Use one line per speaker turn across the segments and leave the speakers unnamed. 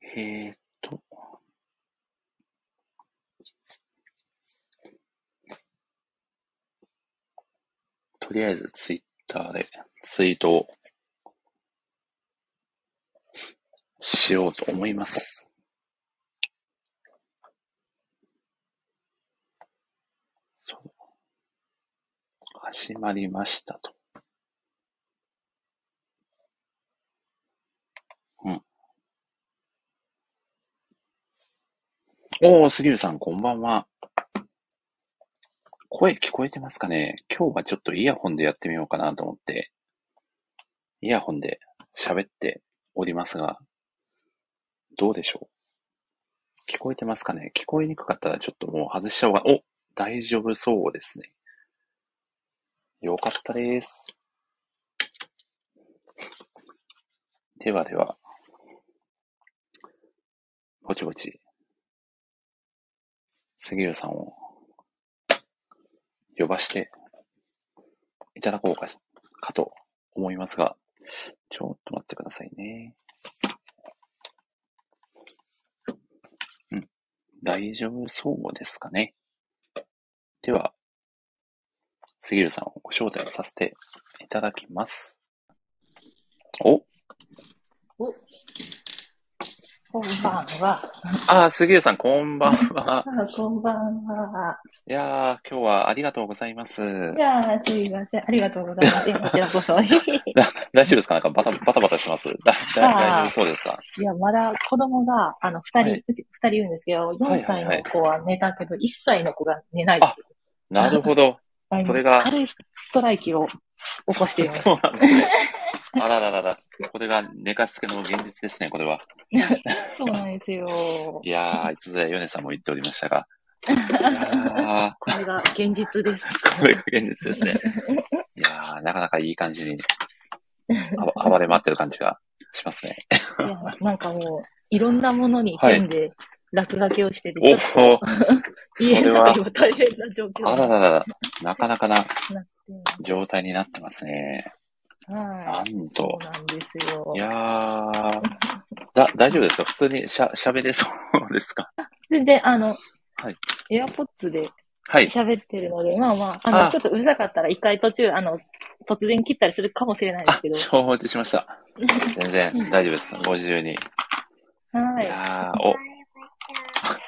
えーっと。とりあえずツイッターでツイートをしようと思います。そう。始まりましたと。うん。おー、杉浦さん、こんばんは。声聞こえてますかね今日はちょっとイヤホンでやってみようかなと思って、イヤホンで喋っておりますが、どうでしょう聞こえてますかね聞こえにくかったらちょっともう外しちゃおうが、お大丈夫そうですね。よかったです。ではでは、ぼちぼち、杉浦さんを呼ばしていただこうか、かと思いますが、ちょっと待ってくださいね。うん。大丈夫そうですかね。では、杉浦さんをご招待させていただきます。お
こんばんは。
ああ、杉浦さん、こんばんは。
あこんばんは。
いやー、今日はありがとうございます。
いやー、すいません。ありがとうござ います。いやこちらこそ。 い
大丈夫ですかなんかバタバタバタします。だだ
あー
大丈夫そうですか
や、まだ子供が、あの、二人、
はいう
ち二人いるんですけど、
はい
4歳の子は寝たけど、1歳の子が寝ない。
あなるほど。
あの
それが
軽いストライキを起こして います。
そうなんですね。あらららら。これが寝かしつけの現実ですね、これは。
そうなんですよ。
いやー、いつぞやヨネさんも言っておりましたが。いや
これが現実です。
ー、これが現実ですね。いやー、なかなかいい感じに暴暴れ回ってる感じがしますね。
いや、なんかもう、いろんなものに手んで、落書きをしてて、
お
ちょっ
お
と家の中では大変な状況
あら
になっ
ららら。なかなかな
てい
状態になってますね。
ます。
な
はい。
ん
そ
と。
うなんですよ。
いやー、だ、大丈夫ですか普通にしゃ、喋れそうですか
全然、あの、
はい
エアポッツで
はい。
喋ってるので、まあまあ、あの、
あ
ちょっとうるさかったら一回途中、あの、突然切ったりするかもしれないですけど。
承知しました。全然大丈夫です。ご自由に。
はい
い。やー、お、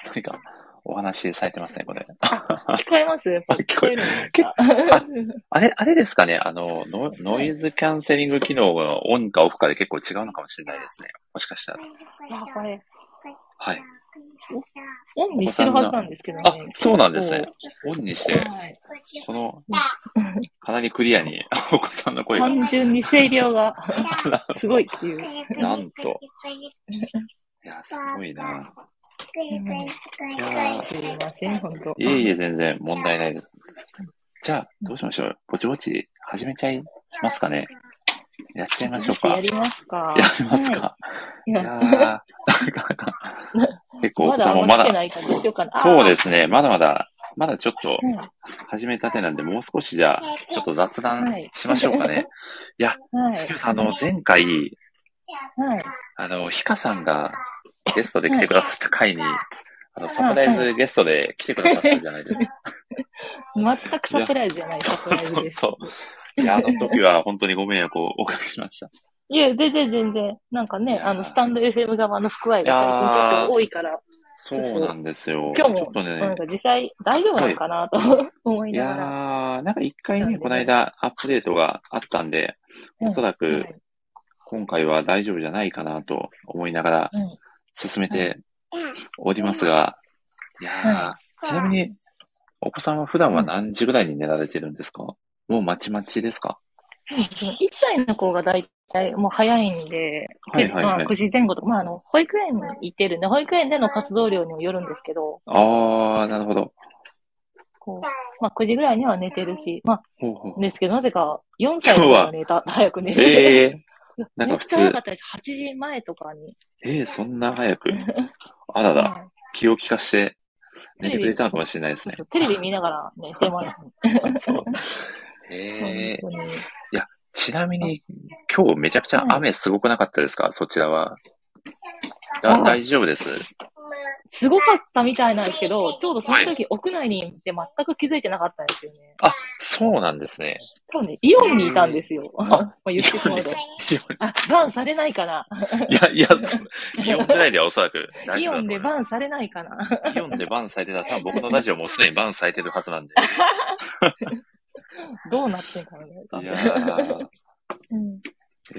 何かお話しされてますね、これ。
聞こえますやっぱり
聞こえ
る
結あれ、あれですかねあのノ、ノイズキャンセリング機能がオンかオフかで結構違うのかもしれないですね。もしかしたら。
あ、これ、
はい。
オンにしてるはずなんですけどね。
あ、そうなんですね。オンにして、
はい。
この、かなりクリアに お子さんの声が。
単純に声量がすごいっていう。
なんと。 いや、すごいな。
すいません、本当。
いえいえ、全然問題ないです。じゃあ、どうしましょうぼちぼち始めちゃいますかねやっちゃいましょうか。
やりますか。
やりますか、
い
い
や
やー、 なんか、結構
ま
奥
だ
さ
あ
ん
ん
も
ま
ま
来て
だ、
ないからどうしようかな。。
そうですすね、まだまだ、まだちょっと
うん
始めたてなんで、もう少しじゃあ、ちょっと雑談
はい
しましょうかね。
は
杉浦
い。
さん、あの、前回、
はい。
あの、ひかさんがゲストで来てくださった回に、あの、サプライズゲストで来てくださったじゃないですか。
全くサプライズじゃない、サプライズです。
そう。いや、あの時は本当にご迷惑をおかけしました。
いや、全然全然。なんか
い
ね、
やー
あの、スタンド FM 側の不具合
いや
が最近
ー
結構多いから、
そうなんですよ。
今日も
ちょっとね、
なんか実際大丈夫なのかなと思い
い
な
や
がら。
ー、なんか一回
なん
ね、
でね
この間アップデートがあったんで、
うん
おそら
は
く
い
今回は大丈夫じゃないかなと思いながら
うん
進めておりますが、いやー、ちなみに、お子さんは普段は何時ぐらいに寝られてるんですかもうまちまちですか
その1歳の子が大体もう早いんで、
はいはいはい
まあ9時前後とか、まああの、保育園に行ってるんで、保育園での活動量にもよるんですけど、
あー、なるほど。
こう、まあ9時ぐらいには寝てるし、ま
ほうほう
あ、ですけど、なぜか4歳の子が寝た、早く寝る。
ええなん
め
か
っ
普
ち
通
ゃ早かったです。8時前とかに。
ー、えー、そんな早く。あらら、
うん
気を利かして寝てくれたのかもしれないです
そう
ね
そ。うテレビ見ながら寝 てます。
そう。 えー、
本当に
ちなみに、今日めちゃくちゃ雨すごくなかったですか、そちらは。だ
あ
大丈夫です。
すごかったみたいなんですけど、ちょうどその時屋内にいて全く気づいてなかったんですよね。
そうなんですね。
多分ね、イオンにいたんですよ。まあ言ってしまうと。
い
あ、バンされないかな。
や、いや、そうイオンぐらいではおそらく大
イ
丈夫
オ
だと思
ンで
いま
バ
す。
ンされないかな。
イオンでバンされてたら、僕のラジオもうすでにバンされてるはず なんで。
どうなってんかね。
いやー
うん
え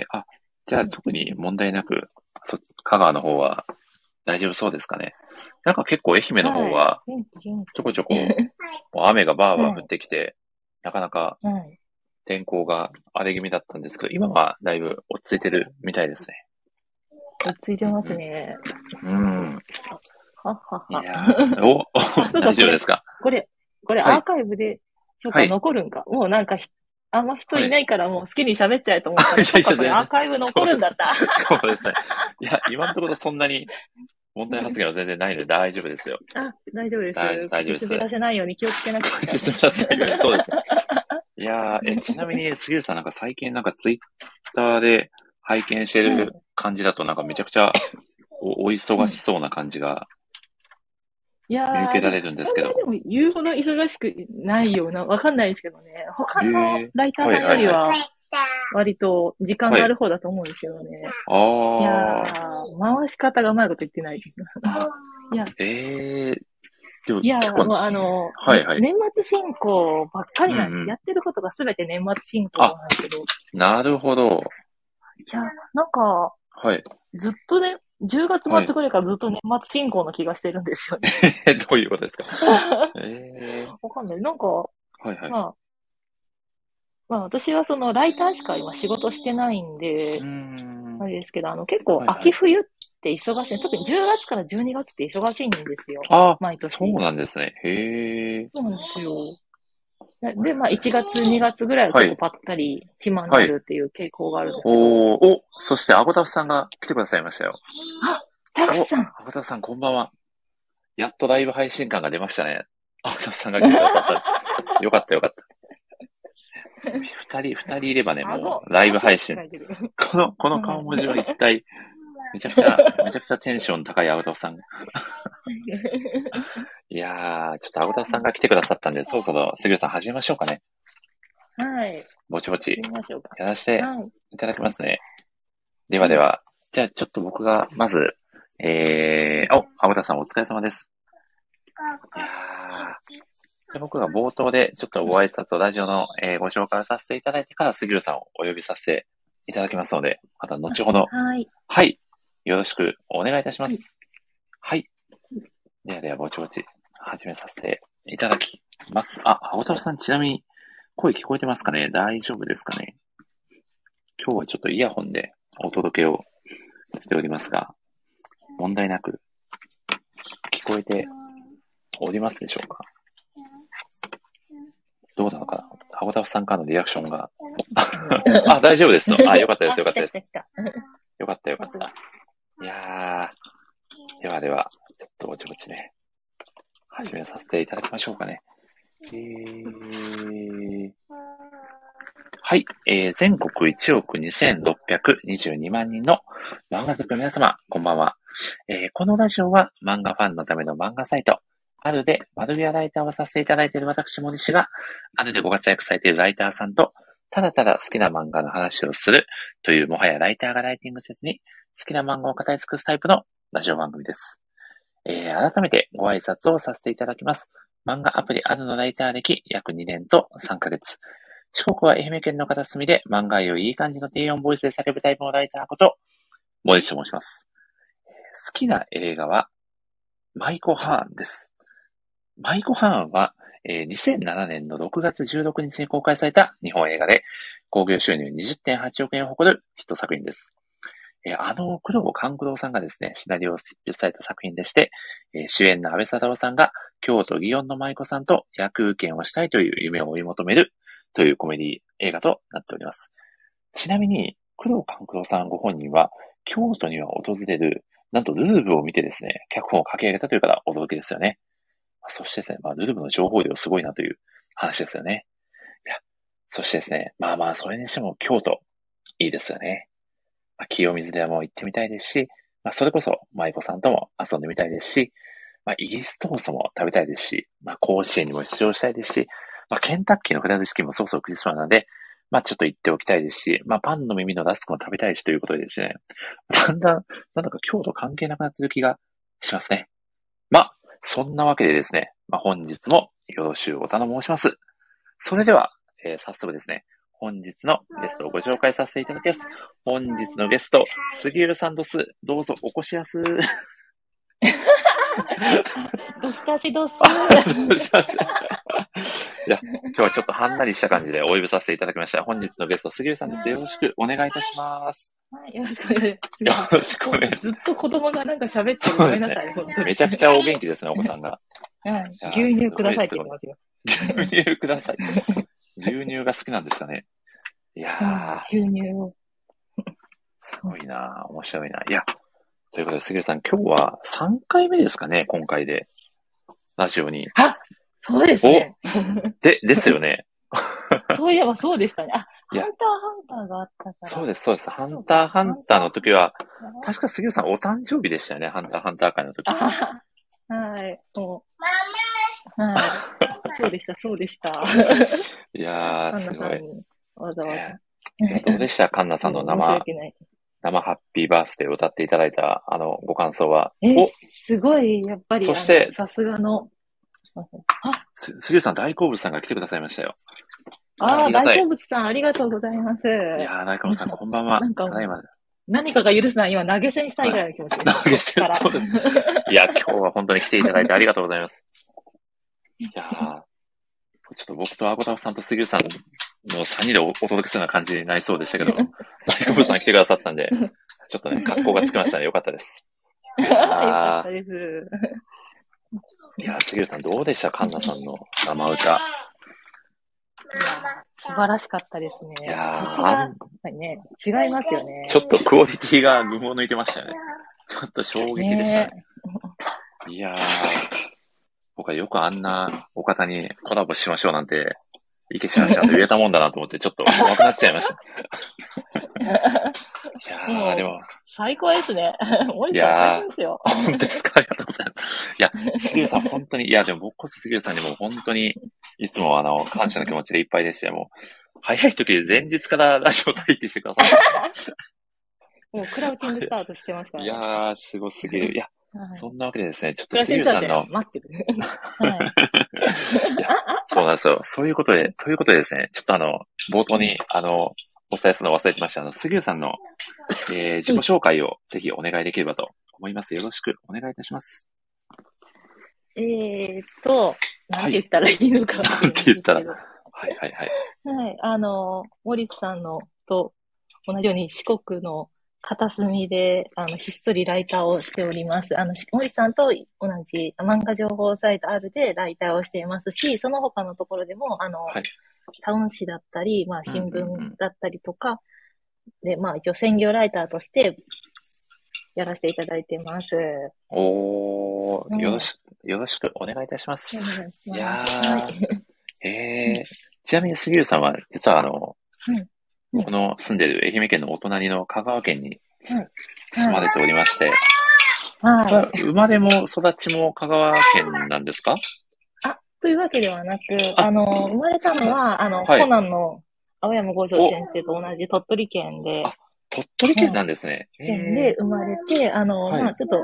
ー、あ、じゃあ特に問題なく、そ香川の方は大丈夫そうですかね。なんか結構愛媛の方は、
い元気元
ちょこちょこ、もう雨がバーバー降ってきて、なかなか
気はい。
天候が荒れ気味だったんですけど、今はだいぶ落ち着いてるみたいですね。
落ち着いてますね。
うん。
はっはっ
い
は。
やーお、
れ
大丈夫ですか
これ、これ
はい
アーカイブで、そうか、
はい
残るんか。もうなんかひ、あんま人いないからもう好きに喋っちゃえと思ったら、
いや
そ
いうや
か、こ
全
れ
然
アーカイブ残るんだった。
そうですね。いや、今のところそんなに問題発言は全然ないので大丈夫ですよ。
あ、大丈夫です。
大大丈夫です
口滑らせないように気をつけなく ちゃいけない。
説明させないようにそうですね。いやーえ、ちなみに杉浦さんなんか最近なんかツイッターで拝見してる感じだとなんかめちゃくちゃおお忙しそうな感じが
いや
見受けら
ー、
れるんですけど。
でも言うほど忙しくないような、わかんないですけどね。他の
へー
ライターさんよりは、割と時間があ
は
る方だと思うんですけどね。いや
あー。
ー、回し方がうまいこと言ってない。
えー。でも
いや
結
ー、
構
もうあの、
はいはい
年末進行ばっかりなんです。
うんうん
やってることがすべて年末進行なんですけど。い
なるほど。
やー、なんか、
はい。
ずっとね、10月末ぐらいからずっと年末進行の気がしてるんですよね。
えどういうことです かえ
わかんない。なんか、
ー。はいはい。
まあ、まあ私はそのライターしか今仕事してないんで
うー、ん
あれですけど、あの結構
はいはい
秋冬って忙しい。特に10月から12月って忙しいんですよ。
あ
毎年。
そうなんですね。へえ。
そうなんですよ。なで、まあ、1月、2月ぐらいは結構ぱったり暇になるっていう傾向があるんですけど、
おーお、そして、アゴタフさんが来てくださいましたよ。
タクさん、
アゴタフさん、こんばんは。やっとライブ配信感が出ましたね。アゴタフさんが来てくださ った。よかった、よかった。二人、二人いればね、も
顎
う、ライブ配信
顎。って書いてる
この、この顔文字は一体、めちゃくちゃ、めちゃくちゃテンション高いアゴタフ さん。いやー、ちょっとアゴタフさんが来てくださったんで、そろそろ、杉浦さん始めましょうかね。
はい。
ぼちぼち
行、きましょうか。
やらして
はい。
いただきますね。ではでは、じゃあちょっと僕が、まず、えー、お、アゴタさんお疲れ様です。いやーじゃあ僕が冒頭でちょっとご挨拶をラジオの、えーご紹介をさせていただいてから杉浦さんをお呼びさせていただきますので、また後ほど、
はい。
はい、よろしくお願いいたします。はい。ではでは、ぼちぼち始めさせていただきます。あ、青太郎さん、ちなみに声聞こえてますかね大丈夫ですかね今日はちょっとイヤホンでお届けをしておりますが、問題なく聞こえておりますでしょうかどうなのかなハゴタフさんからのリアクションが。あ、大丈夫ですと。あ、よかったです、よかったです。
あ来た来た来
よかった、よかった。いやー。ではでは、ちょっとぼちぼちね、始めさせていただきましょうかね。えー、はい、えー、全国1億2622万人の漫画好きの皆様、こんばんは。えーこのラジオは漫画ファンのための漫画サイト、あるでマルリアライターをさせていただいている私、森氏が、あるでご活躍されているライターさんと、ただただ好きな漫画の話をするという、もはやライターがライティングせずに、好きな漫画を語り尽くすタイプのラジオ番組です。えー改めてご挨拶をさせていただきます。漫画アプリあるのライター歴約2年と3ヶ月。四国は愛媛県の片隅で漫画愛をいい感じの低音ボイスで叫ぶタイプのライターこと、森氏と申します。えー好きな映画は、マイコ・ハーンです。マイコ・ハーンは、えー2007年の6月16日に公開された日本映画で、興行収入20.8億円を誇るヒット作品です。えーあの工藤官九郎さんがですね、シナリオを執筆された作品でして、えー主演の安倍貞夫さんが京都祇園の舞妓さんと役受験をしたいという夢を追い求めるというコメディ映画となっております。ちなみに、工藤官九郎さんご本人は、京都には訪れる、なんとルルブを見てですね、脚本を書き上げたという方、驚きですよね。そしてですね、まあ、ルルブの情報量すごいなという話ですよね。いや、そしてですね、まあまあ、それにしても京都、いいですよね。まあ、清水寺も行ってみたいですし、まあ、それこそ舞子さんとも遊んでみたいですし、まあ、イギリストーストも食べたいですし、まあ、甲子園にも出場したいですし、まあ、ケンタッキーの普段の時期もそろそろクリスマスなんで、まあ、ちょっと行っておきたいですし、まあ、パンの耳のラスクも食べたいしということでですね、だんだん、なんだか今日と関係なくなってる気がしますね。まあ、そんなわけでですね、まあ、本日もよろしゅうござの申します。それでは、えー、早速ですね、本日のゲストをご紹介させていただきます。本日のゲスト、杉浦さんどす。どうぞお越しや す。
どしたしどす。
どしたし。いや、今日はちょっとはんなりした感じでお呼びさせていただきました。本日のゲスト、杉浦さんです。よろしくお願いいたします。
はい、よろしくお願いし
ます 。よろしくお願い
ずっと子供がなんか喋ってる。ごめんなさい、
ね。めちゃくちゃお元気ですね、お子さんが。
はい。牛乳くださいって言ってますよ。
牛乳ください。牛乳が好きなんですかね。いや
ー。牛乳を。
すごいな面白いな。いや、ということで、杉浦さん、今日は3回目ですかね、今回で。ラジオに。
あそうですね。
で、ですよね。
そういえばそうでしたね。あ、ハンターハンターがあったから。
そうです、そうです。ハンターハンターの時は、確か杉浦さんお誕生日でしたよね、ハンターハンター会の時。
はい。も う。はい。そうでした、そうでした。
いやー、すごい。
わざわざ。
どうでしたカンナさん の生、生ハッピーバースデーを歌っていただいた、あの、ご感想は。
えー、すごい、やっぱり、そして、さすがの。
あ杉浦さん、大好物さんが来てくださいましたよ。
ああ、大好物さん、ありがとうございます。
いや大好物さん、こんばんは。なんか、ただいま。
何かが許すな今、投げ銭したいぐらいの気持ちです。
投げ銭、そうです。いや、今日は本当に来ていただいてありがとうございます。いやちょっと僕とアゴタフさんと杉浦さんの3人でお届けするような感じになりそうでしたけど、大工部さん来てくださったんで、ちょっとね、格好がつきましたね。よかったです。
よかったです。
いや、杉浦さんどうでしたカンナさんの生歌。
素晴らしかったですね。いやー、ね、違いますよね。
ちょっとクオリティが群を抜いてましたよね。ちょっと衝撃でしたね。ねいやー、僕はよくあんなお方にコラボしましょうなんて池島ちゃん と言えたもんだなと思って、ちょっと怖くなっちゃい ました。いやー、でも。
最高ですね。 森さん最高ですよ。
本当ですかありがとうございます。いや、杉浦さん本当に、いや、でも僕こそ杉浦さんにも本当に、いつもあの、感謝の気持ちでいっぱいでしたよ。もう、早い時で前日からラジオ待機してくださ
い。もうクラウチングスタートしてますから、
ね、いやー、すごすぎる。いや、そんなわけでですね、ちょっと杉浦さんの。
待ってる。
そうなんですよ。そういうことで、ということでですね、ちょっとあの、冒頭に、あの、お伝えするの忘れてました。あの、杉浦さんの、えー、自己紹介をぜひお願いできればと思います。よろしくお願いいたします。
えーと、なんて言ったらいいのか、
はい、なんて言ったら。はいはいはい。
はい、あの、森さんのと同じように四国の片隅で、あの、ひっそりライターをしております。あの、森さんと同じ漫画情報サイトあるでライターをしていますし、その他のところでも、あの、はい、タウン誌だったり、まあ、新聞だったりとか、で、まあ、一応専業ライターとして、やらせていただいてます。
おー、よろしく、うん、よろしくお願いいたします。いやー、えー、ちなみに杉浦さんは、実はあの、うんこの住んでる愛媛県のお隣の香川県に住まれておりまして、
はい
生まれも育ちも香川県なんですか
あ、というわけではなく、あの、生まれたのは、あの、はい、コナンの青山五条先生と同じ鳥取県で。
あ、鳥取県なんですね。
はい、県で生まれて、あの、はい、まあちょっと、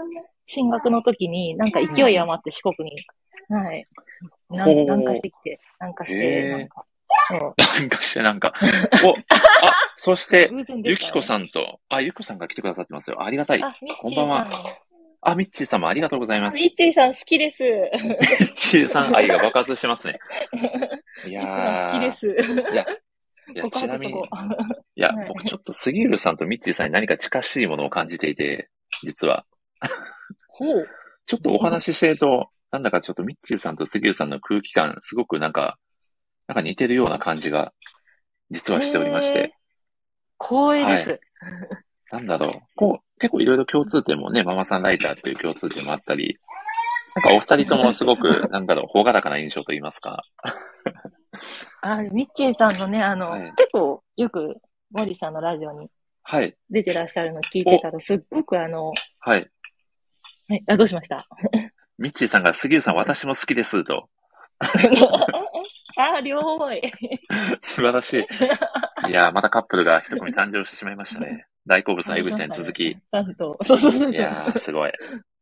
進学の時に、なんか勢い余って四国に、はい、なん南下してきて、南下して、なんか、
なんかしてなんか。お、あ、そして、ゆきこさんと、あ、ゆきこさんが来てくださってますよ。ありがたい。こんばんは。あ、みっちーさんもありがとうございます。
みっちーさん好きです。
みっちーさん愛が爆発してますね。
いや好きです。
いや、いやちなみに、いや、僕ちょっと杉浦さんとみっちーさんに何か近しいものを感じていて、実は。
ほう。
ちょっとお話ししてると、なんだかちょっとみっちーさんと杉浦さんの空気感、すごくなんか、なんか似てるような感じが、実はしておりまして。
光栄です、はい。
なんだろう。こう、結構いろいろ共通点もね、ママさんライターっていう共通点もあったり、なんかお二人ともすご く、なんだろう、ほがらかな印象と言いますか。
あ、ミッチーさんのね、あの、はい、結構よく、森さんのラジオに
はい。
出てらっしゃるの聞いてたら、すっごくあの、
はい。
はい、あ、どうしました
ミッチーさんが、杉浦さん、私も好きです、と。
あ、両方い。
素晴らし い。いやー、またカップルが一組誕生してしまいましたね。大好物の江口さんに続き。い。
なんと、そうそうそうそう。
やー、すごい。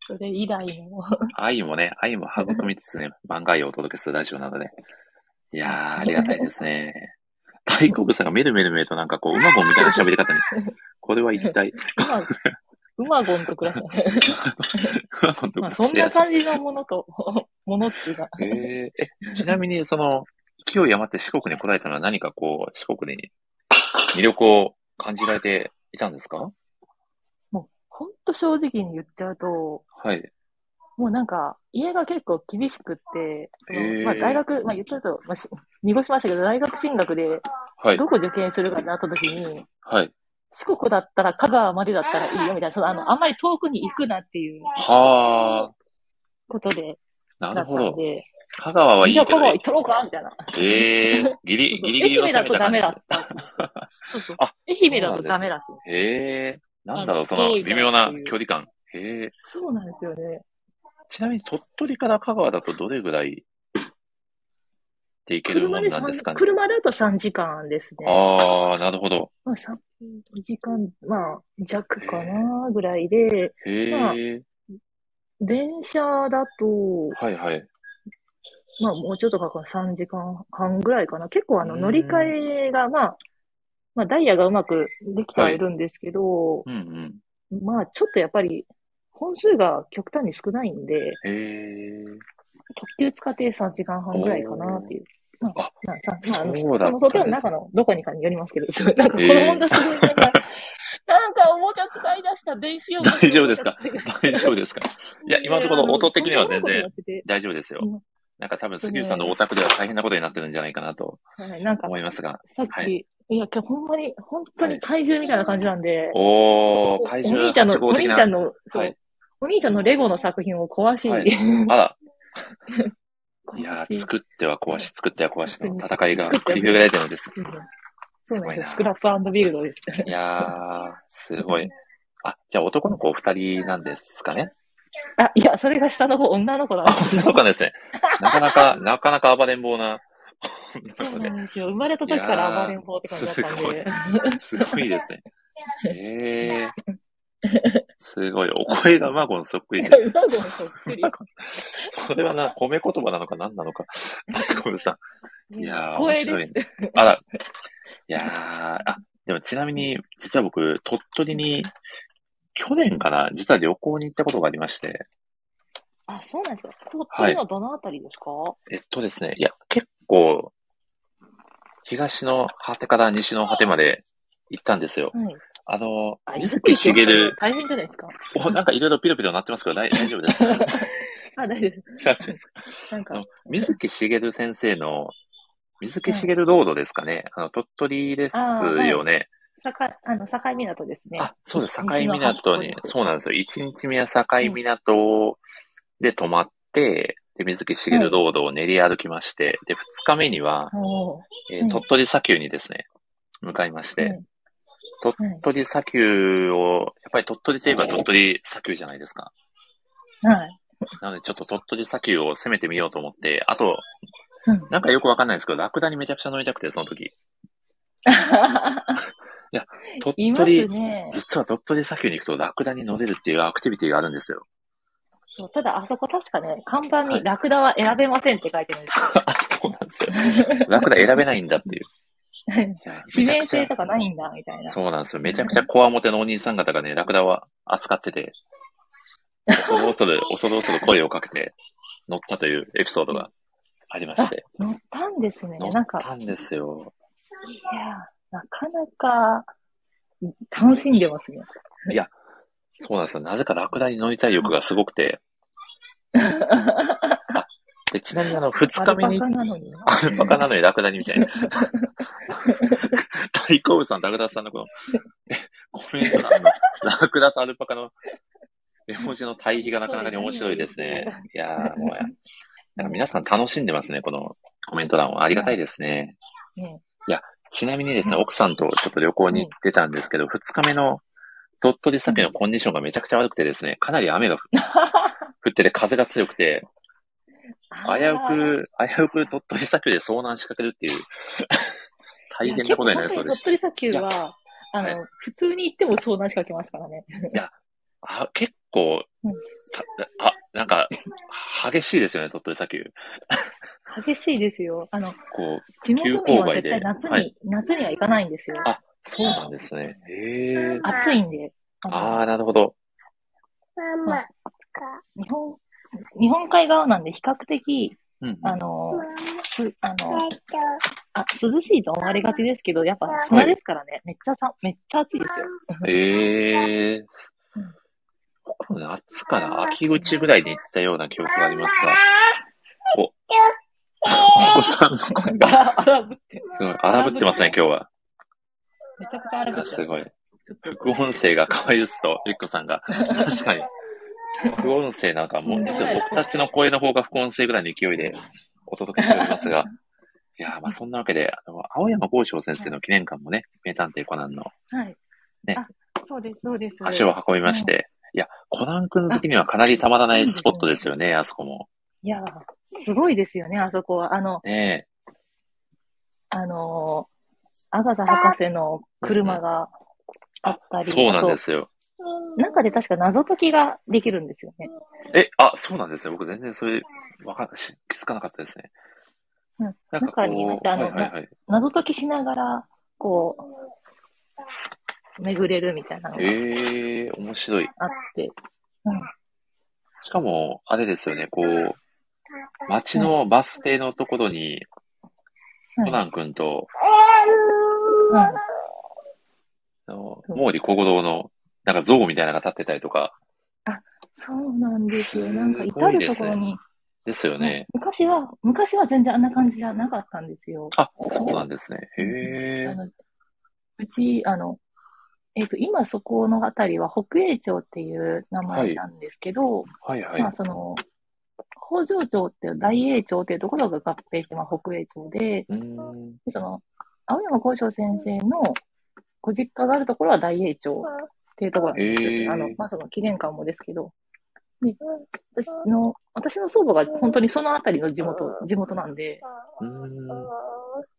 それ以来の。
愛もね、愛も育みつつね、番外をお届けするラジオなので。いやー、ありがたいです ね。大好物さんがメルメルメルとなんかこう、馬子みたいな喋り方に。これは一体、
馬、馬ゴンとください。
馬子と
まあ、
か
そんな感じのものと、ものっていうか。
えーえ、ちなみに、その、勢い余って四国に来られたのは何かこう、四国に魅力を感じられていたんですか
ほんと正直に言っちゃうと、
はい。
もうなんか、家が結構厳しくって、その
へー
まあ、大学、まあ言っちゃうと、まあし、濁しましたけど、大学進学で、
はい。
どこ受験するかってなった時に、
はい。
四国だったら香川までだったらいいよみたいな、そのあの、あんまり遠くに行くなっていう
は
ことで、
あ、な
だ
る
った
ほ
ん
ど。
で、
香川はいい
じゃあ
け
香
ど、
川行っとろうかみたいな。
えー、ギリ、ギリギリ
そう
を
愛媛
攻
だ
め
と
た
ダ
感じ
メ
です
だった。 そうそう
あ。
愛媛だとダメらしいんですよ。
ええなんだろう、
あの
その
遠い
微
から
妙な
っていう
距離感。ええ
そうなんですよね。
ちなみに鳥取から香川だとどれぐらいで行けるも
車
ん
で
なんですか
三
ね。
車だと3時間ですね。
ああ、なるほど。
まあ、3、2時間、まあ、弱か
へ
なぐらいで、
ええ
まあ電車だと、
はいはい。
まあ、もうちょっとかかる3時間半ぐらいかな。結構、あの、
うん
乗り換えが、まあ、まあ、ダイヤがうまくできてはいるんですけど、
うんうん。
まあ、ちょっとやっぱり、本数が極端に少ないんで、
ええ
特急使って3時間半ぐらいかなっていう。まあ
あ、
まあ、まあ、あの、そ
そうだったんですね
の東京の中のどこにかによりますけど、そうなんかこの問題すごい なんか、なんかおもちゃ使い出した電子用具
大丈夫ですか
おもちゃ使い出した
大丈夫 ですか いや、今のところ音的には全然。大丈夫ですよ
うん。
なんか多分杉浦さんのオタクでは大変なことになってるんじゃないかなと
はい、なんか、
思いますが。
さっき、、
はい
や、今日ほんまに、本当に怪獣みたいな感じなんで、
おー、怪
お
獣
兄ちゃんの、
八
お
号的
兄ちゃん
な。
の、そう、
はい
お兄ちゃんのレゴの作品を 壊し、
はあら、いやー、作っては壊し、作っては壊しの戦いが繰り広げられてるのです。
そう
す
なん
ごいな
ですよ。ス。クラップビルドです。
いやー、すごい。あ、じゃあ男の子お二人なんですかね
あ、いや、それが下の方、女の子なん
あ
で、す
女の子なんですね。なかなか、なかなか暴れん坊な女
そう
の子で
なんですよ。生まれた時から暴れん坊って感じだったん
い
で。
すごいですね。ええすごい。お声が馬子のそっくりで。
馬子もそっくり。
それはな、褒め言葉なのか何なの か。大久保さん。いやー、面
光
白
栄
い
です。。
あら。いやー、あ、でもちなみに、実は僕、鳥取に、去年かな、実は旅行に行ったことがありまして。
あ、そうなんですか。鳥取はどのあたりですか、
えっとですね、いや、結構、東の果てから西の果てまで行ったんですよ。
はい。
あの
あ、、
水木しげる、
大変じゃないですか。
お、なんかいろいろピロピロなってますけど、大大丈夫ですか
あ、大丈夫で
大丈夫ですか
す。なん
あ
か
の、水木しげる先生の、水木しげるロードですかね。あの、鳥取ですよね。
境、あの、境港ですね。
あ、そうです。境
道の端っこ
港
で
に、
す
そうなんですよ。一日目は境港で泊まって、で、水木しげるロードを練り歩きまして、で、二日目には、
おー
えー
うん
鳥取砂丘にですね、向かいまして、
うんはい。
鳥取砂丘を、やっぱり鳥取といえば鳥取砂丘じゃないですか。
はい。
なのでちょっと鳥取砂丘を攻めてみようと思って、あと、
うん
なんかよくわかんないですけど、ラクダにめちゃくちゃ乗りたく て、その時。鳥
います
取、
ね。
実は鳥取砂丘に行くとラクダに乗れるっていうアクティビティがあるんです よ。
そうただ、あそこ確かね、看板
はい
にラクダは選べませんって書いてるんです
あ、そうなんですよ。ラクダ選べないんだっていう。
よ。
いやめ
指
ちゃ
名
くちゃ
制とかないんだ、みたいな。
そうなんですよ。めちゃくちゃコアモテのお兄さん方がね、ラクダを扱ってて、恐る 恐る、恐る恐る声をかけて乗ったというエピソードがありまして。
乗ったんですね。
乗
な
っ
んか、
たんですよ。
いや、なかなか、楽しんでますね。
そうなんですよ。なぜかラクダに乗りたい欲がすごくて。でちなみにあの、二日目に
アルパカなのに。
ア ルパカなのにラクダにみたいな。大好物さん、ラクダさんのこ の、えコメント欄の、ラクダとアルパカの絵文字の対比がなかなかに面白いですね。いやー、もうや、なんか皆さん楽しんでますね、このコメント欄を。ありがたいですね。
ね
いや、ちなみにですね、
うん
奥さんとちょっと旅行に行ってたんですけど、2日目の鳥取砂丘のコンディションがめちゃくちゃ悪くてですね、かなり雨が降降ってて風が強くて、危うく、危うく鳥取砂丘で遭難しかける っていう、
あー、
大変なことになりそうです。
いや結構本当に鳥取砂丘は、あの、
はい
普通に行っても遭難しかけますからね。
あ結構
うん、
たあ、なんか、激しいですよね、鳥取砂丘。
激しいですよ。あの、
こう、
地元民は
急勾配
絶
で
対夏に、
はい
夏には行かないんですよ。
あそうなんですね。へえ。
暑いんで。あの
ああ、なるほど。
ママか。
日本、日本海側なんで比較的、
うんうん。
あの
マ、マ
す、あの、
と、
あ、涼しいと思われがちですけど、やっぱ砂ですからね、めっちゃさ、めっちゃ暑いですよ。
ええ
うん
この夏から秋口ぐらいに行ったような記憶がありますが、お子さんの声が、
荒ぶって、
すごい、荒ぶってますね、今日は。
めちゃくちゃ荒ぶ
あ
ってます
すごい。
ちょっ
副音声が可愛いですと、ゆっこさ んが。確かに。副音声なんか もう、むしろ僕たちの声の方が副音声ぐらいの勢いでお届けしておりますが、いやーまあそんなわけで、あの、青山剛昌先生の記念館もね、名探偵コナンの
と、はい。
ね
あ、そうです、そうです。
足を運びまして、いや、コナン君好きにはかなりたまらないスポットですよね、あそこも。
いやー、すごいですよね、あそこは。あの、
ねえ。
あのー、アガザ博士の車があったり、
そうなんで
あ
すよ。
と中で確か謎解きができるんですよね。
え、あ、そうなんですね。僕全然それ、わかんし、気づかなかったですね。
うん、
なんかこ
中に入っ
う、
てあ
はい
の、
はいはい。
謎解きしながら、こう、巡れるみたいなのが
ええー、面白い。
あって、うん、
しかも、あれですよね、こう、街のバス停のところに、
うん
コナン君と、
うん
あの
うん
毛利小五郎の、なんか像みたいなのが立ってたりとか、
そうなんですよ。
すごい
なんか至るところに、
ですよね。
昔は、昔は全然あんな感じじゃなかったんですよ。
あ、そうなんですね。へえ
あ。のうち、あの、えっ、と、今そこのあたりは北栄町っていう名前なんですけど、
はいは
まあ
い。
その、北条町っていう大栄町っていうところが合併して、まあ、北栄町で、
うーん。
でその、青山剛昌先生のご実家があるところは大栄町っていうところなんです
へ
よ。
ー
あの、まあその記念館もですけど、で私の、私の祖母が本当にそのあたりの地元、地元なんで、
うーん。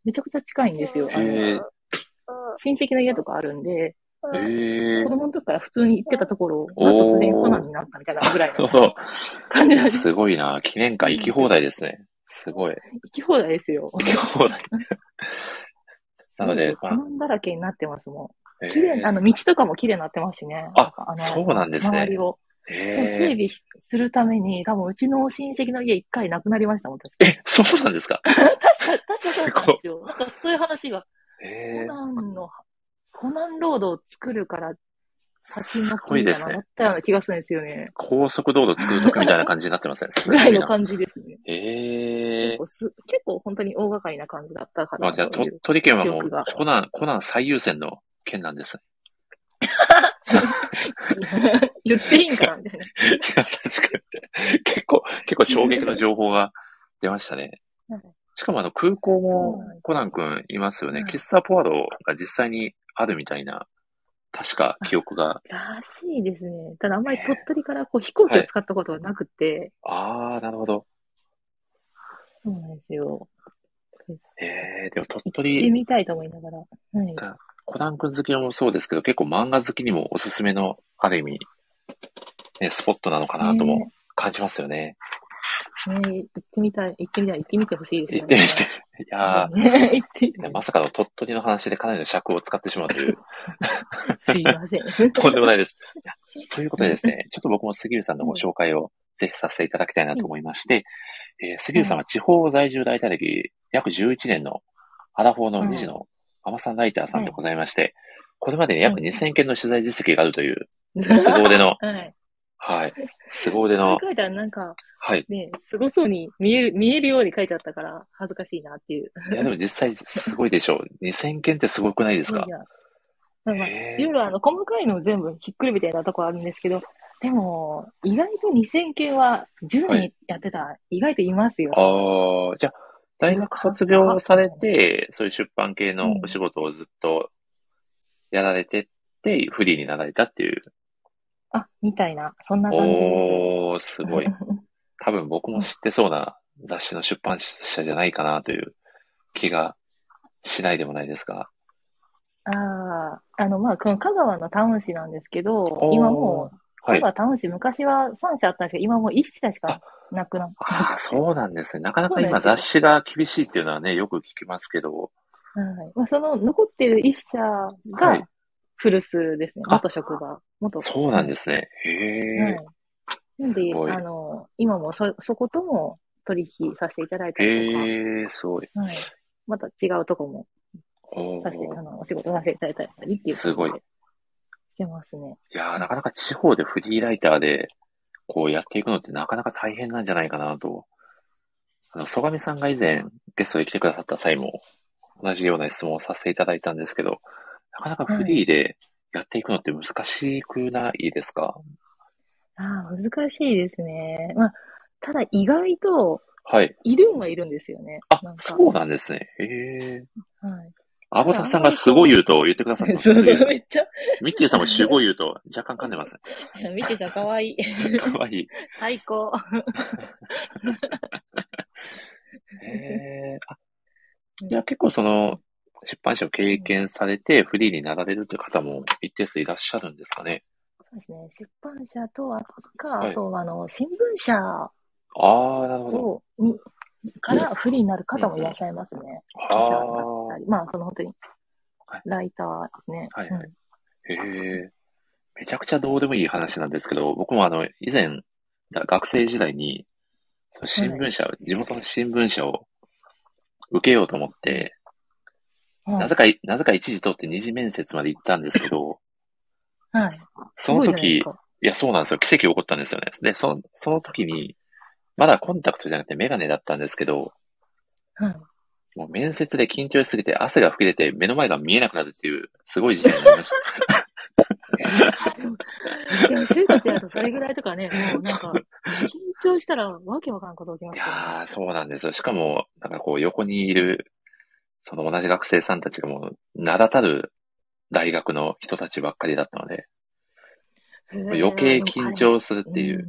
めちゃくちゃ近いんですよ。あ
へ
の
ー
親戚の家とかあるんで、
ええー。
子供の時から普通に行ってたところが突然コナンになったみたいなぐらい
そう
の
そう。
感じなんです。
すごいな。記念館行き放題ですね。すご い。
行き放題ですよ。
行き放題。なので
コナンだらけになってますも
え
ん。
ー
綺麗、あの、道とかも綺麗になってますしね。
あ
なんかあの
そうなんですね
周りを。
え
そう、整備しするために、多分うちの親戚の家一回なくなりましたもん、確か。
え、そうなんですか
確か、確かそうなんですよ。なんかそういう話が、コ
えー
ナンの、コナンロードを作るから先
す
の
ごい
国
で
みたい
す
なのあ
ね
っ。たような気がするんですよね。
高速道路作るときみたいな感じになってますね。す
ぐ
ご
らい
い
の
な。
感じですね。
え
結
ー
構す結構本当に大掛かりな感じだったか
あ、
ら
じゃあ、
とい
鳥
う。
取県はも
記憶
う
が、
コナン、コナン最優先の県なんです。
言っていいんかなみたいな。
いや 確かに。結構、結構衝撃の情報が出ましたね
なんか。
しかもあの、空港
そうなんで
も
す
コナン君いますよね。
はい
喫茶ポアロが実際にあるみたいな、確か記憶が。
らしいですね。ただあんまり鳥取からこう飛行機を使ったことがなくて、
あー、なるほど。
そうなんですよ。
ええでも鳥
行って
取、
みたいと思いながら。はい。
コナン君好きもそうですけど、結構漫画好きにもおすすめの、ある意味、ね、スポットなのかなとも感じますよね。
ねね行ってみたい、行ってみたい、行ってみてほしいで
行
す
っ
よ
てみ
ね。
て。いや
ね行ってみ
ー、
て。
まさかの鳥取の話でかなりの尺を使ってしまうという、
すいません。
とんでもないです。いやということでですね、ちょっと僕も杉浦さんのご紹介をぜひさせていただきたいなと思いまして、えー杉浦さんは地方在住大体歴約11年のアラフォーの2児のアマさんライターさんでございまして、これまでに約2000件の取材実績があるという、凄腕の、
はい。
はい。凄腕
そ
の
う、書いたらなんか、
はい。
ね、すごそうに見える、見えるように書いてあったから、恥ずかしいなっていう。
いや、でも実際すごいでしょう。2000件ってすごくないですか
いやまあまあ
へえ
いろいろあの、細かいのを全部ひっくるめてやったとこあるんですけど、でも、意外と2000件は10
はい
人やってた、意外といますよ。
ああ、じゃあ、大学卒業されて、そういう出版系のお仕事をずっとやられてって、フリーになられたっていう。
あ、みたいな、そんな感じで
おー、す
す。
ごい。多分僕も知ってそうな雑誌の出版社じゃないかなという気がしないでもないですが。
ああ、あの、まあ、この香川のタウン市なんですけど
お、ー
今もう、
は
香
い。
川タウン市、昔は3社あったんですけど、今もう1社しかなくなっ
ああ、そうなんですね。なかなか
そうな
今
んですよ
雑誌が厳しいっていうのはね、よく聞きますけど。
はい。まあ、その残ってる一社
はい
が古巣ですね。
あ
元職場。元。
そうなんですね。へ
はい
え。。
なんで、
すごい
あの、今もそ、そことも取引させていただいたりとか、
へえ、すごい。
はい。また違うとこも
お
させて、
ー
あの、お仕事させていただいたりっていう感じです
ごい
してますね。
いやー、なかなか地方でフリーライターで、こうやっていくのってなかなか大変なんじゃないかなと。あの、曽我さんが以前ゲストで来てくださった際も、同じような質問をさせていただいたんですけど、なかなかフリーでやっていくのって難しくないですか、
ああ、難しいですね。まあ、ただ意外と、
はい。
いるんはいるんですよね。
あ
なん、か
そうなんですね。へえ。
はい。
アボサクさんがすごい言うと言ってくださった
そう
すげえです
めっちゃ、
ミッチーさんもすごい言うと若干噛んでます
見てた、か わいい。
ね。かわいい。
最高。
へえ。あいや、結構その、出版社を経験されて、フリーになられるという方も一定数いらっしゃるんですかね。
そうですね。出版社と、あとか、
はい
あとは、あの、新聞社
ああ、なるほど。
を、に、から不利になる方もいらっしゃいますね。記者だった
あ
り。まあ、その本当に
はい、
ライターですね。
はいはいあ、へえ。めちゃくちゃどうでもいい話なんですけど、僕もあの、以前、だ学生時代に、その新聞社、地元の新聞社を受けようと思って、
うん。はい
なぜか、なぜか一時通って二次面接まで行ったんですけど、
はい。
その
すごいじゃないで
時
す、か
いや、そうなんですよ。奇跡起こったんですよね。で、その、その時に、まだコンタクトじゃなくてメガネだったんですけど、
はい。
もう面接で緊張しすぎて汗が吹き出て目の前が見えなくなるっていう、すごい事態になりました。
でも、就活やるとそれぐらい とかね、もうなんか、緊張したらわけわからんこと起きま
い
すよね。
やー、そうなんですよ。しかも、なんかこう横にいる、その同じ学生さんたちがもう、名だたる大学の人たちばっかりだったので、
へー
余計緊張するっていう。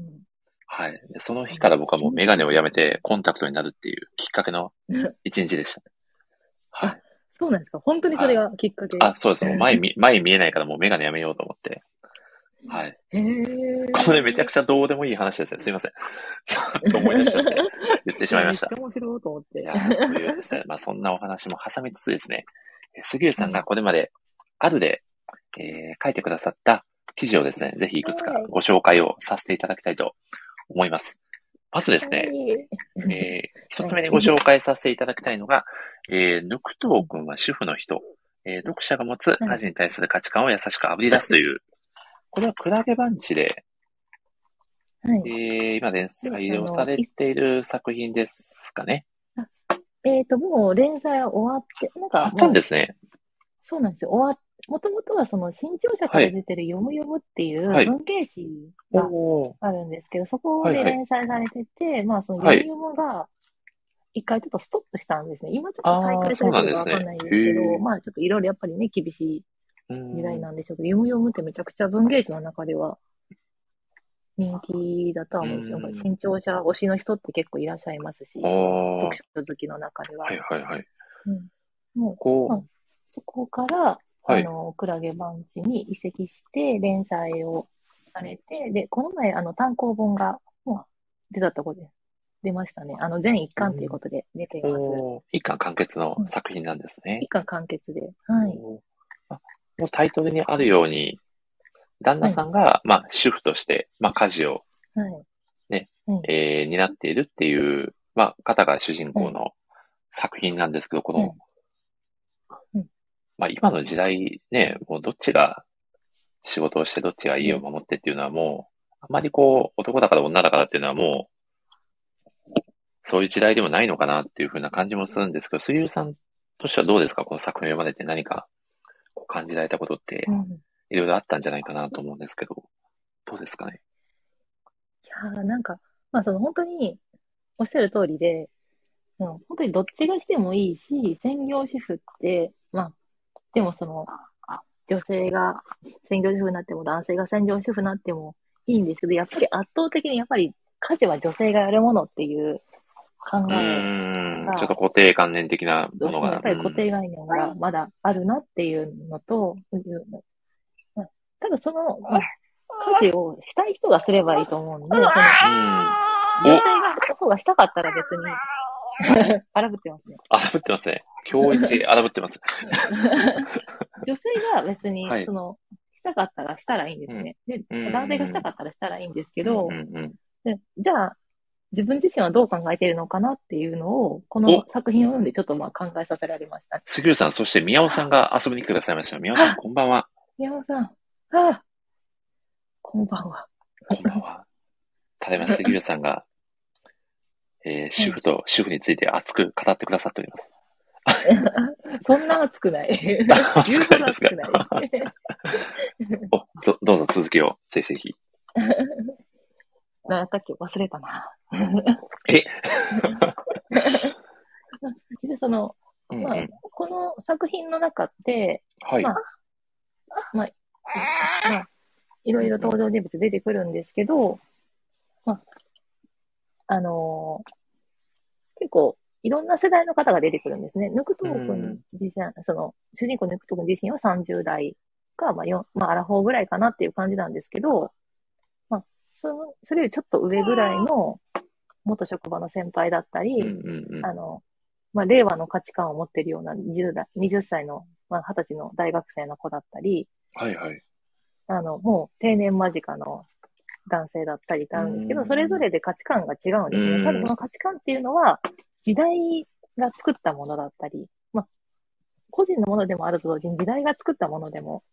はい。でその日から僕はもうメガネをやめてコンタクトになるっていうきっかけの
うん
一日でした。はい。
そうなんですか本当にそれがきっかけ。
あ、そうです。もう前見、前見えないからもうメガネやめようと思って。はい。
へー
これめちゃくちゃどうでもいい話ですね。すいません。ちょっと思い出しちゃって、言ってしまいました
めっ。ちゃ面白いと思っ
い
て
や。ー、というですね、まあそんなお話も挟みつつですね、え杉内さんがこれまで、あるで、えー書いてくださった記事をですね、ぜひいくつかご紹介をさせていただきたいと思います。まずですね、えー一つ目にご紹介させていただきたいのが、えー、ぬくとうくんは主婦の人、えー読者が持つ家事に対する価値観を優しくあぶり出すと いう、これはクラゲバンチで、
はい
えー今連採用されている作品ですかね。
えっ、と、もう連載は終わって、なんか、。
あったんですすね。
そうなんですよ。終わもともとはその新潮社から出てるよむよむっていう
はい
文芸誌
お
が
おー。
あるんですけど、そこで
はいはい
連載されてて、まあその
はい
よむよむが一回ちょっとストップしたんですね。今ちょっと再開されてるかわかんないんです
あーそうなんで
け
す
ど、
ねへー
まあちょっといろいろやっぱりね、厳しい時代なんでしょうけど、よむよむってめちゃくちゃ文芸誌の中では人気だとは思うんですよ。
うん
新潮社推しの人って結構いらっしゃいますし、
おー
読書好きの中では。
はいはいはい。
うんもう
こ
そこから、
う、は
あ
い。
の、クラゲバンチに移籍して、連載をされて、で、この前、あの、単行本が、もう、出たとこで、出ましたね。あの、全一巻ということで出ています。
おー一巻完結の作品なんですね
一。巻完結で。はい。
おーあもうタイトルにあるように、旦那さんが、まあ、主婦として、まあ、家事を、
はい。
えー、担っているっていう、まあ、方が主人公の作品なんですけど、この、
うんうん
まあ、今の時代、ね、もうどっちが仕事をして、どっちが家を守ってっていうのはもう、あまりこう、男だから女だからっていうのはもう、そういう時代でもないのかなっていうふうな感じもするんですけど、杉浦さんとしてはどうですかこの作品を読まれて何かこう感じられたことって
う、ん。
いろいろあったんじゃないかなと思うんですけど、どうですかね
いやーなんか、まあその本当におっしゃる通りで、うん、本当にどっちがしてもいいし、専業主婦って、まあ、でもその、女性が専業主婦になっても男性が専業主婦になってもいいんですけど、やっぱり圧倒的にやっぱり家事は女性がやるものっていう考
う
え
ー
は
ん。
い
ちょっと固定観念的なも
どうし
の
てもや
が
っ。ぱり固定概念がまだあるなっていうのと、いうまあただその、まあ家事をしたい人がすればいいと思うんで、その女性が、男がしたかったら別に、 荒ぶってますね。
荒ぶってますね。今日一荒ぶってます。
女性が別に、
はい
その、したかったらしたらいいんですね。で、
うん
男性がしたかったらしたらいいんです けど、
うんうんうん
でじゃあ、自分自身はどう考えているのかなっていうのを、こ
お
の作品を読んでちょっとまあ考えさせられました。
杉浦さん、そして宮尾さんが遊びに来てくださいました。宮尾さん、
あ
こんばんは。
宮本さん、ああ、こんばんは。
こんばんは。ただいま杉浦さんが、えー、主婦と主婦について熱く語ってくださっております。
そんな熱くない。
熱くないですか
言うほど熱くない。
お、どどうぞ続きを、ぜひぜひ。
何やったっけ忘れたな。
え
で、その、
うん
まあ
うん、
この作品の中で、
はい。
まあまあ、いろいろ登場人物出てくるんですけど、まあ、あのー結構、いろんな世代の方が出てくるんですね。ぬくとうくん自身、その、主人公ぬくとうくん自身は30代か、まあ、よまあ、アラフォーぐらいかなっていう感じなんですけど、まあ、その、それよりちょっと上ぐらいの元職場の先輩だったり、
うんうんうん
あの、まあ、令和の価値観を持ってるような20代、20歳の、まあ、20歳の大学生の子だったり、
はいはい。
あの、もう定年間近の男性だったりってあるんですけ
う
ど、
ん
それぞれで価値観が違うんです
うん
ね。ただこの価値観っていうのは、時代が作ったものだったり、まあ、個人のものでもあると同時に時代が作ったものでも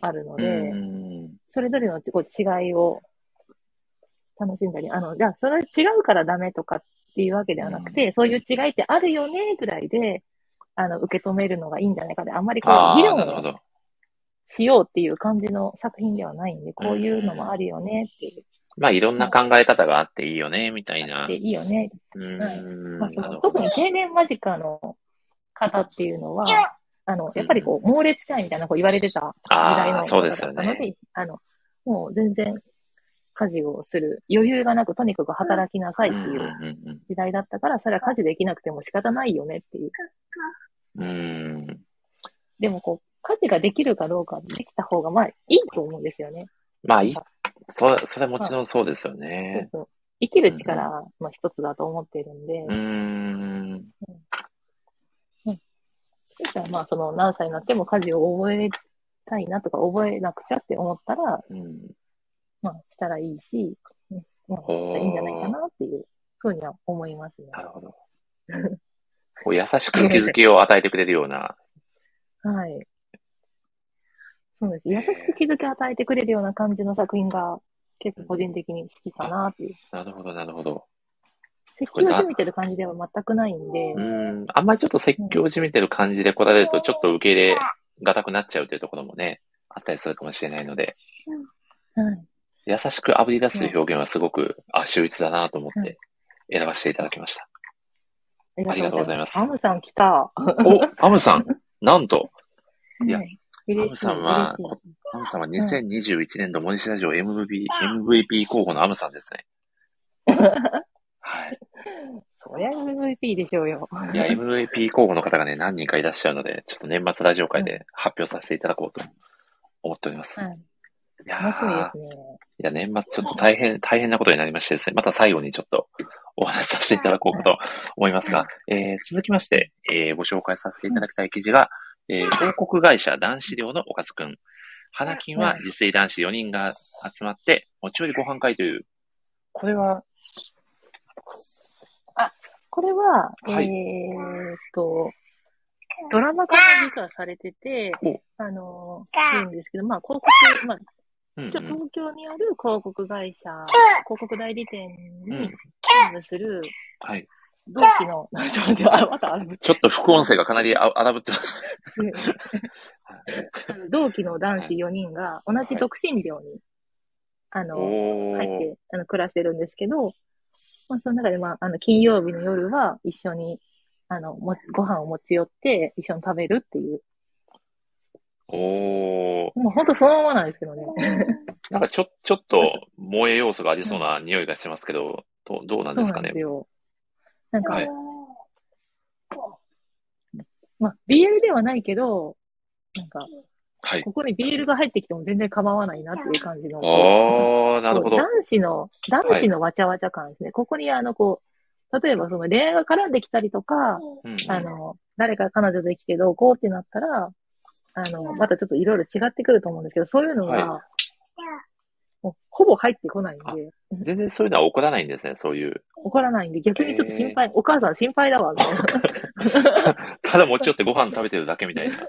あるの
う
で、
ん
それぞれのこう違いを楽しんだり、あの、じゃあ、それ違うからダメとかっていうわけではなくて、そういう違いってあるよね、ぐらいで、あの、受け止めるのがいいんじゃないかで、あんまりこ
あ
う、議
あ、
論
なるほ
を
ど。
しようっていう感じの作品ではないんで、こういうのもあるよねっていう。
まあ、いろんな考え方があっていいよね、みたいな。
で、いいよね。
うー
はい
ん。
まあ、そ
なる
の
ほど
特に定年間近の方っていうのは、あの、
ん
やっぱりこう、猛烈社員みたいなこう言われてた時代
あー
の
そう
方
で
だ
すよ
っ
ね
たので、あの、もう全然家事をする余裕がなく、とにかく働きなさいって
うん
いううん時代だったから、それは家事できなくても仕方ないよねっていう。
うんうん。うーん。
でもこう、家事ができるかどうか、できた方がまあいいと思うんですよね。
まあ、いそ、それもちろんそうですよね。
そうそう生きる力の一つだと思ってるんで、
うーん。
そしたらまあその何歳になっても家事を覚えたいなとか覚えなくちゃって思ったら、
うん
まあしたらいいし、うんまあ
おー
いいんじゃないかなっていうふうには思いますね。
なるほど。こう優しく気づきを与えてくれるような。
はい。そうです。優しく気づきを与えてくれるような感じの作品が結構個人的に好きかなっていう。
なるほど、なるほど。
説教じみてる感じでは全くないんで
う、ん。あんまりちょっと説教じみてる感じで来られると、ちょっと受け入れがたくなっちゃうというところもね、あったりするかもしれないので、
はい。
優しく炙り出すという表現はすごく、あ、秀逸だなと思って選ばせていただきました。
あ
りがとうございます
アムさん来た。
お、アムさん、なんと、いや
うん嬉
ア
しい。
ムさんは、
嬉しい
こアムさんは2021年度モニシラジオ MVP、MVP 候補のアムさんですね。はい。
そりゃ MVP でしょうよ。
い や、MVP 候補の方がね、何人かいらっしゃるので、ちょっと年末ラジオ会で発表させていただこうと思っております。
はい。
いや
楽しみ
ー
ですね。
いや、年末ちょっと大変、大変なことになりましてですね、また最後にちょっとお話しさせていただこうかと思いますが、えー続きまして、えーご紹介させていただきたい記事が、えー広告会社男子寮のおかずくん。花金は自炊男子4人が集まって、持ち寄りご飯会という、これは、
これは、
はい
えーっと、ドラマ化も実はされてて
お、
あの、
か
いるんですけど、まあ、広告、まあ、
うん、
一応東京にある広告会社、広告代理店
うん、うん
に、勤務する
はい。
同期の、ちょっと待って、あまたある
ちょっと副音声がかなりあ荒ぶってます。
同期の男子4人が同じ独身寮に、あの、
おー。
入って、あの、暮らしてるんですけど、まあ、その中で、まあ、あの、金曜日の夜は一緒に、あの、もご飯を持ち寄って一緒に食べるっていう。
おー。
もう本当そのままなんですけどね。
なんかちょ、ちょっと萌え要素がありそうな匂いがしますけど、どうどうなん
そう
です
な
か
ん
ね
です。よ。なんか、
はい
まあ、BL ではないけど、なんか、
はい。
ここに BL が入ってきても全然構わないなっていう感じの。
あー、なるほど。
男子の、男子のわちゃわちゃ感ですね。ここにあの、こう、例えばその恋愛が絡んできたりとか、
うんうん
あの、誰か彼女できてどうこうってなったら、あの、またちょっといろいろ違ってくると思うんですけど、そういうのが、もうほぼ入ってこないん
あ
で、
全然そういうのは起こらないんですね、そういう。
怒らないんで、逆にちょっと心配、お母さん心配だわ、みたいな。
ただ持ち寄ってご飯食べてるだけみ たいな。
うん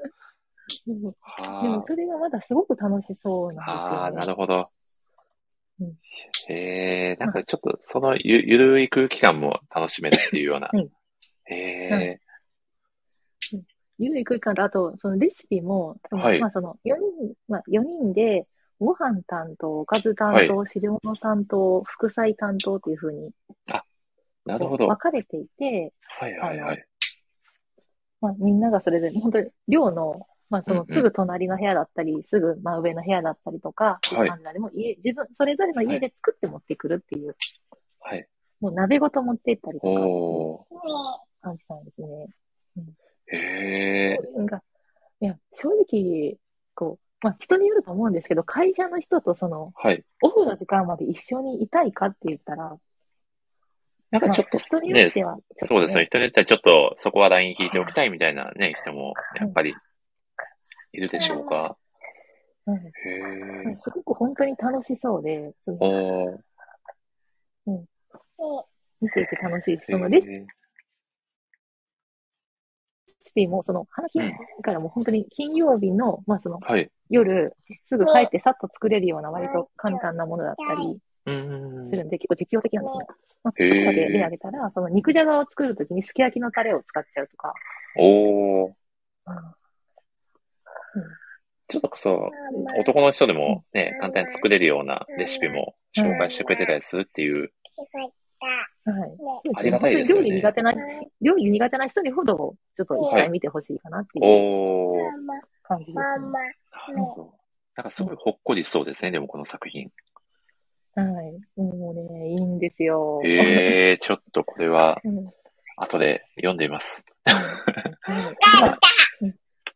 で
あ
もそれがまだすごく楽しそう
ー、
な
あー
んで
な
すよ、ね。
るほど
うん。
えー、なんかちょっとそのゆゆるい空気感も楽しめるっていうような
うん。
え
ゆるい空間と、あと、そのレシピも、
はい
まあその4人、まあ4人で、ご飯担当、おかず担当、飼料の担当、副菜担当っていうふうに
ー、なるほ
こ
ど。
う
は
分かれていて、
いはいはい。
まあみんながそれぞれ、本当に寮の、まあそ
うん
の
うん
すぐ隣の部屋だったり、すぐ真上の部屋だったりとか、
はい
あの誰も家、自分、それぞれの家で作って持ってくるっていう、
はい。
もう鍋ごと持って行ったりとか、
お
感じなんですね。
ー、えー、
なんか、いや、正直、こう、まあ人によると思うんですけど、会社の人とその、
はい。
オフの時間まで一緒にいたいかって言ったら、
なんかちょっと
まあ、人によっては、ちょっと
そうですね。
ね。
人によってはちょっとそこはライン引いておきたいみたいなね、人もやっぱりいるでしょうか。
うん
へ
うん
え。
すごく本当に楽しそうで、その
おー。
見ていて楽しいし、そのレシ
え
ピも、その、話
うん
からも本当に金曜日の、まあその
ー、はい。
夜、すぐ帰ってさっと作れるような割と簡単なものだったり
うん
す。るんで、結構実用的なんですね。まあ、
へ
そ
ー
こで例あげたら、その肉じゃがを作るときにすき焼きのタレを使っちゃうとか、
おー。ちょっとそう、男の人でもね、簡単に作れるようなレシピも紹介してくれてたりするっていう。
はい。
ありがたいですよね
本当に料理苦手な、料理苦手な人にほど、ちょっと一
は
回
い
見てほしいかなっていう
おー。
感じですね。
なるほど。なんかすごいほっこりしそうですね、でもこの作品。
はい。もうね、いいんですよ。
ええー、ちょっとこれは
うんは
後で読んでみます。
い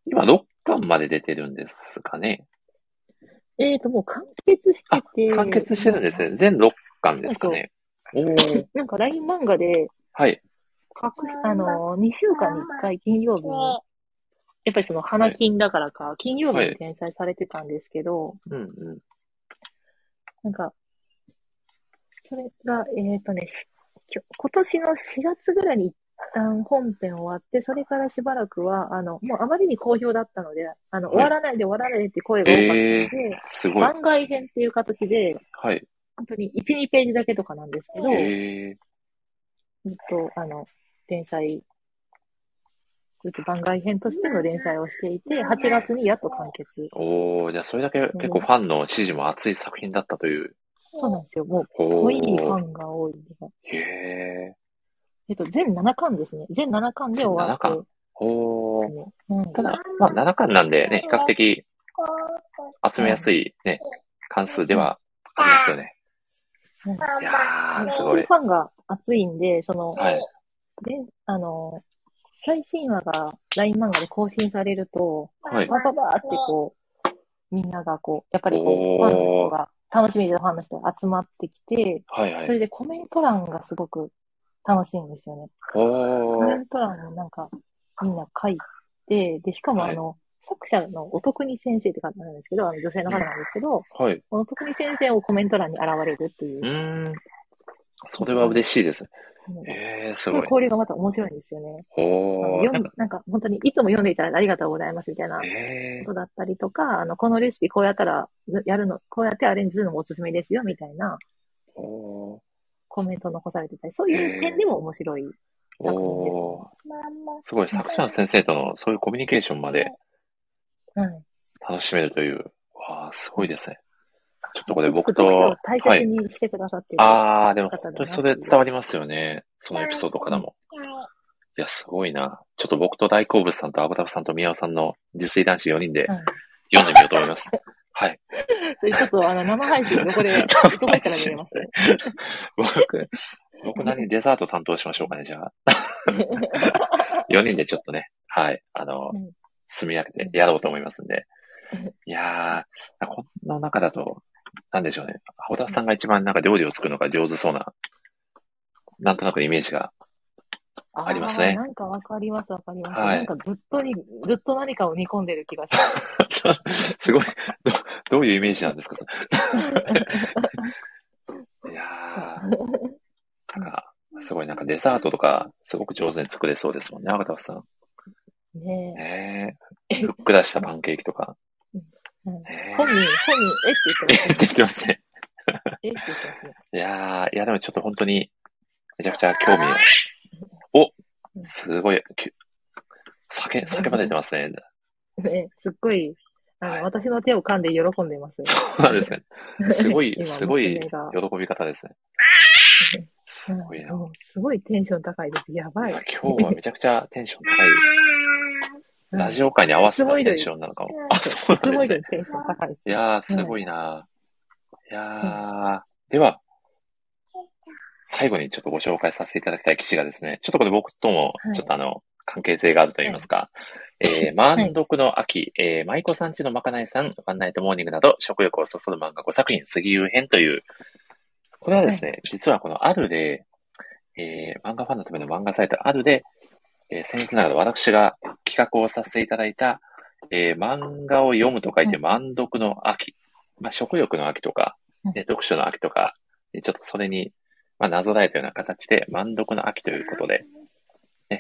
今6巻まで出てるんですかね。
えっ、と、もう完結して
あ
て。、
完結してるんですね。全6巻ですかね。おー。
なんか LINE 漫画で、
はい。
各日、あの、2週間に1回金曜日に、やっぱりその花金だからか、金曜日に転載されてたんですけど、
うんうん。
なんか、それが、えっ、とね、しきょ今年の4月ぐらいに一旦本編終わって、それからしばらくは、あの、もうあまりに好評だったので、あの、
はい
終わらないで終わらないでって声が多かったので、
すごい。
番外編っていう形で、
はい。
本当に1、2ページだけとかなんですけど、
ええ
ずっと、あの、連載、ずっと番外編としての連載をしていて、8月にやっと完結。
ー。おー。じゃあそれだけ結構ファンの支持も熱い作品だったという。
そうなんですよ。もう、
お
濃いフ
ー
ァ。ンが多い。
へえー。
えっと、全7巻ですね。全7巻で終わって
全7おー。
うん
ただ、まあ7巻なんでね、比較的集めやすいね、関数ではありますよね。いやー、す
本当
ご
に
い。
ファンが熱いんで、その、
はい。
で、あの、最新話が LINE 漫画で更新されると、
はい。
バババーってこう、みんながこう、やっぱりこう、
おー
ファンの人が、楽しみでファンの人が集まってきて、
はい
そ
はい。
れでコメント欄がすごく楽しいんですよね。
お
コメ
ー。
ント欄になんか、みんな書いて、で、しかもあの、作者のお得に先生って方なんですけど、あの女性の方なんですけど、
はい。
お得に先生をコメント欄に現れるっていう
う。ーん。それは嬉しいです。えー、す
す
ごい。
ごい交流がまた面白いんですよね。
おー。
読
なん
ん
か、
なんか本当にいつも読んでいただいてありがとうございますみたいなこ
えー。
とだったりとか、あの、このレシピこうやったら、やるの、こうやってアレンジするのもおすすめですよみたいな
おー。
コメント残されてたり、そういう点でも面白い作品です
おー。すごい、作者の先生とのそういうコミュニケーションまで
ね。はい。
楽しめるという。わー、すごいですね。ちょっとこれ僕
読書を
と、
大
は
切
い。
にしてくださっている。
あー、でも
方だ
本当
な
にそれ伝わりますよね。そのエピソードからも。いや、すごいな。ちょっと僕と大好物さんとアブタブさんと宮尾さんの自炊男子4人で
はい
読んでみようと思います。はい。
それちょっと、あの、生配信どこで、どこから見れます
僕、僕何デザート担当しましょうかね、じ ゃあ。4人でちょっとね、はい、あの
うん、
住み分けてやろうと思いますんで。いやー、この中だと、なんでしょうね。小田さんが一番なんか料理を作るのが上手そうな、なんとなくイメージが。
あ
ありますね
ーなんかわかります、わかります。
はい
なんかずっとに、ずっと何かを煮込んでる気がします。
すごい、ど、どういうイメージなん ですかそれいやー、なんか、すごいなんかデザートとか、すごく上手に作れそうですもんね、アガタフさん。
ね
ねえ。ふっくらしたパンケーキとか。
え。うん
ね
本人、本人、えって言ってます。
え。出てますね。
えって言ってますね。
いやー、いやでもちょっと本当に、めちゃくちゃ興味。おすごい、き酒、酒まで出てますね。
ね、すっごい、あの、
はい
私の手を噛んで喜んでます。
そうなんですね。すごい、
今
すごい
娘が
喜び方ですね。す
うん
ごいな。
もうすごいテンション高いです。やば
い
い。
や今日はめちゃくちゃテンション高い。
うん
ラジオ界に合わせたテンションなのかも。あ、そう
す
な
ご
ん
い
ですね。
テンション高いで
い
す。
やー、すごいな。いやー、では、最後にちょっとご紹介させていただきたい記事がですね、ちょっとこれ僕とも
は、い
ちょっとあの、関係性があると言いますか、えー、満読の秋、えー、舞妓さんちのまかないさん、ワンナイトモーニングなど、食欲をそそる漫画5作品、杉遊編という、これはですね、実はこのあるで、えー、漫画ファンのための漫画サイトあるで、えー、先日ながら私が企画をさせていただいた、えー、漫画を読むと書いて、
う
満読の秋、まあ、食欲の秋とか、
うん
えー読書の秋とか、えーちょっとそれに、まあ、なぞらえたような形で、満読の秋ということで、えー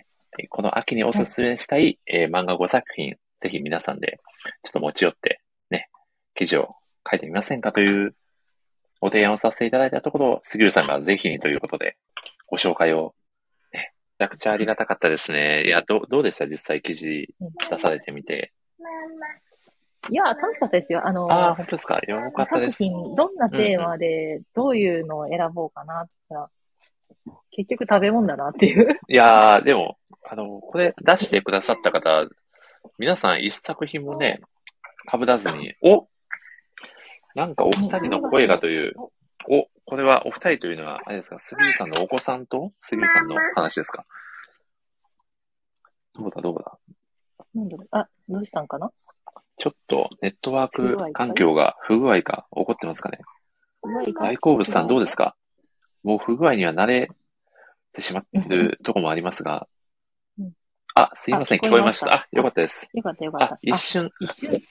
この秋におすすめしたい、えー漫画5作品、ぜひ皆さんで、ちょっと持ち寄って、ね、記事を書いてみませんかというご提案をさせていただいたところ、杉浦さんがぜひにということで、ご紹介を、ね、めちゃくちゃありがたかったですね。いや、どう、どうでした実際記事出されてみて。
いや、楽しかったですよ。あの、
ああ、本当ですか。よかった
作
です。
品、どんなテーマで、どういうのを選ぼうかなって言ったら結局食べ物だなっていう。
いやー、でも、あの、これ出してくださった方、皆さん一作品もね、かぶらずに、おなんかお二人の声がという、お、これはお二人というのは、あれですか、杉浦さんのお子さんと杉浦さんの話ですかどうだどうだ
なんだろうあ、どうしたんかな
ちょっとネットワーク環境が不具合が起こってますかね
うまいか
大好物さんどうですかもう不具合には慣れてしまってるとこもありますが
うん。
あ、すいません、
あ
聞
聞
こ
こ
え
え
ま
ま
し。
した
あ、よかったです。
よかったよかった。
あ、一瞬、
一瞬。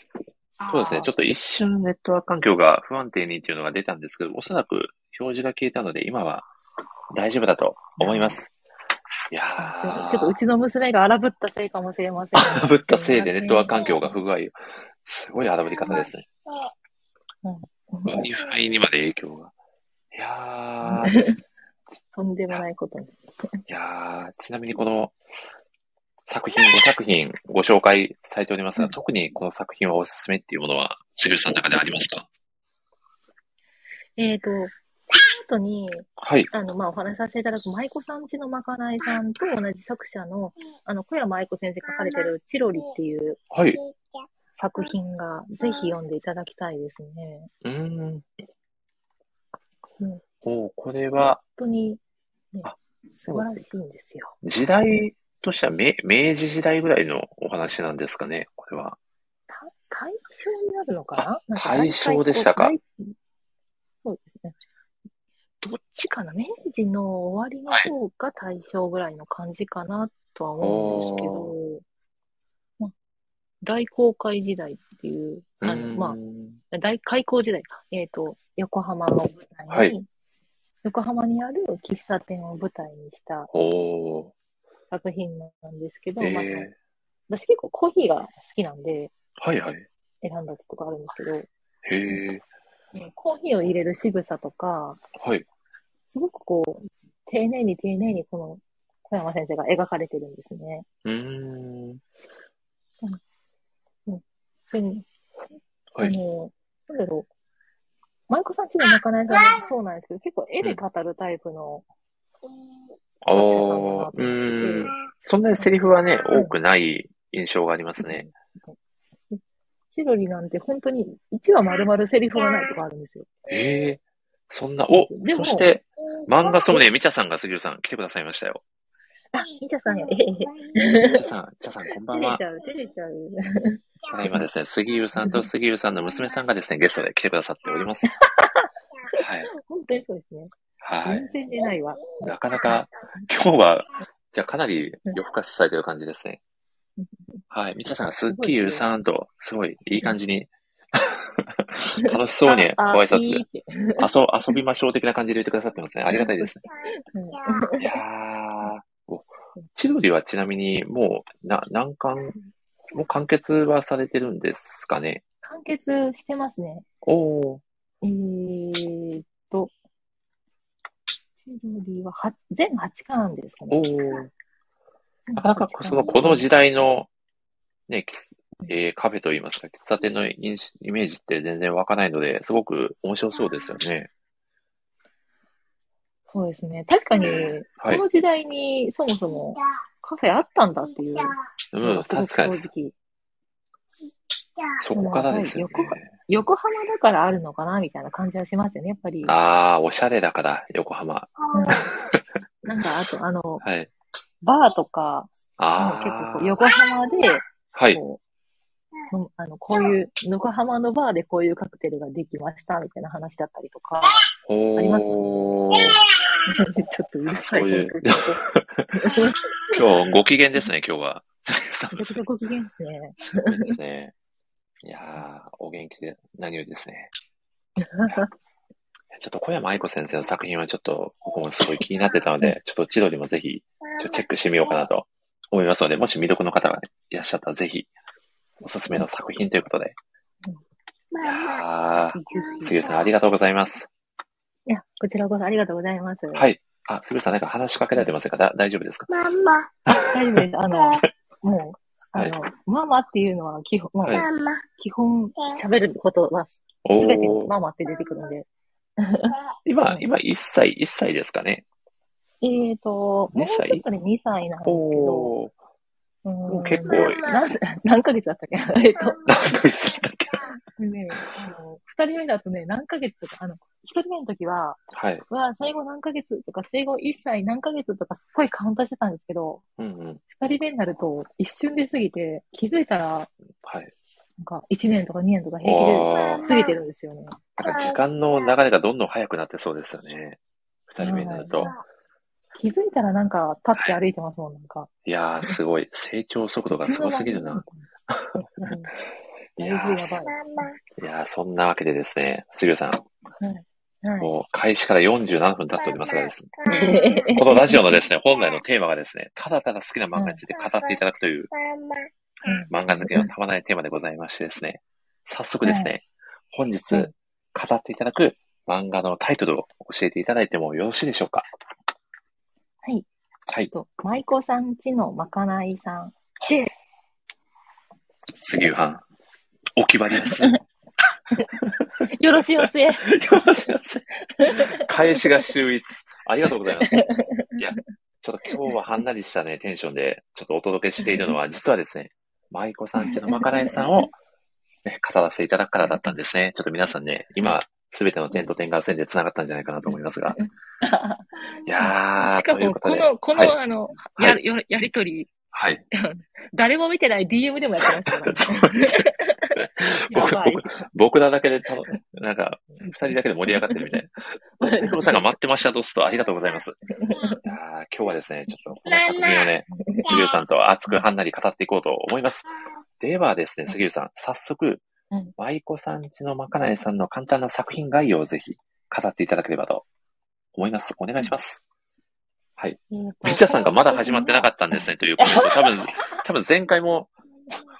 そうですね、ちょっと一瞬ネットワーク環境が不安定にっていうのが出たんですけど、おそらく表示が消えたので、今は大丈夫だと思います。いや
あすいませ
ー
んちょっとうちの娘が荒ぶったせいかもしれませ ん。
かぶったせいでネットワーク環境が不具合。すごい荒ぶり方ですね。Wi-Fi にまで影響が。いやー、
とんでもないことに。
いやーちなみにこの作品、5作品ご紹介されておりますが、特にこの作品はおすすめっていうものは、杉浦さんの中でありますか
えっ、と、その後に、
はい。
あの、まあ、お話しさせていただく、舞妓さんちのまかないさんと同じ作者の、あの、小山愛子先生書かれてる、チロリっていう
はい。
作品が、ぜひ読んでいただきたいですね。
うーん
うん。
おうこれは、
本当に、ね
あ、
素晴らしいんですよ。
時代としては明明治時代ぐらいのお話なんですかね、これは。
た対象になるのかな
あ
なんか
対象でしたか
大体こう大そうですね。どっちかな明治の終わりの方が対象ぐらいの感じかなとは思うんですけど、まあ大航海時代っていう、あのまあ
うー、ん
大開港時代か。えっ、と、横浜の舞台に、
はい
横浜にある喫茶店を舞台にした
お
作品なんですけど、
ーえ
まあ
ー、
私結構コーヒーが好きなんで
はいはい。
選んだことがあるんですけ
へ
ど、
え、
コーヒーを入れる仕草とか、
はい。
すごくこう、丁寧に丁寧にこの小山先生が描かれてるんですね。
うーん。
それに、
はい
あの、なんだろう。舞妓さんちのまかないさんもそうなんですけど、結構絵で語るタイプの、
ああ
あ、
うーん。そんなにセリフはね、多くない印象がありますね。
千鳥なんて本当に1話丸々セリフがないとかあるんですよ。
ええそんな、お
で
そ
も
して、漫画そうね、みちゃさんが杉浦さん来てくださいましたよ。
あ、みちゃさんや、えへへ。
みちゃさん、みちゃさんこんば
照
ん
れ
は
ち。ゃう、照れちゃう。
ただいまですね、杉浦さんと杉浦さんの娘さんがですね、ゲストで来てくださっており ます。はい。
本当にそうですね。
はい
全。然出ないわ。
なかなか、今日は、じゃあかなり夜更かしされてる感じですね。はい。みちゃさんがすっきりゆるさんと、すごいいい感じに、 楽しそうに
あ
ご挨拶
いいって
遊遊びましょう的な感じで言ってくださってますね。ありがたいですね。
うん
いやー、お千鳥はちなみにもう、な、何巻、もう完結はされてるんですかね。
完結してますね。
おー、
えーっと、千鳥はは全8巻ですかね。
おー。なかなかその、この時代の、ね、きえーカフェといいますか、喫茶店のインシイメージって全然湧かないので、すごく面白そうですよね。
そうですね。確かに、こ
はい。
の時代にそもそもカフェあったんだっていう
う
の
ん、
がすご
確
く
かに、
正直、
そこからですよね。
横浜だからあるのかなみたいな感じはしますよね、やっぱり。
あー、おしゃれだから、横浜。
なんか、あと、あの、
はい。
バーとか、もう結
あ
構こう
ー、
横浜で、
はい。
こう、のあの、こういう、横浜のバーでこういうカクテルができました、みたいな話だったりとか、あります
おー。
ちょっとうるさい。
そういう
ちょっ
今日、ご機嫌ですね、今日は。 そ
とめちゃくちゃご機嫌ですね。
うですね。いやー、お元気で何よりですね。ちょっと小山愛子先生の作品はちょっと、僕もすごい気になってたので、ちょっと千鳥もぜひ、ちょっとチェックしてみようかなと思いますので、もし魅力の方がいらっしゃったら、ぜひ、おすすめの作品ということで。いや ー、杉浦さんありがとうございます。
いや、こちらこそありがとうございます。。
はいい。あ、杉浦さんなんか話しかけられてませんかだ大丈夫ですか
大丈夫です。あの、もう、あの、ママっていうのは基本、まあ
はい
基本喋ることは、
お
すべてに
ー、
ママって出てくるので、
今、今1歳、1歳ですかね。
えーと、もう
二
ち
歳
ょっとで2歳なんですけど、
おー、
も
う結構
何す、 何ヶ月だったっけ えっと、
何歳だったっけ
ね、あの、二人目だとね、何ヶ月とか、あの、一人目の時は、
はい。
うわ、生後何ヶ月とか、生後一歳何ヶ月とか、すごいカウントしてたんですけど、
うんうん。
二人目になると、一瞬で過ぎて、気づいたら、
はい。
なんか、一年とか二年とか平
お
気
ー
で過ぎてるんですよね。
なんか時間の流れがどんどん早くなってそうですよね。二人目になると。
気づいたらなんか、立って歩いてますもん、なんか。
いやー、すごい。成長速度がすごすぎるな。。
う
い
ん、
や
だいぶ
ー、
や
いやーそんなわけでですね、杉浦さん、
ばい。はい。はい。
もう開始から47分経っておりますがですね、
ええ
このラジオのですね、本来のテーマがですね、ただただ好きな漫画について語っていただくという、漫画好きのたまらないテーマでございましてですね、早速ですね、本日
は
語っていただく漫画のタイトルを教えていただいてもよろしいでしょうか
はい。
はい。
と、舞妓さんちのまかないさんです。
杉浦さん、お決まり です。
よろしいおせ。
よろしいです返しが秀逸。ありがとうござい ます。いや、ちょっと今日ははんなりしたね、テンションで、ちょっとお届けしているのは、実はですね、舞妓さんちのまかないさんを、 ね、語らせていただくからだったんですね。ちょっと皆さんね、今、すべての点と点が線で繋がったんじゃないかなと思います が。いやー、
しか
という
も、
こと
こ
で。
の、こ
はい
の、あの、
はい
や、ややりとり、
はい。
誰も見てない DM でもやってます
そ
か
う ですね
ら。やばい。
僕らだけでたの、なんか、二人だけで盛り上がってるみたいな。 セブンさんが待ってました、ドスト。ありがとうございます。いやー今日はですね、ちょっとこの作品をね、杉浦さんと熱くはんなり語っていこうと思います。ではですね、杉浦さん、早速
うん、
舞妓さんちのまかないさんの簡単な作品概要をぜひ語っていただければと思います。お願いします。ピッチャーさんがまだ始まってなかったんですねというコメント、多分、多分前回も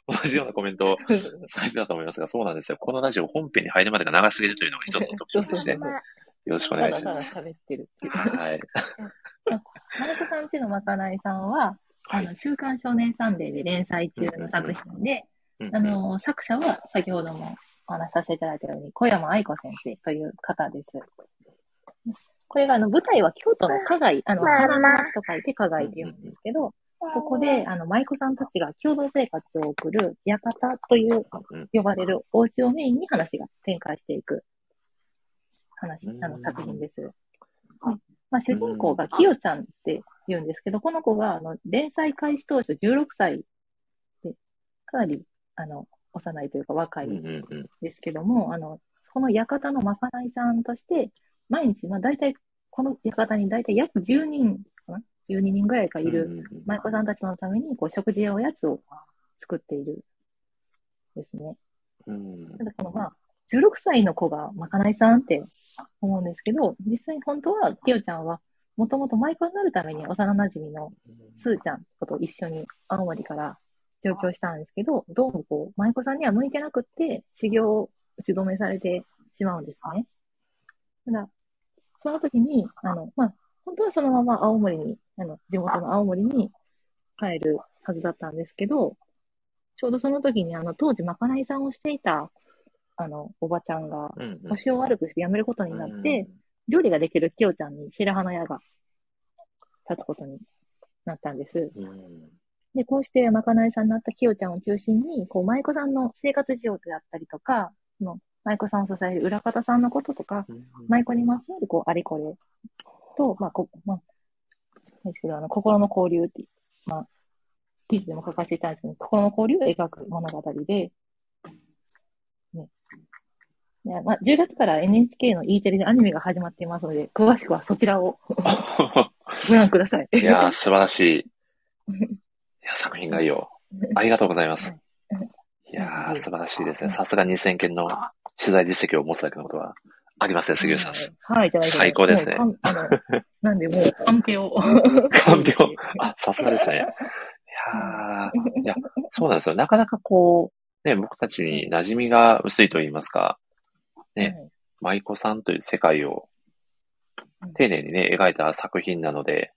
同じようなコメント を
た。
されてたと思いますが、そうなんですよ。このラジオ本編に入るまでが長すぎるというのが一つの特徴として、よろしくお願いします。
ただただ喋ってる。
はい。
マルコさんちのまかないさんは、
は
あ
い。
の、週刊少年サンデーで連載中の作品で、
うん
あの、作者は先ほどもお話しさせていただいたように、小山愛子先生という方です。これが、あの、舞台は京都の加害、あの、
ママ
花のと書いて加害っていうんですけど、ここで、あの、舞妓さんたちが共同生活を送る、館という
うん
呼ばれるお家をメインに話が展開していく話
う、ん
あの、作品です。はいまあ、主人公がきよちゃんって言うんですけど、この子が、あの、連載開始当初16歳で、かなり、あの、幼いというか若い
うんうんうん
ですけども、あの、この館のまかないさんとして、毎日、まあ大体、この館に大体約10人かな ?12 人ぐらいがいる
うんうんうん
舞妓さんたちのために、こう、食事やおやつを作っているですね。
うん
ただこの、まあ、16歳の子がまかないさんって思うんですけど、実際に本当は、きよちゃんは、もともと舞妓になるために幼馴染のすーちゃんこと一緒に青森から上京したんですけど、どうもこう、舞妓さんには向いてなくって、修行を打ち止めされてしまうんですね。ただ、その時に、あの、まあ、本当はそのまま青森に、あの、地元の青森に帰るはずだったんですけど、ちょうどその時に、あの、当時まかないさんをしていた、あの、おばちゃんが、
うんうん
腰を悪くして辞めることになって、料理ができるきよちゃんに白羽の矢が立つことになったんです。
うんうん
で、こうしてまかないさんになったきよちゃんを中心に、こう、舞妓さんの生活事情であったりとか、その舞妓さんを支える裏方さんのこととか、舞妓にまつわるこう、あれこれと、まあ、こ、まあ、ですけど、あの、心の交流って、まあ、記事でも書かせていただいたんですけど、心の交流を描く物語で、ね。いやまあ、10月から NHK の E テレでアニメが始まっていますので、詳しくはそちらを ご覧ください。
いやー、素晴らしい。いや、作品概要。ありがとうございます。いやー、素晴らしいですね。さすが2000件の取材実績を持つだけのことはありますね、杉内さん。
はい、いただいてます
最高ですね
もうかんあのなんで、もう、カンペを。
完了。あ、さすがですね。いやーいや、そうなんですよ。なかなかこう、ね、僕たちに馴染みが薄いと言いますか、ね
はい
舞妓さんという世界を丁寧にね、描いた作品なので、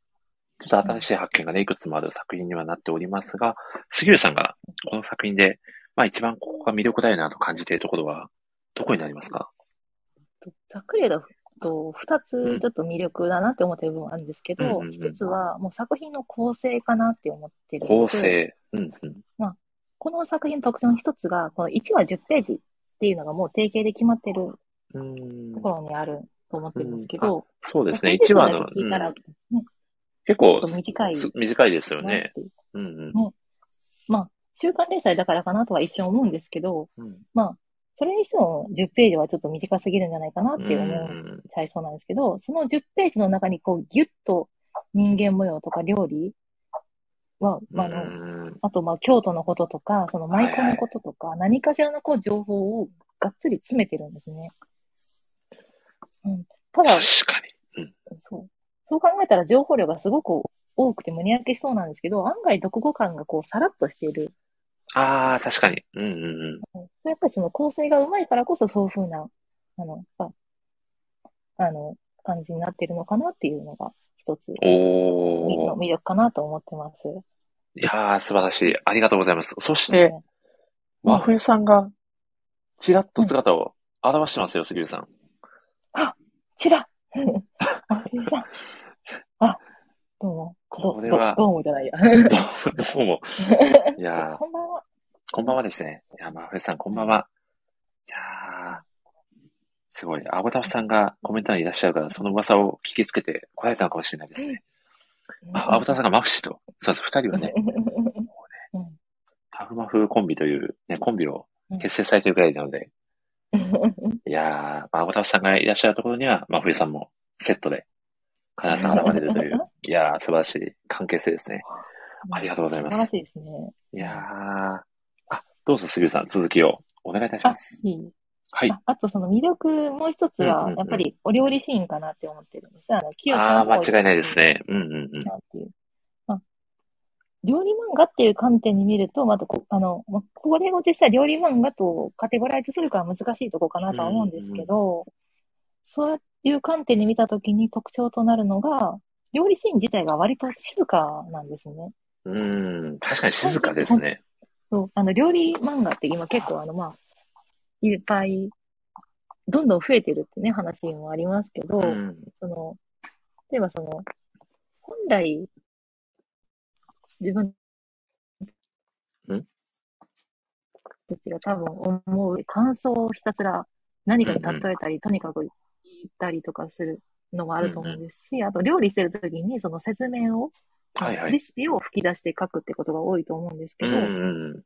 ちょっと新しい発見がね、いくつもある作品にはなっておりますが、杉浦さんがこの作品で、まあ一番ここが魅力だよなと感じているところは、どこになりますか
ざっくり言うと、二つちょっと魅力だなって思ってる部分あるんですけ
うん
ど
うんう、ん
一つはもう作品の構成かなって思ってるん
構
ですよ。
成。うん、うん。
この作品の特徴の一つが、この1話10ページっていうのがもう定型で決まってる
うん
ところにあると思ってるんですけど、
そうですね。
まあ
1話の、
コンテンツだけ聞いたら
うん
ね、ち
結
ょ
構
っと短い
す短いですよ
なっ
ね。
ていう。
うんうん
まあ、週刊連載だからかなとは一瞬思うんですけど、
うん
それにしても10ページはちょっと短すぎるんじゃないかなって思う
うん
ちゃいそうなんですけど、その10ページの中にこうギュッと人間模様とか料理は、まああの、
うん
あとまあ京都のこととか、その舞妓のこととか、何かしらのこう情報をがっつり詰めてるんですね。うん、た
確、
だ
かに。
そう。そう考えたら情報量がすごく多くて胸焼けしそうなんですけど、案外読後感がこうさらっとしている。
ああ、確かに。うんうんうん。
うんやっぱりその構成がうまいからこそそういうふうな、あの、ああの、感じになってるのかなっていうのが一つ
お
の
ー。
魅力かなと思ってます。
いやー、素晴らしい。ありがとうございます。そして
です、ね
真冬さんが、ちらっと姿を現してますよ、杉浦さん。
ちら あ、すいません。あ、どうも。ど
これは
どどうもじゃないや。
どうも。いやー、
こんばんは。
こんばんはですね。いやー、真冬さん、こんばんは。いやー、すごい。アゴタフさんがコメント欄にいらっしゃるから、その噂を聞きつけて来られたのかもしれないですね。あ、アゴタフさんがマフシーと。そうです、二人はね、タフマフコンビという、ね、コンビを結成されてるくらいなので、いやー、まあ、アゴタフさんがいらっしゃるところには、まあ、冬さんもセットで、必ず現れるという、いやー、素晴らしい関係性ですね。ありがとうございます
素晴らしいですね。
いやー、あ、どうぞ、杉浦さん、続きをお願いいたし
あ
ます。、
いい。
はい。
ああとその魅力、もう一つ
うんうんう
は、
ん
やっぱりお料理シーンかなって思ってるんです。あの、キヨち
あ
ゃ
あ
ん
ー、
も
間違いないですね。うんうんうん。
なんていう。まあ、料理漫画っていう観点に見ると、またこ、あの、まあこれを実際料理漫画とカテゴライズするかは難しいとこかなとは思うんですけど、そういう観点で見たときに特徴となるのが、料理シーン自体が割と静かなんですね。
うーん、確かに静かですね。
そう、あの、料理漫画って今結構あの、まあ、いっぱい、どんどん増えてるってね、話もありますけど、
うん。
その、例えばその、本来、自分
ん
たちが多分思う感想をひたすら何かに例えたり、とにかく言ったりとかするのもあると思うんですし、あと料理してる時にその説明を、
はいはい
レシピを吹き出して書くってことが多いと思うんですけ
う
ど、
んうん。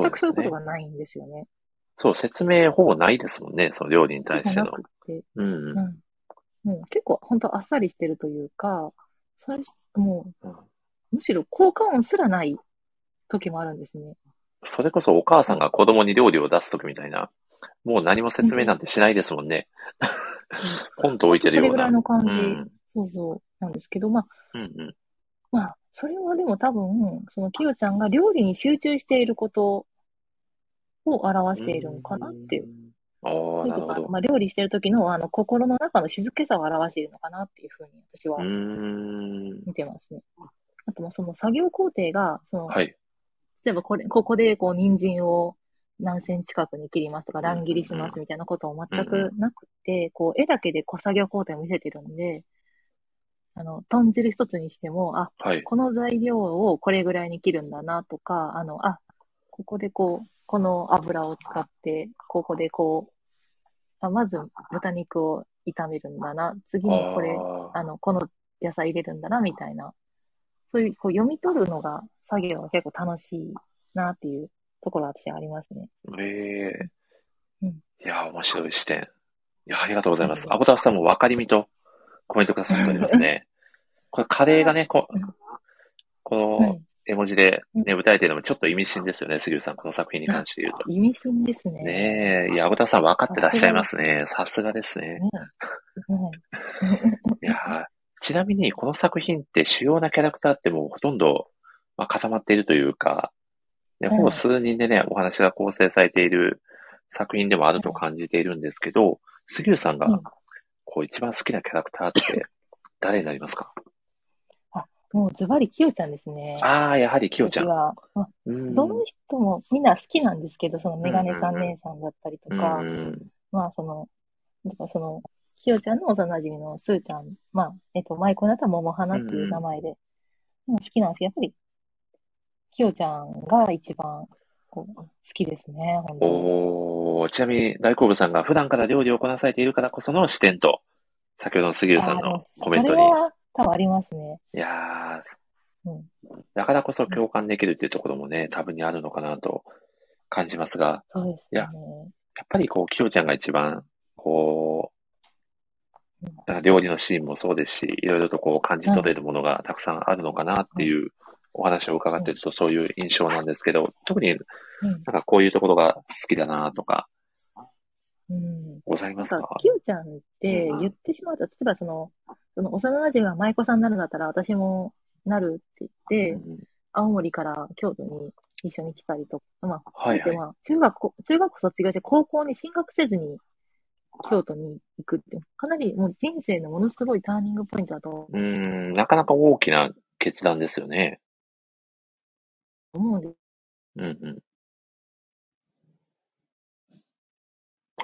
全くそういうことがないんですよね。
そう、説明ほぼないですもんね、その料理に対しての
な。くて、
うん
う。ん。もう結構本当あっさりしてるというか、それ、もう
うん、
むしろ効果音すらない時もあるんですね。
それこそお母さんが子供に料理を出すときみたいな、もう何も説明なんてしないですもんね。ポンと置いてるような。
本当それぐ
う
らいの感じ
ん。
そうそう、なんですけど、まあ、
うんうん。
まあ、それはでも多分、そのきよちゃんが料理に集中していることを表しているのかなっていう。
ああ、
という
な
か
るほど。
まあ、料理してる時のあの心の中の静けさを表しているのかなっていうふうに私は
うーん。
見てますね。あともうその作業工程が、その、
はい。
例えばこれ、ここでこう人参を何センチ角に切りますとか、
んうんうん
乱切りしますみたいなことを全
うん
くなくて、こう絵だけで小作業工程を見せてるんで、あの、豚汁一つにしても、あ、
はい。
この材料をこれぐらいに切るんだなとか、あの、あ、ここでこう、この油を使って、ここでこう、あまず豚肉を炒めるんだな、次にこれ、
あー
あの、この野菜入れるんだな、みたいな。そういう、こう、読み取るのが、作業が結構楽しいな、っていうところは私はありますね。
ええ
うん
いやー、面白い視点。いや、ありがとうございます
う。ん
アボタフさんも分かりみとコメントくださっておりますね。これ、カレーがね、こ
うん
こ
は
の
い。
絵文字でね、歌えてるのもちょっと意味深ですよね、杉浦さん、この作品に関して言うと。
意味深ですね。
ねえ、いや、アボタフさん分かってらっしゃいますね。さすがですね。
ねえ。ね
いやーちなみに、この作品って主要なキャラクターってもうほとんど、まあ、重まっているというか、ね、
うん
ほぼ数人でね、お話が構成されている作品でもあると感じているんですけど、杉浦さんが
うん、
こう、一番好きなキャラクターって誰になりますか
もう、ズバリ、きよちゃんですね。
ああ、やはりきよちゃ
私
ん。
は、まあ
うん。
どの人もみんな好きなんですけど、そのメガネさ
うん
ん
うんうん
姉さんだったりと
う
か、
ん。
まあ、その、だからその、ひよちゃんの幼馴染のすーちゃん、まあ、えっと、舞妓になった桃花っていう名前で、でも好きなんですけど、やっぱり、ひよちゃんが一番こう好きですね、本当に。
おーちなみに、大好物さんが普段から料理をこなされているからこその視点と、先ほどの杉
あ
浦
ー
さん
でも
のコメント
そ
に
れ。は多分ありますね。
いやー
うん
だからこそ共感できるっていうところもね、多分にあるのかなと感じますが、
そうです
いや
ね。
やっぱりこう、きよちゃんが一番、こう
うん、
なんか料理のシーンもそうですし、いろいろとこう感じ取れるものがたくさんあるのかなっていうお話を伺ってるとそういう印象なんですけど、特に
うん
なんかこういうところが好きだなとか
うん。
ございま
なん
すか
か、きよちゃんって言ってしまうと、例えばその、その幼馴染が舞妓さんになるんだったら、私もなるって言って、
うん
青森から京都に一緒に来たりとか、まあ、
はい
で
はい。
は、中学校、中学校卒業して高校に進学せずに京都に行くって、かなりもう人生のものすごいターニングポイントだと
うん、なかなか大きな決断ですよね。
思うんで
うんうん。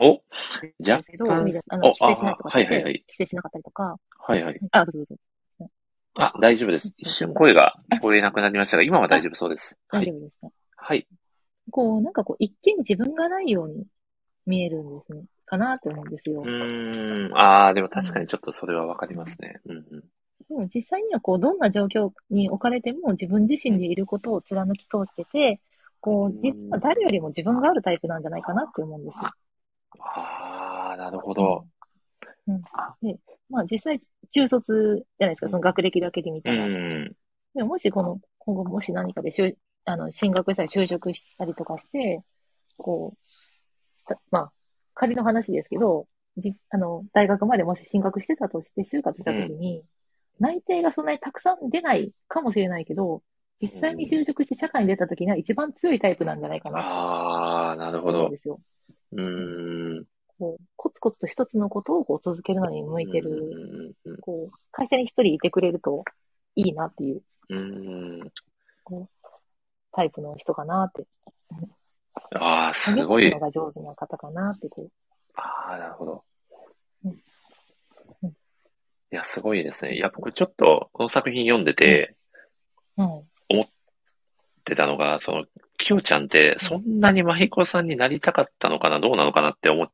お若
すけど、
干
海で、あの、帰省しないとか
はいはいはい。
帰省しなかったりとか、
はいはい。
あ、どうぞどうぞ、
あ、大丈夫です。一瞬声が聞こえなくなりましたが、今は大丈夫そうです。は
大丈
い。
夫ですか、
はい。
こう、なんかこう、一見自分がないように見えるんですね、かなって思うんですよ
う。
で
ーん。
ああ、でも確かにちょっとそれはわかりますね。うんうん。
も実際にはこう、どんな状況に置かれても自分自身でいることを貫き通してて、こう、実は誰よりも自分があるタイプなんじゃないかなって思うんですよ。
ああ、なるほど。
うん、で、まあ実際、中卒じゃないですか、その学歴だけで見
う
たら。
ん。
でももしこの、今後もし何かで就あの進学したり就職したりとかして、こう、たまあ、仮の話ですけど、じあの大学までもし進学してたとして、就活したときに、内定がそんなにたくさん出ないかもしれないけど、実際に就職して社会に出たときには一番強いタイプなんじゃないかな
ああ、なる
と
ほ
思う
ど
んで。すよ。
うーん。
こうコツコツと一つのことをこう続けるのに向いてる
うんうん
こう、会社に一人いてくれるといいなっていう
うん。うん。
タイプの人かなって。
ああ、す
す
ご
ごい。
い
の。が上手な方かなってこ
ああ、なるほど
うん。うん
いや、すごいですね。いや、僕ちょっと、この作品読んでて、
う。うん。
出たのが、その、きよちゃんって、そんなにまひこさんになりたかったのかな、どうなのかなって思っ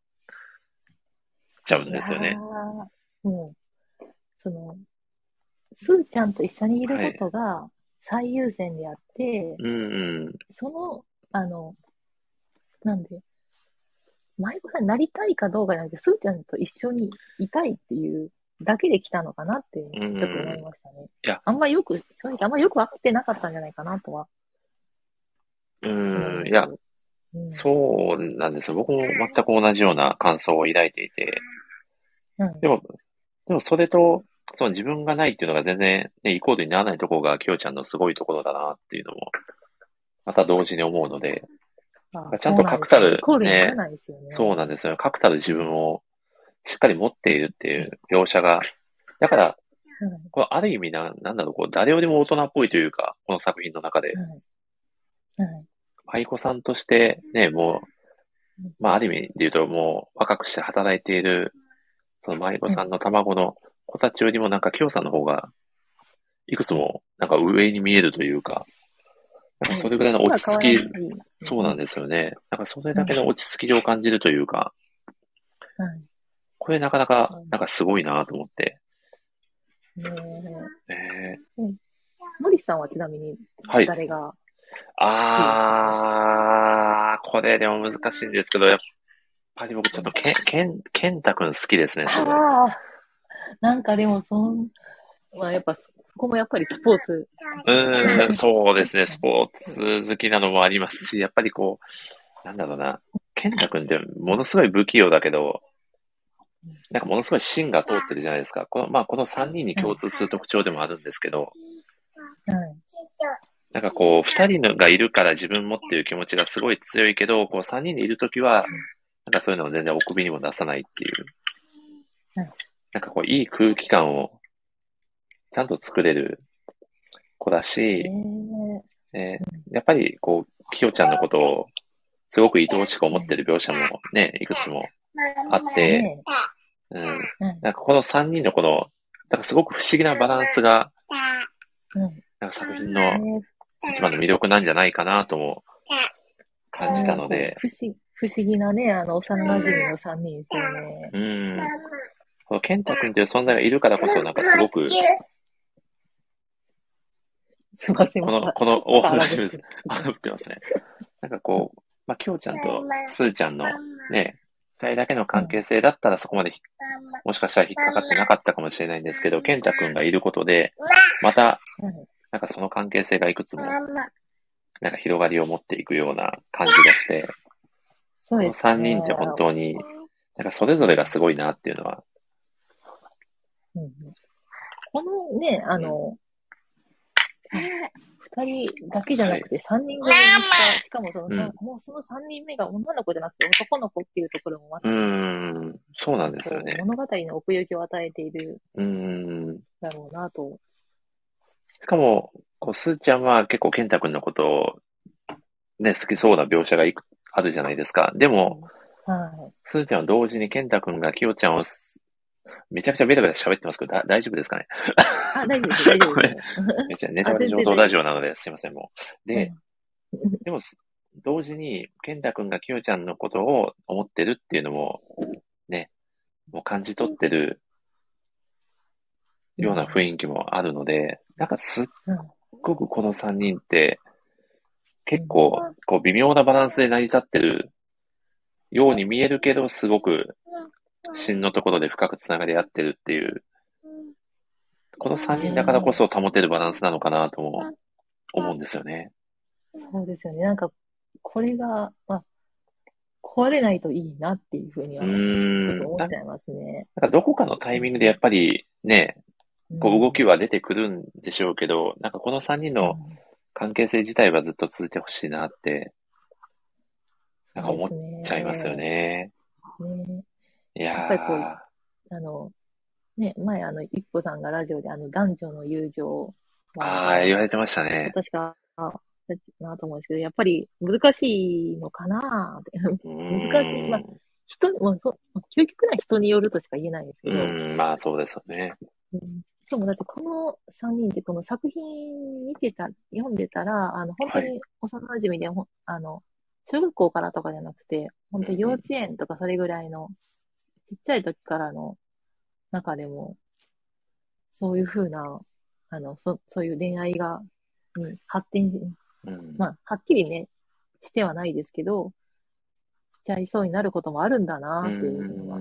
ちゃうんですよ
いや
ね。
ー。うん。その、すーちゃんと一緒にいることが最優先であって、
うんうん。
その、あの、なんで、舞子さんになりたいかどうかじゃなくて、すーちゃんと一緒にいたいっていうだけで来たのかなって、ちょっと思いましたね。
いや
あんまよく、正直あんまよく分かってなかったんじゃないかなとは。
うん、いや、
うん、
そうなんです。僕も全く同じような感想を抱いていて、
うん。
でも、でもそれと、その自分がないっていうのが全然ね、イコールにならないところが、きよちゃんのすごいところだなっていうのも、また同時に思うので、
あ
ちゃんと確たる
そうなんですよイコールにならないですよね。
そうなんですよ。確たる自分をしっかり持っているっていう描写が、だから、
うん。
これある意味な、なんだろう、こう、誰よりも大人っぽいというか、この作品の中で、
はい。はい。
舞妓さんとして、ね、もう、まあ、ある意味で言うと、もう、若くして働いている、その舞妓さんの卵の子たちよりも、なんか、京さんの方が、いくつも、なんか上に見えるというか、なんかそれぐらいの落ち着き、そうなん
で
ですよね。なんかそれだけの落ち着きを感じるというか、
す。はい。
これなかなか、なんかすごいなと思って。
ねえ
ええ
森さんはちなみに
はい。
誰が、
あー、これでも難しいんですけど、やっぱり僕ちょっとけん、けん、けんたくん好きですね、すごい。
ああ、なんかでもそん、まあやっぱそこもやっぱりスポーツ、
うーん、そうですね、スポーツ好きなのもありますし、やっぱりこう、なんだろうな、健太くんってものすごい不器用だけど、なんかものすごい芯が通ってるじゃないですか。この、まあこの3人に共通する特徴でもあるんですけど、
はい、
なんかこう、2人のがいるから自分もっていう気持ちがすごい強いけど、こう3人でいるときは、なんかそういうのを全然お首にも出さないっていう
うん。
なんかこう、いい空気感をちゃんと作れる子だし
え、ー
えーやっぱり、こう、きよちゃんのことを、すごく愛おしく思ってる描写もね、いくつも。あって
ね
うん。
うん
なんかこの三人のこの、なんかすごく不思議なバランスが、
うん
なんか作品
え
の
ー
一番の魅力なんじゃないかなとも感じたので、
不思不思議なね、あの、幼馴染の3人ですよね。
うん。このケンタ君という存在がいるからこそ、なんかすごく、
すいません、
こ
ま
の、
た
この、お
また荒
話
ぶっ
で
て
す
る。
荒ぶってますね。なんかこう、まあ、きよちゃんとすーちゃんの、ね、二人だけの関係性だったらそこまでもしかしたら引っかかってなかったかもしれないんですけど、健太くんがいることで、また、
はい
なんかその関係性がいくつも、なんか広がりを持っていくような感じがして、
そう
こ
で
の
すね。
3人って本当に、なんかそれぞれがすごいなっていうのは、
うんうんこのね、あの、二人だけじゃなくて三人組にした、しかもその、
うん
もうその三人目が女の子じゃなくて男の子っていうところもま
う
た、
ーん、そうなんですよね
こ。う物語の奥行きを与えている
うーん。
だろうなと。
しかも、こう、すーちゃんは結構健太くんのことを、ね、好きそうな描写がいく、あるじゃないですか。でも、
はい。
すーちゃんは同時に健太くんがきよちゃんをす、めちゃくちゃベラベラ喋ってますけど、だ大丈夫ですかね
あ、大丈夫です、大丈夫です。
め ちゃネタバレ上等ラジオなので、すいません、もう。で、
うん
でも、同時に、健太くんがきよちゃんのことを思ってるっていうのも、ね、もう感じ取ってるような雰囲気もあるので、なんかすっごくこの3人って、結構、こう、微妙なバランスで成り立ってるように見えるけど、すごく、芯のところで深くつながり合ってるっていう、この3人だからこそ保てるバランスなのかなとも思うんですよね。
そうですよね。なんか、これが、まあ、壊れないといいなっていうふうに
う
は、
ー
ちょっ
ん。なん
と思っ
か
ちゃいますね。
なんかどこかのタイミングでやっぱりね、こう動きは出てくるんでしょうけど、なんかこの3人
うん
の関係性自体はずっと続いてほしいなって、なんか思っちゃいますよ。ね。
そうですねね
いや
やっぱりこう
ー、
あの、ね、前、あの、一歩さんがラジオで、あの、男女の友情
ああ、言われてましたね。
確か、あだなと思うんですけど、やっぱり難しいのかなって。難しいまあ人に、もうそう、究極な人によるとしか言えないんですけ
う
ど、
ん、まあそうですよね。
うんしかもだってこの3人ってこの作品見てた、読んでたら、あの、本当
は
に幼馴染で、ほんあの、小学校からとかじゃなくて、本当幼稚園とかそれぐらいの、ちっちゃい時からの中でも、そういうふうな、あの、そ、そういう恋愛が、に発展し、
うん
まあ、はっきりね、してはないですけど、しちゃいそうになることもあるんだなっていうのは。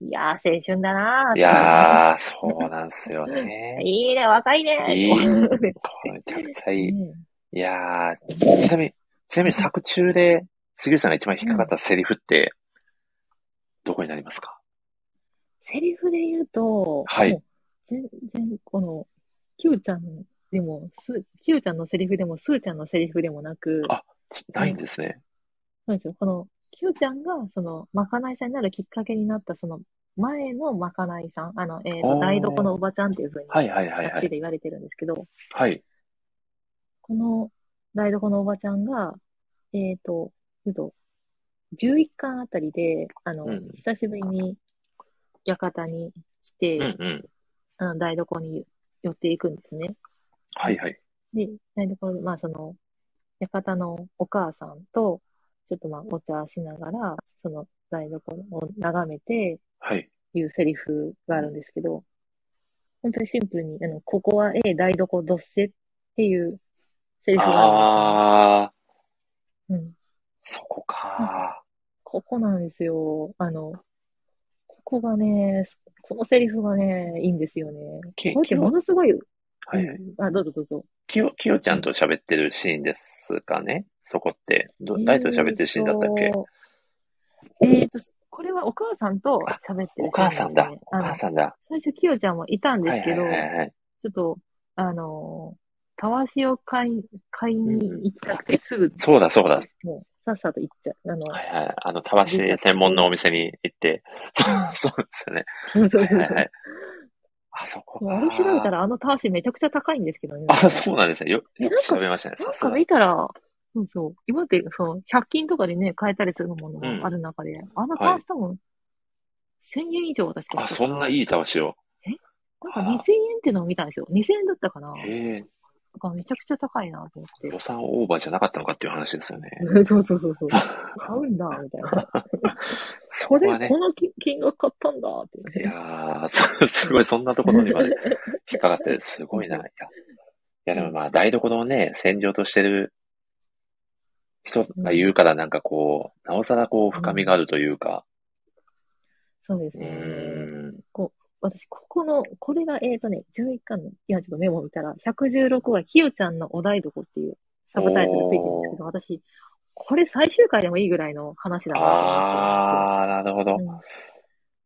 いやー、青春だなーっ
い
て。
やー、そうなんすよ ね。
いいね、若いね。
いい
とか
これめちゃくちゃいい。
ね
いやー、ちなみに、ちなみに作中で杉浦さんが一番引っかかったセリフって、どこになりますか
セリフで言うと、
はい
もう全然、この、キューちゃんでも、すキューちゃんのセリフでも、スーちゃんのセリフでもなく、
あないんですね。
そうですよ。この、キューちゃんが、その、まかないさんになるきっかけになった、その、前のまかないさん、あの、えっ、
あ
と、
ー
台所のおばちゃんっていう風に、
はいはいはい
作
は
詞
い。
で言われてるんですけど、
はい。
この台所のおばちゃんが、えっ、と、えっと、11巻あたりで、あの、
うん
久しぶりに館に来て、
うんうん。
あの台所に寄っていくんですね。
はいはい。
で、台所で、まあその、館のお母さんと、ちょっとまあお茶しながら、その台所を眺めて、
はい。
いうセリフがあるんですけど、本当にシンプルに、あの、ここは A 台所どっせっていうセリフがあ
あー、
るんですよね。うん
そこか
ここなんですよ。あの、ここがね、すこのセリフがね、いいんですよね。
き
これってものすごい、
ー。はいは
う
い。
んあ、どうぞどうぞ。
きよ、きよちゃんと喋ってるシーンですかねそこって。ど
えー
誰と喋ってるシーンだったっけ
とえっと、これはお母さんと喋ってる
お母さんだ
シーンですね。
お
あの
母さんだ。
最初、きよちゃんもいたんで
はい
すけ
はい
ど、
はいはい。
ちょっと、あのー、たわしを買い、買いに行きたくてすぐ、
そうだそうだ。
もう、さっさと行っちゃう。あの、
はいはい。あの、たわし専門のお店に行って。 そうですよね。
そうそう
はい
そう
はいはい。あそこ
もう
か。
あれ調べたら、あのたわしめちゃくちゃ高いんですけどね。
あ、そうなんですね。よ、
え
よ
なん
く
か
調べましたね。
な
さ
ん
す
か
が。
見たら、そうそう、今って、そう、100均とかでね、買えたりするものもある中で、あんなタンス多分、1000円以上私か
あ、
して
そんないいたわしを。
なんか2000円ってのを見たんですよ。2000円だったかななん
へえ、
かめちゃくちゃ高いなと思って
予。算オーバーじゃなかったのかっていう話ですよね。
そうそうそうそう。買うんだ、みたいな。
そ
こ
こ
れ、
はね
こ、の金 金額買ったんだ、って。
いやー、そ すごい、そんなところにまで引っかかって、すごいな。いや、いやでもまあ、台所をね、戦場としてる人が言うから、なんかこう、なおさらこう、深みがあるというか。
そうです
うー
ね。
ん。
私、ここの、これが、えーとね、11巻の、いや、ちょっとメモ見たら、116話、ひよちゃんのお台所っていうサブタイトルついてるんですけど、私、これ最終回でもいいぐらいの話だなと思
あー、なるほど。
ってるんですよ。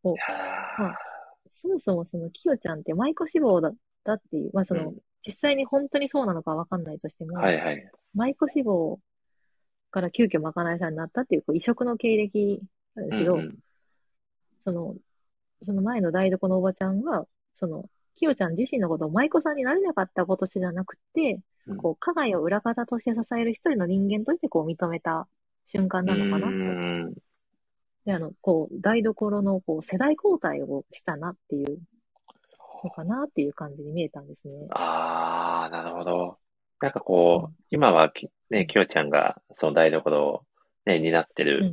うん
いやー
まあ、そもそもその、きよちゃんって舞妓志望だったっていう、まあその、
うん
実際に本当にそうなのかわかんないとしても、
はいはい。
舞妓志望から急遽まかないさんになったっていう、こう異色の経歴なんですけど、
うんうん
その、その前の台所のおばちゃんは、その、きよちゃん自身のことを舞妓さんになれなかったことじゃなくて、
うん
こう、加害を裏方として支える一人の人間としてこう認めた瞬間なのかな
う
と。
ーん
で、あの、こう、台所のこう世代交代をしたなっていうのかなっていう感じに見えたんですね。
ああ、なるほど。なんかこう、
うん
今はき、ね、きよちゃんが、その台所を、ね、担って
う
る、
ん。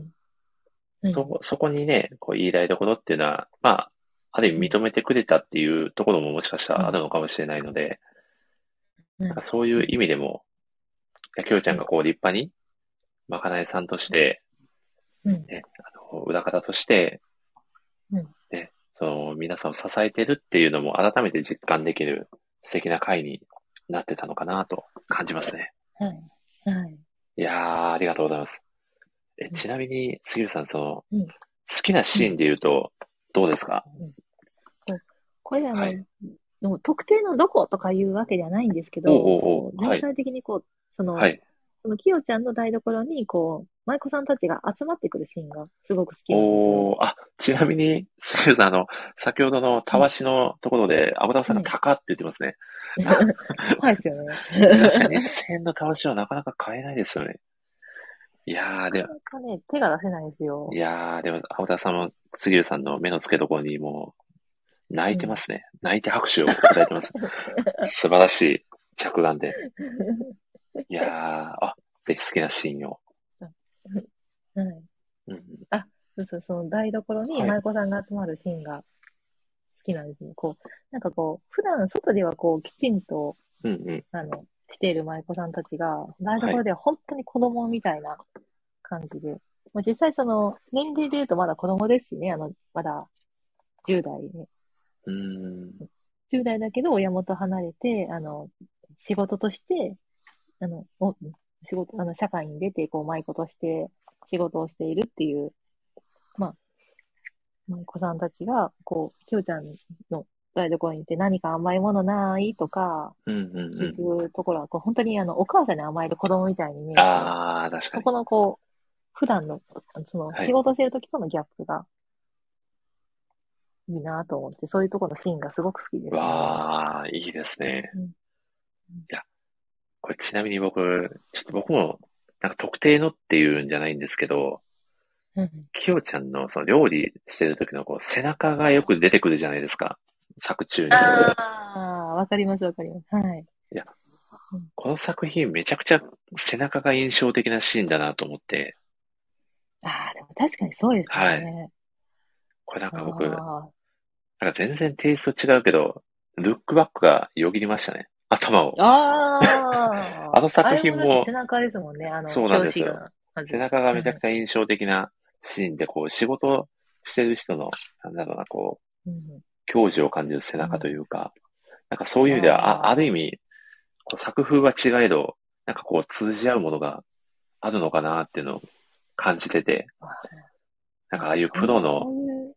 うん
そこ、そこにね、こう、いい台所っていうのは、まあ、ある意味認めてくれたっていうところももしかしたらあるのかもしれないので、
うん
なんかそういう意味でも、いやきよちゃんがこう、立派に、まかないさんとして、
うん。
ね、あの、裏方として
うん、
ね、その、皆さんを支えてるっていうのも改めて実感できる素敵な回になってたのかなと感じますね。
はい。はい。
いやー、ありがとうございます。え、
ん
ちなみに、杉浦さん、その、
うん
好きなシーンで言うと、どうですか
これあの、
はい
でも特定のどことかいうわけではないんですけ
お
ど、
うおうおう
こう全体的にこう、その、
はい。
そのきよちゃんの台所に、こう、舞妓さんたちが集まってくるシーンがすごく好きなんですよ。
おー、あ、ちなみに、シュウさん、あの、先ほどのたわしのところで、油田さんが高って言って ますね。
怖いですよね。
確かに1000円のたわしはなかなか買えないですよね。いやー、で
なか、なかね、手が出せないんですよ
い。やー、でも、青田さんも、杉浦さんの目の付けどころにもう、泣いてますね。泣いて拍手をいただいてます。素晴らしい着眼で。いやー、あ、ぜひ好きなシーンを。
はい。
うんうん、
そうそう、その台所に
はい
舞妓さんが集まるシーンが好きなんですね。こう、なんかこう、普段外ではこう、きちんと、
うん、うん。
あの、している舞妓さんたちが、台所では本当に子供みたいな感じで、もう実際その、年齢で言うとまだ子供ですしね、あの、まだ10代、ね、
うーん。
10代だけど親元離れて、あの、仕事として、あの、お仕事、あの、社会に出て、こう、舞妓として仕事をしているっていう、まあ、舞妓さんたちが、こう、きょうちゃんの台所に行って何か甘いものないとか、
うん、うん、
聞
う
くところは、こう、本当にあの、お母さんに甘える子供みたいに見え
ん。
て、
あー、確か
そ
に。
このこう、普段の、その、
はい
仕事してる時とのギャップが、いいなと思って、そういうところのシーンがすごく好きです、ね。
わー、いいですね
うん。
いや、これちなみに僕、ちょっと僕も、なんか特定のっていうんじゃないんですけど、
うん
きよちゃんのその料理してる時のこう背中がよく出てくるじゃないですか。作中に。
ああ、わかります、わかります。はい。
この作品めちゃくちゃ背中が印象的なシーンだなと思って、
ああ、でも確かにそうですよね。
これなんか
あ
僕、なん
あ
か全然テイスト違うけど、ルックバックがよぎりましたね。頭を。
ああ
あの作品も
あれだって背中ですもんね、あの、
そうなんですよ
表紙がまず
背中がめちゃくちゃ印象的なシーンで、こう仕事してる人の、なんだろうな、こう、
うん
矜持を感じる背中というか、なんかそういう意味では、
あー
あある意味、こう作風は違えど、なんかこう通じ合うものがあるのかなっていうのを感じてて、なんかああいうプロ
そ
の、
ういう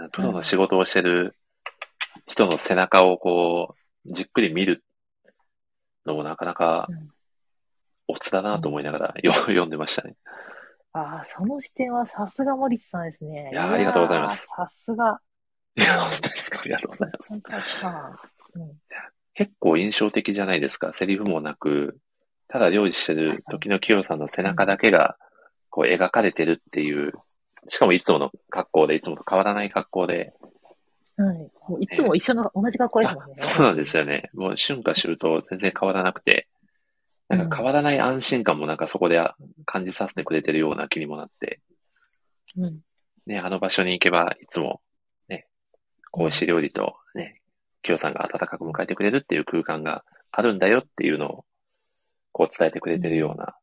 うんプロの仕事をしてる人の背中をこう、じっくり見るのもなかなか
うん、
オツだなと思いながら よ読んでましたね。
ああ、その視点はさすが森地さんですね。
いやー
ー
ありがとうございます。
さすが。
いや、本当ですか。ありがとうございます。
本当かうん
結構印象的じゃないですか。セリフもなく、ただ料理してる時の清さんの背中だけが、こう描かれてるっていう、しかもいつもの格好で、いつもと変わらない格好で、
はい。もういつも一緒の、同じ格好です
あ
もんね。
そうなんですよね。もう春夏秋冬全然変わらなくて、なんか変わらない安心感もなんかそこで感じさせてくれてるような気にもなって、
うん。
ね、あの場所に行けばいつも、ね、こう美味しい料理とね、清さんが温かく迎えてくれるっていう空間があるんだよっていうのを、こう伝えてくれてるような、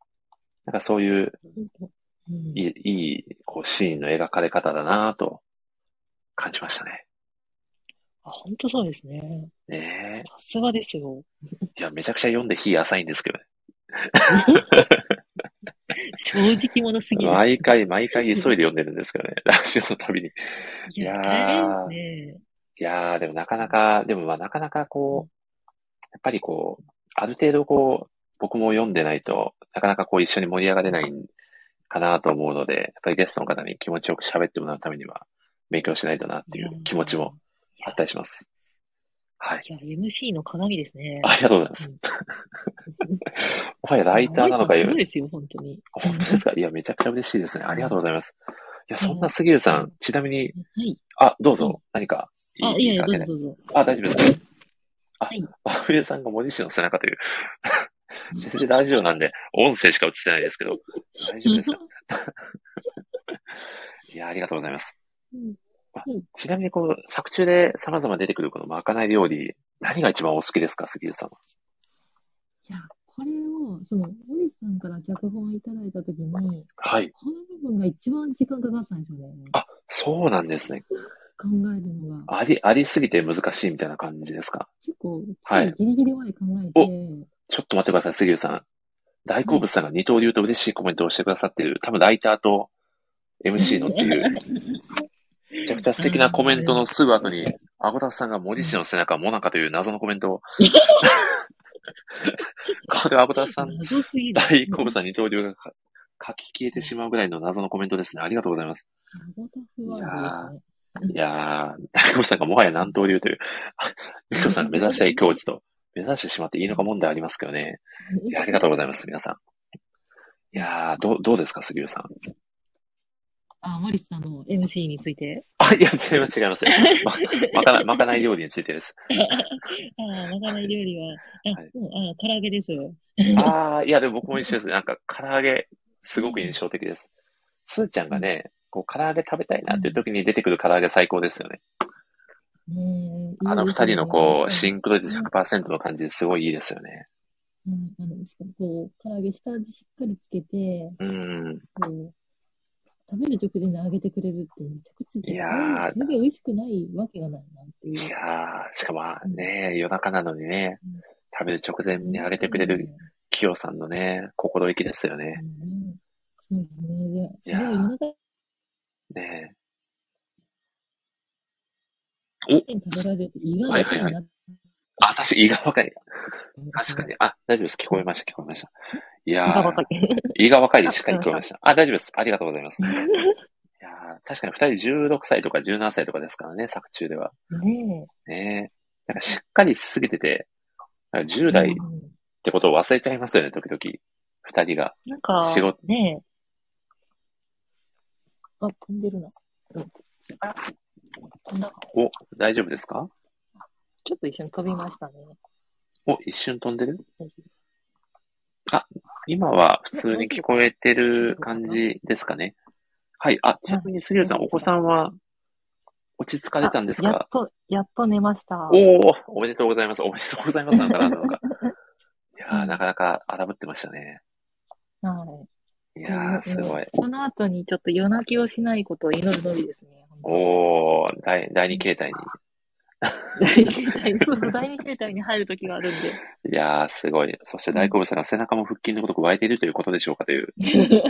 なんかそういう
うん
いい、いい、こうシーンの描かれ方だなぁと感じましたね。
あ、本当そうですね。
ね
さすがですよ。
え。いや、めちゃくちゃ読んで火浅いんですけどね。
正直者すぎる。
毎回、毎回急いで読んでるんですけどね。ラジオの度に。い
いや、
いやー
大変ですね。
やー、でもなかなか、でもまあなかなかこう、やっぱりこう、ある程度こう、僕も読んでないとなかなかこう一緒に盛り上がれないかなと思うので、やっぱりゲストの方に気持ちよく喋ってもらうためには勉強しないとなっていう気持ちもあったりします。はい。
いや。いや、MC の鏡ですね。
ありがとうございます。お前ライターなのか
い
よ
や。森さんすごいですよ、本当に。
本当ですかいや、めちゃくちゃ嬉しいですね。ありがとうございます。いや、
うん
そんな杉浦さ
うん
ん、ちなみに、
はい。
あ、どう
うん
ぞ、何か。
あ、いやいや、
感
どう
じ
ぞ
で
どうぞ。
あ、大丈夫です。あ
はい、
渡辺さんが森氏の背中と いう。全然ラジオなんで、音声しか映ってないですけど、大丈夫 ですかいや、ありがとうございます。
うん
あ
うん
ちなみに、この作中で様々出てくるこのまかない料理、何が一番お好きですか、杉浦さんは。
いや、これを、その、森さんから脚本いただいたときに、この
はい。
部分が一番時間かかったんですよね。
あそうなんですね。
考えるのが。
あり、ありすぎて難しいみたいな感じですか。
結構、
はい
ギリギリまで考え
お
て、
ちょっと待ってください、杉浦さん。大好物さんが二刀流と嬉しいコメントをしてくださってる、多分ライターと MC のっていう、めちゃくちゃ素敵なコメントのすぐ後に、アゴタフさんが森氏の背中、モナカという謎のコメントを。これはアゴタフさん、
謎すぎる。
大好物さん二刀流がか書き消えてしまうぐらいの謎のコメントですね。ありがとうございます。
謎タフワードですね。
いやー、中越さんがもはや南東流という、ゆきとさんが目指したい境地と、目指してしまっていいのか問題ありますけどね。いや、ありがとうございます、皆さん。いやー、どう、どうですか、杉浦さん。
あ、森さんの MC について。
あ、いや、違います、違い ます。ま、まかない、まかない料理についてです。
あまかない料理は、あ、
はい
もう、あ、唐揚げですよ。
ああ、いや、でも僕も一緒です。なんか、唐揚げ、すごく印象的です。すーちゃんがね、こう、唐揚げ食べたいなっていう時に出てくる唐揚げ最高ですよね。
ね
あの二人のこう、シ
ン。
ンクロ率100%の感じ、すごいいいですよね。
うん、あの、しかもこう、唐揚げ下味しっかりつけて、
うん。
こう、食べる直前に揚げてくれるって、めちゃくちゃ絶対
いやー
それで美味しくないわけがないなって
い
いう。
やー、しかもね、夜中なのにね、食べる直前にあげてくれるキヨさんのね、心意気ですよね。
うんそうですね。で、そ
いやー
れを夜中
ね
に食べられて、胃が楽になって、
あ、確かに胃が若い。確かに。あ、大丈夫です。聞こえました、聞こえました。いや
胃が
ー
若、い。
胃が若いでしっかり聞こえました。あ、大丈夫です。ありがとうございます。いやー確かに二人16歳とか17歳とかですからね、作中では。
ね
ねなんかしっかりしすぎてて、なんか
え。
10代っ
うん
てことを忘れちゃいますよね、時々。二人が。
なんか、
仕事
ねえ。あ、飛んでるな。うんあ、飛んだか
お、大丈夫ですか
ちょっと一瞬飛びましたね。
お、一瞬飛んでる
大丈夫
今は普通に聞こえてる感じですかね。はい。あ、ちなみに杉浦さん、お子さんは落ち着かれたんです
あやっ
か
と、やっと寝ました。
おおおめでとうございます。おめでとうございます。なんかなんだ ろうか。いやー、なかなか荒ぶってましたね。
はいい。
やー、すごい
ね。この後にちょっと夜泣きをしないことを祈るのみですね。
おー、第第二形態に。
第二形態、そうそう、第二形態に入る時があるん
いやー、すごい。そして大好物さんが背中も腹筋のごとく湧いているということでしょうかという。
で。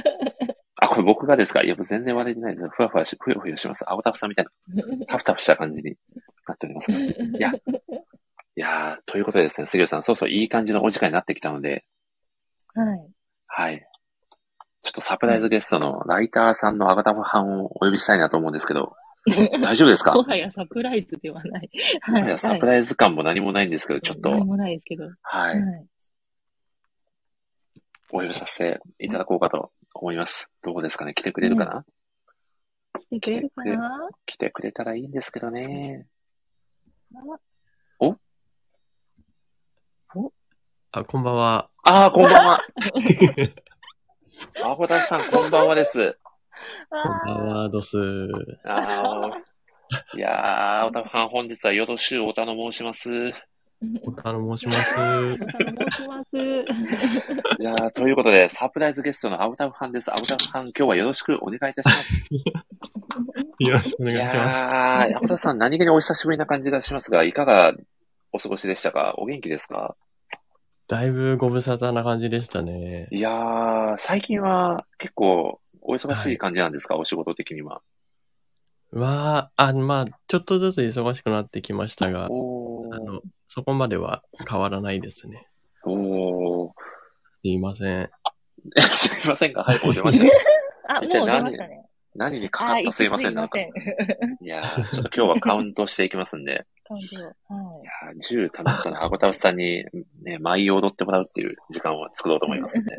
あ、これ僕がですかいや、全然割れてないです。ふわふわし、ふよふよします。青タフさんみたいな、タフタフした感じになっており ますが。いや、いやーということでですね、杉浦さん、そうそういい感じのお時間になってきたので、
はい。
はい。ちょっとサプライズゲストのライターさんのアガタフさんをお呼びしたいなと思うんですけ ど、大丈夫ですか
もはやサプライズではない。
も
は
はやサプライズ感も何もないんですけど、ちょっ
何
と、
もないですけど。
は
はい
い、。お呼びさせていただこうかと思います。どうですかね来てくれるかな、
来てくれるかな
来てくれたらいいんですけどね。
あ、こんばんは。
ああ、こんばん は。アゴタフさん、こんばんはです。
こんばんは、ドス。
あ ーいやー、オタファン、本日はよろしゅうおたの申します。い
おたの申しま
お
す。
頼申します。
やー、ということで、サプライズゲストのアオタファンです。アオタファン、今日はよろしくお願いいたします。
よろしくお願いします。
やー、アゴタフさん、何気にお久しぶりな感じがしますが、いかがお過ごしでしたかお元気ですか
だいぶご無沙汰な感じでしたね。
いやー、最近は結構お忙しい感じなんですか、お仕事的には。
は、あの、まあ、ちょっとずつ忙しくなってきましたが、
お
あ
ー
の、そこまでは変わらないですね。
おー。
すいません。
すいませんが、早く出ましたよ。
あ、もう
一
出
体
ま
何
したね。
何にかか
あ
ったすいません、なんか。い
いません
やーちょっと今日はカウントしていきますんで、
感情。
い。
はい
やー10たまったら、アゴタフさんに、ね、舞を踊ってもらうっていう時間を作ろうと思いますんで、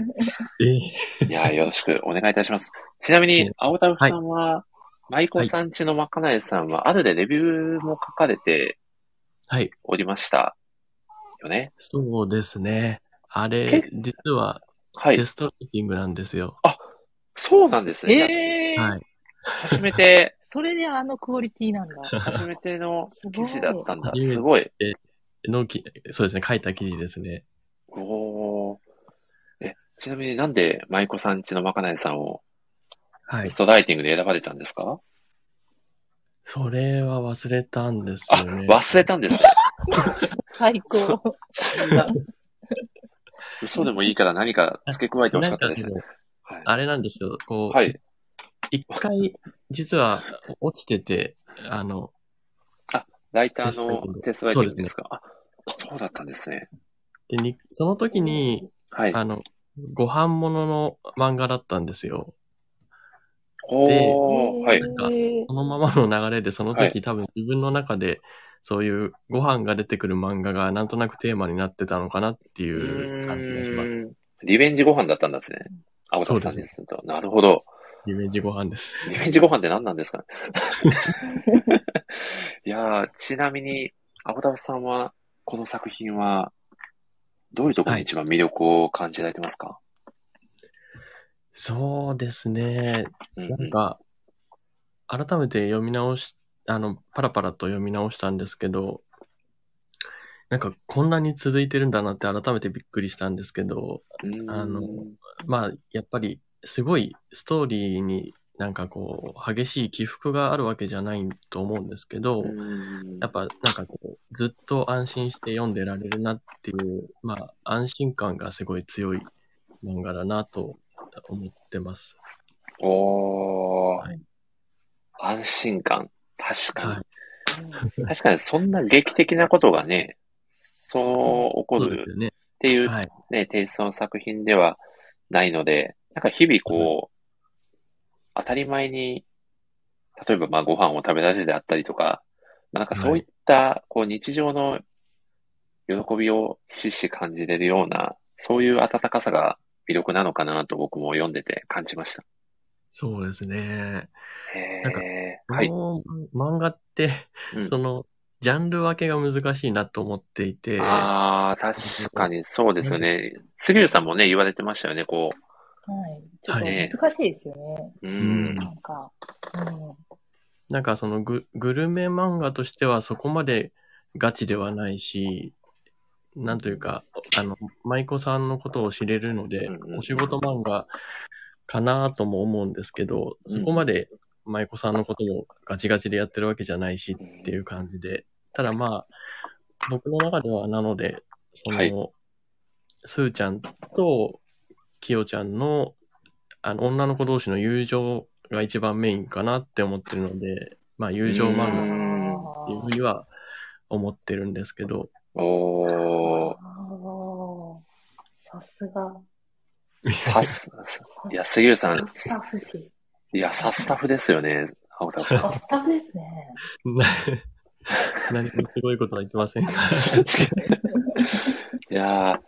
え
いやーよろしくお願いいたします。ちなみに、アゴタフさんは、マイコさんちのまかないさんは、あるでレビューも書かれて
はい、
おりました。よね。
そうですね。あ
け
れ、実は
はい
テ。ストミーティングなんですよ。
そうなんですね。いや
えー
はい。
初めて、
それであのクオリティなんだ。
初めての記事だったんだ
すご。い
すごい。
のき、そうですね、書いた記事ですね。
おー。え、ちなみになんで舞妓さんちのまかないさんを
は
ベ
い
ス。トライティングで選ばれたんですか、
それは忘れたんです
あ
よ、ね。
忘れたんですね。
最高。
そんな嘘でもいいから何か付け加えてほしかったです
なん
ね。
かもう
はい。
あれなんですよ。こう、
はい。
一回、実は落ちてて、あの、
ライターのテストライティングですかあ、そうだったんですね。
でにその時に、
はい。
あの、ご飯物の漫画だったんですよ。
おー、はい。
えー
そのままの流れで、その時、
はい
多分自分の中で、そういうご飯が出てくる漫画がなんとなくテーマになってたのかなっていう感じがします。
うーんリベンジご飯だったんですね。青田さんにすると。なるほど。
イメージご飯です。
リベンジご飯って何なんですかね。 いやーちなみに、青田さんは、この作品は、どういうところに一番魅力を感じられてますか、
そうですね。
うん
なんか、改めて読み直し、あの、パラパラと読み直したんですけど、なんかこんなに続いてるんだなって改めてびっくりしたんですけど、
うん
あのまあ、やっぱりすごいストーリーになんかこう、激しい起伏があるわけじゃないと思うんですけど、
うん
やっぱなんかこう、ずっと安心して読んでられるなっていう、まあ、安心感がすごい強い漫画だなと思ってます。
おー、
はい
安心感。確かに。
は
確かに、そんな劇的なことがね、そう起こ
そうで
る
すよね。
っていう
はい。
ね、テイストの作品ではないので、なんか日々こう、当たり前に、例えばまあご飯を食べられるであったりとか、まあ、なんかそういったこう日常の喜びをひしひし感じれるような、そういう温かさが魅力なのかなと僕も読んでて感じました。
そうですね。
へ
なんか
え、
こ
はい。
の漫画って、
うん
その、ジャンル分けが難しいなと思っていて、
ああ、確かにそうですよね。杉浦さんもね、言われてましたよね、こ
はい。ちょっと
はい
難しいですよね。
う。う
うん
ん。
なんか、う
なんかそのググルメ漫画としてはそこまでガチではないし、なんというか、あの、舞妓さんのことを知れるので
うんうん、
お仕事漫画かなとも思うんですけど、そこまで舞妓さんのこともガチガチでやってるわけじゃないしっていう感じで、ただまあ、僕の中ではなので、その、
はい
スーちゃんとキヨちゃんのあの女の子同士の友情が一番メインかなって思ってるので、まあ友情漫
う
画っ
ん
ん。
ていうふうには思ってるんですけど、
おー、
ああ、さすが。
さす、
さ
いや、杉浦さ
さ
ん、
スタッフ氏。
いや、サスタフですよね、青田さん。
あ、スタッフですね。
な 何もすごいことは言ってま せんが、
いやーい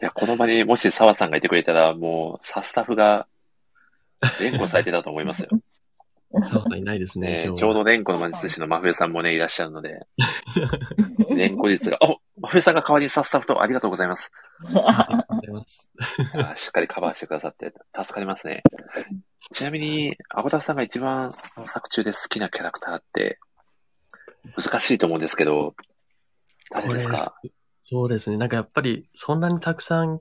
や、この場にもし澤さんがいてくれたら、もう、サスタフが、連呼されてたと思いますよ。
そうはいないです ね、
ね
今日
ちょう
は。
ど連呼の魔術師の真冬さんもね、いらっしゃるので、 連呼率が、お真冬さんが代わりにサスタフとありがとうございます。
あありがとうございます。
あーしっかりカバーしてくださって、助かりますね。ちなみに、アゴタフさんが一番、この作中で好きなキャラクターって、難しいと思うんですけど、誰ですか
そうですね、なんかやっぱりそんなにたくさん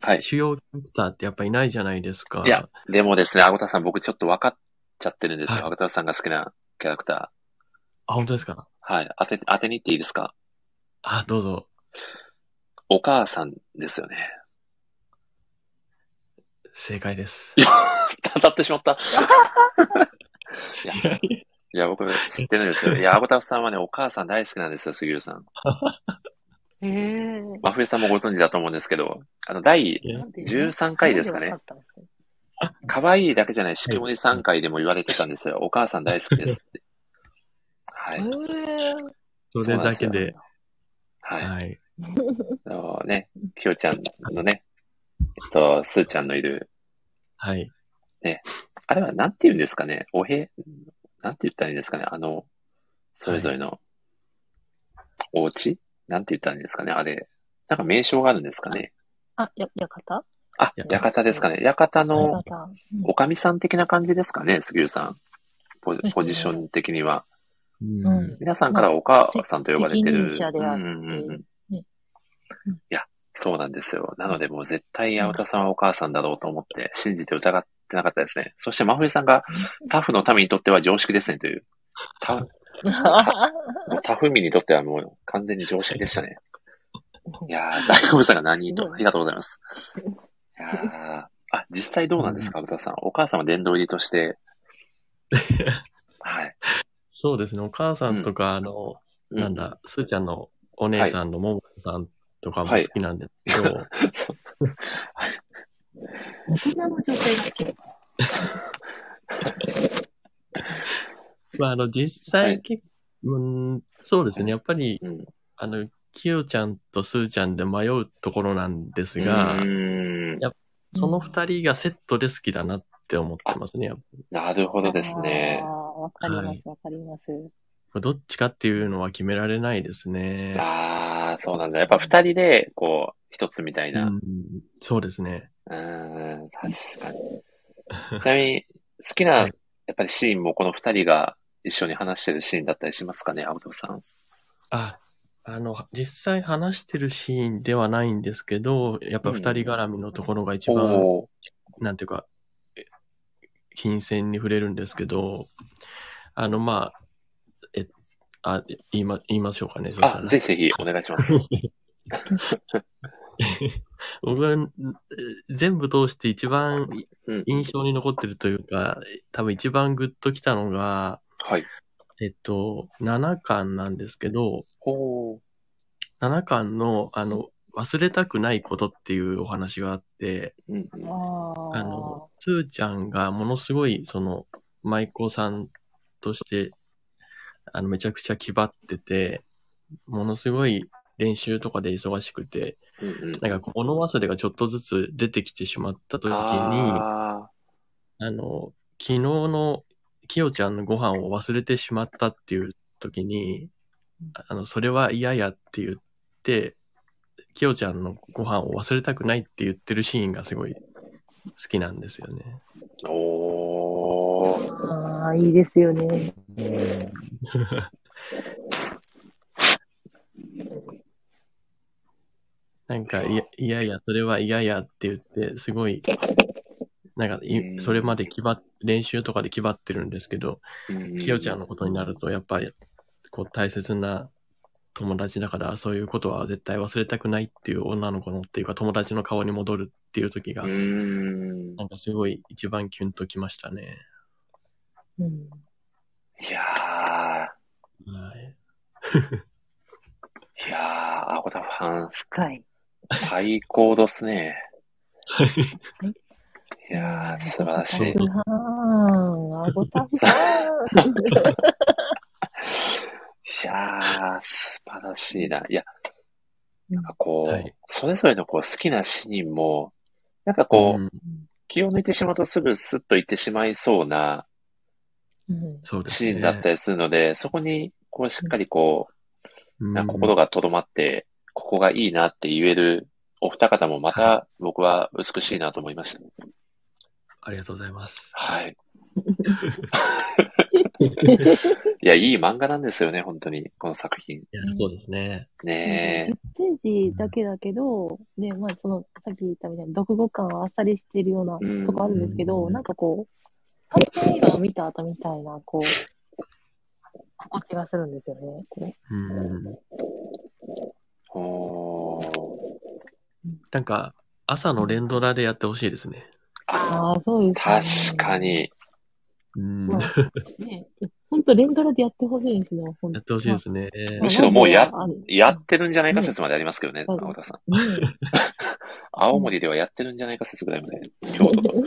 はい。
主要キャラクターってやっぱいないじゃないですか。
いや、でもですね、アゴタフさん、僕ちょっと分かっちゃってるんですよ。
はい
アゴタフさんが好きなキャラクタ
あ、本当ですか
ー。はい。当て、当てに行っていいですか
あ、どうぞ。
お母さんですよね。
正解です。
当たってしま った。いや、いや僕知ってるんですよ。いや、アゴタフさんはね、お母さん大好きなんですよ、杉浦さん。
ええー。
真冬さんもご存知だと思うんですけど、あの、第
なんで
13回ですかね
なんわったんですか
可愛いだけじゃない、しきもり3回でも言われてたんですよ。お母さん大好きです って。は
え
い。
ー
それだけで、
はい。
はい。
あのね、きよちゃんのね、えっと、すーちゃんのいる、
はい。
あれはなんて言うんですかね、おへ、なんて言ったらいいんですかね、あの、それぞれの、お家、なんて言ったらいいんですかね、あれ。なんか名称があるんですかね。
あ、や、館
あ、
館
館ですかね。館の
館。
おかみさん的な感じですかね、杉浦さん。ポポジション的には。
うん
うん
皆さんからお母さんと呼ばれてる。
責任者であって
うんうんうん
ね
い
うん
や、そうなんですよ。なのでもう絶対青田さんはお母さんだろうと思って、信じて疑ってなかったですね。そして真冬さんがタフの民にとっては常識ですねという。タフ、もうタフ民にとってはもう完全に常識でした ね。いやー、大久保さんが何人と、ありがとうござい ます。いやーあ、実際どうなんですか、青田さん。お母さんは殿堂入りと して。はい。
そうですね、お母さんとか、あの、
う
なん。だ、すーちゃんのお姉さんのももさんとかも
はい
好きなんで すけど、
そう
大人の女性が好き。
まあ、あの、実
は
際
い
結構、うん、そうですね。やっぱり、
うん。
あの、きよちゃんとすーちゃんで迷うところなんですが、
うん。
その二人がセットで好きだなって思ってますね。やっぱ
なるほどですね
あー。わかります、わかります。
これどっちかっていうのは決められないですね。
ああ、そうなんだ。やっぱ二人で、こう、一つみたいな。
うん、そうですね。
うん、確かに。ちなみに、好きな、やっぱりシーンもこの二人が一緒に話してるシーンだったりしますかね、青戸さん。
あ、あの、実際話してるシーンではないんですけど、やっぱ二人絡みのところが一番、
おー
なんていうか、え金銭に触れるんですけど、あの、まあ、え、あ、言いま、言いましょうかね。そした
あ、
ら
ぜひぜひお願いし ます。
僕はん全部通して一番
うん
印象に残ってるというか、多分一番グッときたのが、
はい。
えっと、7巻なんですけど、
ほう。
7巻の、あの、忘れたくないことっていうお話があって、
うん
あー
あの、つーちゃんがものすごい、その、舞妓さんとして、あの、めちゃくちゃ気張ってて、ものすごい練習とかで忙しくて、
うんうん
なんかこう物忘れがちょっとずつ出てきてしまった時に、あ
あ
の、昨日のきよちゃんのご飯を忘れてしまったっていう時に、あの、それは嫌やって言って、きよちゃんのご飯を忘れたくないって言ってるシーンがすごい好きなんですよね。
ーおー。
あー、いいですよね。
なんか、いや、いやいや、それは嫌やって言って、すごい、なんかい、
うん
それまで気張っ、練習とかで気張ってるんですけど、きよちゃんのことになると、やっぱり、こう、大切な友達だから、そういうことは絶対忘れたくないっていう女の子のっていうか、友達の顔に戻るっていう時が、
うーん。
なんかすごい一番キュンときましたね。
うん。
いや
はい。
ー、いやー、アゴタファン、
深い。
最高ですね。いや
や
ー、素晴らしい。
あごたふさん。
いやー、素晴らしいな。いや、
うん
なんかこう、
はい
それぞれのこう好きなシーンも、なんかこう、
うん
気を抜いてしまうとすぐスッと行ってしまいそうな
うん
そうです
シ
ね。
ーンだったりするので、そこに、こう、しっかりこ
う
う、
ん
なんか心がとどまって、ここがいいなって言えるお二方もまた僕は美しいなと思いました。
ありがとうございます。
はい。いや、いい漫画なんですよね、本当に、この作品。
いや、そうですね。
ねえ。
ステージだけだけど、ね、まあ、その、さっき言ったみたいに、読語感をあっさりしてるような
うん
とこあるんですけど、
うん
なんかこう、半分映画を見た後みたいな、こう、心地がするんですよね。こ
うん。
おー。
なんか、朝の連ドラでやってほしいですね。
う
あ、
ああ、そうです、
確か。に。
うん。
まあ、ね、ほんと連ドラでやってほしいんですよ、ほんと
やってほしいですね。
むしろもうや
まあ
やってるんじゃないか説までありますけどね、
うん
青田さん。
ね
青森ではやってるんじゃないか説ぐらいまで。京都と。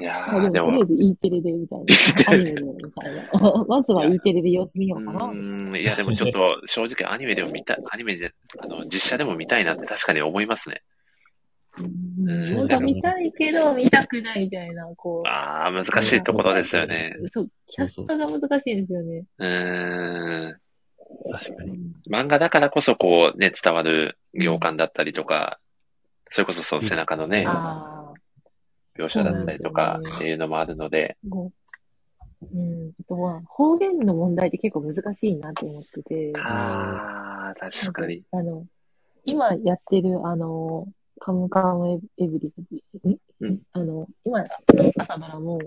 いや
まあ
ー、
で
で
も、
も、
とりあえず E テレでみたいな。アニメでみたいな。まずは E テレで様子見よ
う
うかな。
ーん、いや、でもちょっと、 正直アニメでも見たい、アニメで、あの、実写でも見たいなって確かに思いますね。
うんそれが見たいけど、見たくないみたいな、こう。
ああ、難しいところですよね。
そう、キャストが難しいですよね。
うーん。
確かに。
漫画だからこそ、こう、ね、伝わる行間だったりとか、それこそその背中のね、
ああ、
描写だったりとか
そうなんですよね
っていうのもあるので、
こう。うん、あとは、方言の問題って結構難しいなと思ってて。
ああ、確かに。
あの、今やってる、あの、カムカムエブリバディ、
うん
あの、今、あの朝ドラも、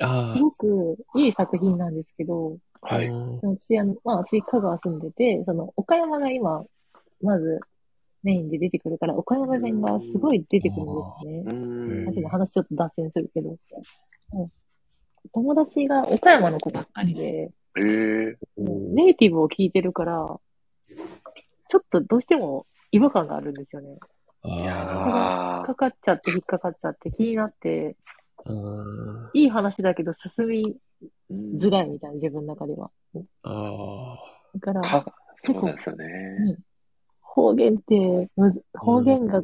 あ
すごくいい作品なんですけど、
あ。
はい。
うん
私、あの、まあ、私、香川住んでて、その、岡山が今、まず、メインで出てくるから、岡山弁がすごい出てくるんですね。
うーん
さっきの話ちょっと脱線するけど。うん友達が岡山の子ばっかりで、
えー、
ネイティブを聞いてるから、ちょっとどうしても違和感があるんですよね。
あー
いや
引っ
ー
かかっちゃって引っかかっちゃって気になって、
うん。
いい話だけど進み
うん
づらいみたいな、自分の中では。
あ
だから、
か、そうなんですよね。
方言ってむず、方言が、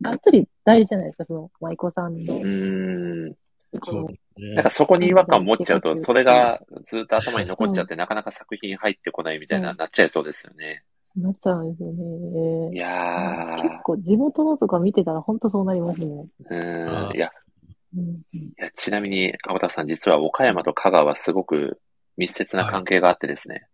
がっつり大事じゃないですか、その、舞妓さんの。
うん。
あ、そうですね。
なんかそこに違和感持っちゃうと、それがずっと頭に残っちゃって、なかなか作品入ってこないみたいな、
うん
なっちゃいそうですよね。
なっちゃうんですよ
い
ね。
や
結構、地元のとか見てたら本当そうなりますね。
ー、う
あ
ん。
ー
いや、
うん。
いや、ちなみに、青田さん、実は岡山と香川はすごく密接な関係があってですね。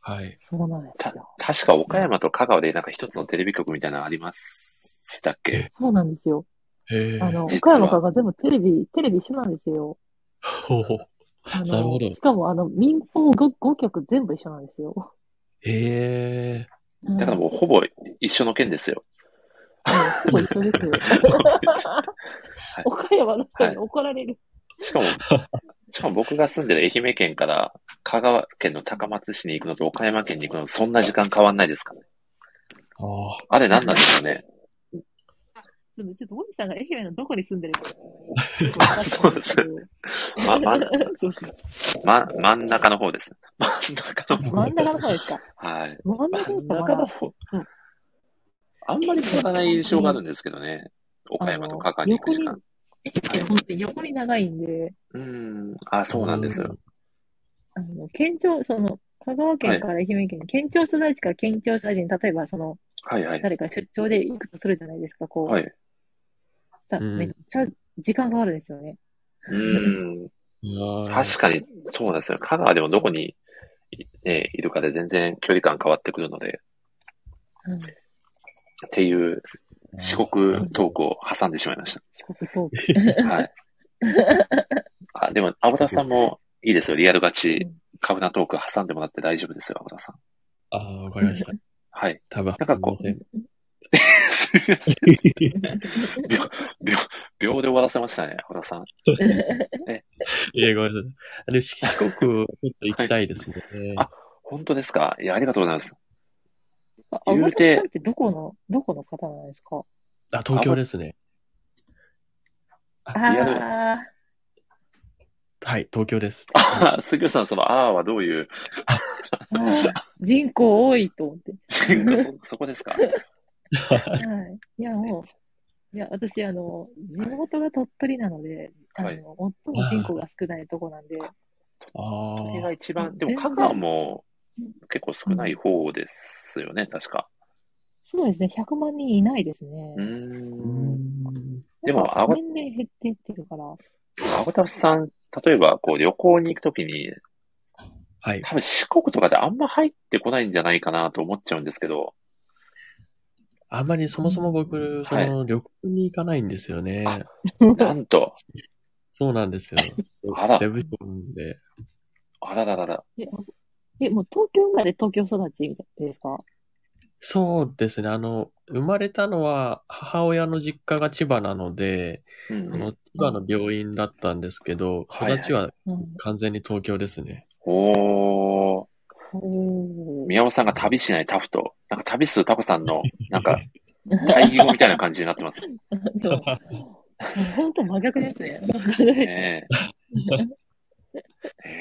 はい。
そうなんです
た
よ。、
確か岡山と香川でなんか一つのテレビ局みたいなのありましたっけ
そうなんですよ。
へえ。
あの、
実
岡
は
山からが全部テレビ、テレビ一緒なんですよ。
ほうほう
あ
なるほ
の、
ど
しかもあの、民放 5, 5局全部一緒なんですよ。
へえ。
だから
うん、
もうほぼ一緒の県ですよ。
ほぼ一緒ですよ。 岡山の人に怒られる。
し かも、しかも僕が住んでる愛媛県から香川県の高松市に行くのと岡山県に行くのとそんな時間変わんないですからね。
ああ。
あれ何なんですかね。
ちょっと、ちょっと、森さんが愛媛のどこに住 んでるか。
そうですま、ま、
そうそう
ま、真ん中の方です。真ん中の方。
真ん中の方ですか。
はい。
真ん中
真
の
ん
方
中
か
の
な。
方
うん。
あんまり変わらない印象があるんですけどね。岡山と香川に行く時間。
愛媛本当に横に長いんで、
うん。あ、そうなんですよ。
あの、県庁、その、香川県から愛媛県、県庁所在地から県庁所在地に、例えばその、
はいはい。
誰か出張で行くとするじゃないですか、こう。
はい。
さ
うん
めっちゃ時間があるんですよね。
うん。
いやー
確かに、そうなんですよ。香川でもどこに、いね、いるかで全然距離感変わってくるので、
う
っ
ん、
ていう四国トークを挟んでしまいまし
四国トーク。
た。 はい。あ、でも、アボタさんもいいですよ。リアルガチ、カブナトーク挟んでもらって大丈夫ですよ、アボタさん。
ああ、わかりました。
はい。
多分。
なんかこう
すいます
みません。
せん
秒、秒、秒で終わらせましたね、アボタさん。
いや、ごめんなさ い。で、四四国、ちょっと行きたいですね。
あ本当ですかいや、ありがとうございます。
あ、
言う
青
て
田さんってどこの、どこの方なんですか
あ、東京ですね。
あ
リアル
あ
はい、東京です。
あ 杉浦さん、その、あーはどういう、
ーあー、人口多いと思って。
そ、そこですか
はい。いや、もう、 いや、私、あの、地元が鳥取なので、あの、
はい
最も人口が少ないとこなんで、
あ
それが
あ。
一番、で
全
も
然
香川も結構少ない方ですよね、確か。
そうですね、100万人いないですね
う。ー
う
ん。
ん。
でも
なんか年々減っていってるから、
青田さん、例えばこう旅行に行くときに、
はい。
多分四国とかであんま入ってこないんじゃないかなと思っちゃうんですけど、
あんまりそもそも僕、その、旅行に行かないんですよね。
あなんと、
そうなんですよ。
あら
デブションで。
あらららら、
え、えもう東京生まれ東京育ちみたいですか
そうですね。あの、生まれたのは、母親の実家が千葉なので、
う
そ
んうん、
の千葉の病院だったんですけど、
はいはい
育ちは
うん。
完全に東京ですね。
おー、
おー
宮尾さんが旅しないタフと、なんか旅するタコさんの、なんか、対義語みたいな感じになってます。
でも、本当真逆ですね。
ねえ。へ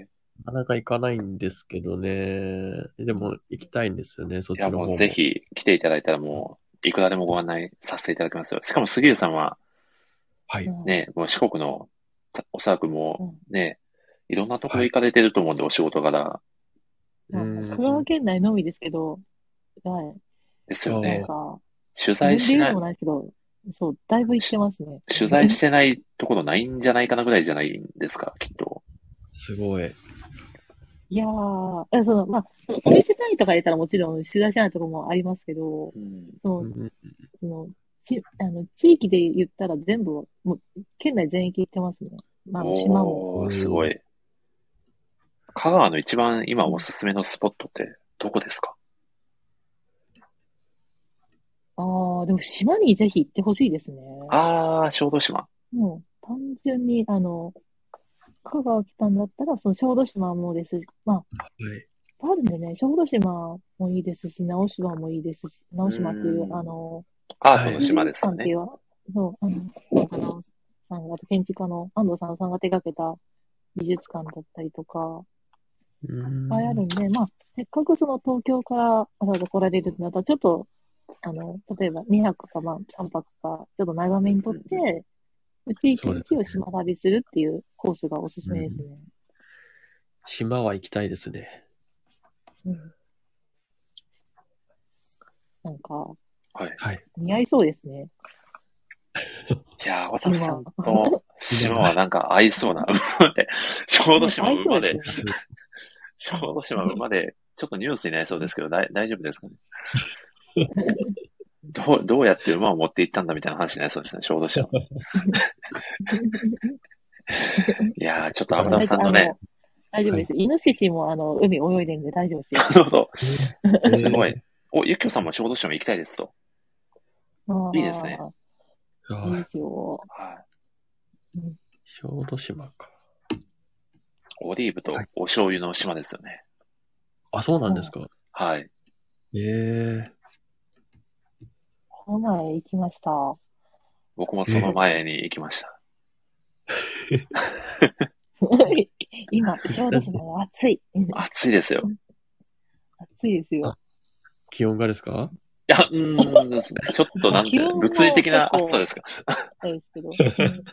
え。
なかなか行かないんですけどね。でも行きたいんですよね、そっ
い
ち
や、
の方
も
も。
うぜひ来ていただいたらもう、いくらでもご案内させていただきますよ。しかも杉浦さんは、
はい。
ね、もう四国の、たおそらくもう、ね、いろんなところ
はい
行かれてると思うんで、お仕事柄
まあ
うん
香川県内のみですけど、は
ですよ
い。なん
ね。
か、
取
自分
材
で
し
言う
な
の
い
も、ないですけど、そう、だいぶ行ってますね。
取材してないところないんじゃないかなぐらいじゃないんですか、きっと。
すごい。
いやー、えその、まあ、お店単位とか入れたらもちろん取材してないところもありますけど、
うん。
そうの、
ん
その、ち、あの、地域で言ったら全部、もう、県内全域行ってますね。まあ、あの島も。
おー、すごい。香川の一番今おすすめのスポットってどこですか
ああ、でも島にぜひ行ってほしいですね。
あー、小豆島。
もう、単純に、あの、香川来たんだったら、その小豆島もですし、まあ、
はい。
いっぱいあるんでね、小豆島もいいですし、直島もいいですし、直島っていうう、
ん
あの、
アー
はい
トの島です
水族館ってい
ね。
う、そう、あの、なんかなさんが、あと建築家の安藤さんさんが手掛けた美術館だったりとか、いっぱいあるんで、まあ、せっかくその東京からわざわざ来られるんだったら、ちょっと、あの、例えば2泊かまあ3泊か、ちょっと長めにとって、うち1日を島旅するっていうコースがおすすめですね。
島は行きたいですね。
うんなんか、
はい。
はい。
似合いそうですね。
いやー、渡
島
部さんと島はなんか合いそうな、馬 で、小豆島馬で、小豆島馬で、ちょっとニュースになりそうですけど、だい大丈夫ですか ねどう、どうやって馬を持っていったんだみたいな話になりそうですね、小豆島。いやー、ちょっと
ダ
油さんのね、
大丈夫です。イノシシもあの海泳いでるんで大丈夫ですよ。
そうそう、
す
すごい。。お、ゆきょさんも小豆島行きたいですと。
あー
いいですね。
はい
いですよ。
はい。
小豆島か。
オリーブと
はい
お醤油の島ですよね。
あ、そうなんですか。
はい。
ええ
この前行きました。
僕もその前に行きました。
今、小豆島が暑い。
暑いですよ。
暑いですよ。
気温がですか
いや、うーん、ちょっとなんて、
気温も
物理的な暑さですか。
暑いですけど。うん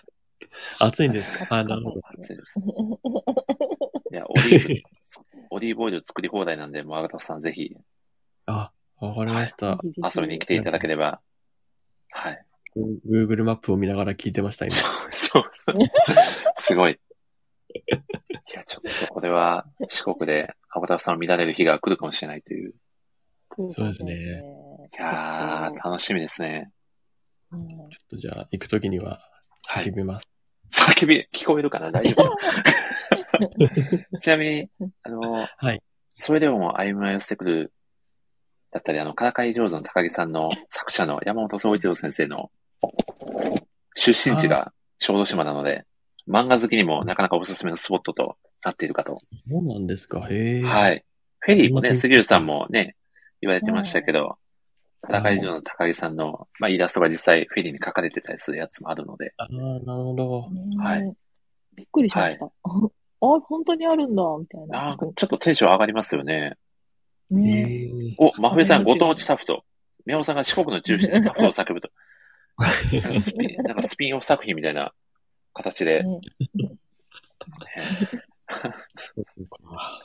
暑いんですか あ、 なるほど。
暑いです。いや、オリ ーブ、オリーブオイル作り放題なんで、もう、あがたさんぜひ
あ、わかりました。
遊びに来ていただければ。はい。
Google マップを見ながら聞いてました、今。
そう。すごい。いや、ちょっとこれは、四国で、アバターさんを見られる日が来るかもしれないという。
そう
そうですね
いやー、楽しみですね。
うん
ちょっとじゃあ、行くときには
はい
叫。びます。
叫び、聞こえるかな大丈夫ちなみに、あの、
はい
それでも歩みを寄せてくる、だったり、あの、からかい上手の高木さんの作者の山本総一郎先生の出身地が小豆島なので、漫画好きにもなかなかおすすめのスポットとなっているかと。
そうなんですか。へえ。。
はいい。フェリーも
う
ね、
ん
杉浦さんもね、言われてましたけど、からかい上手の高木さんの、まあ、イラストが実際フェリーに書かれてたりするやつもあるので、
ああ、なるほど。
はい
ねえびっくりしました。 あ、本当にあるんだ、みたい
あ
な。
ーちょっとテンション上がりますよね。
へ
ねえ
え。
お、真冬さん、
わか
ご
りますよ
当地タフト。宮尾さんが四国の中心でタフトを叫ぶと。なんかスピン、なんかスピンオフ作品みたいな形で。
ね
ね
そうか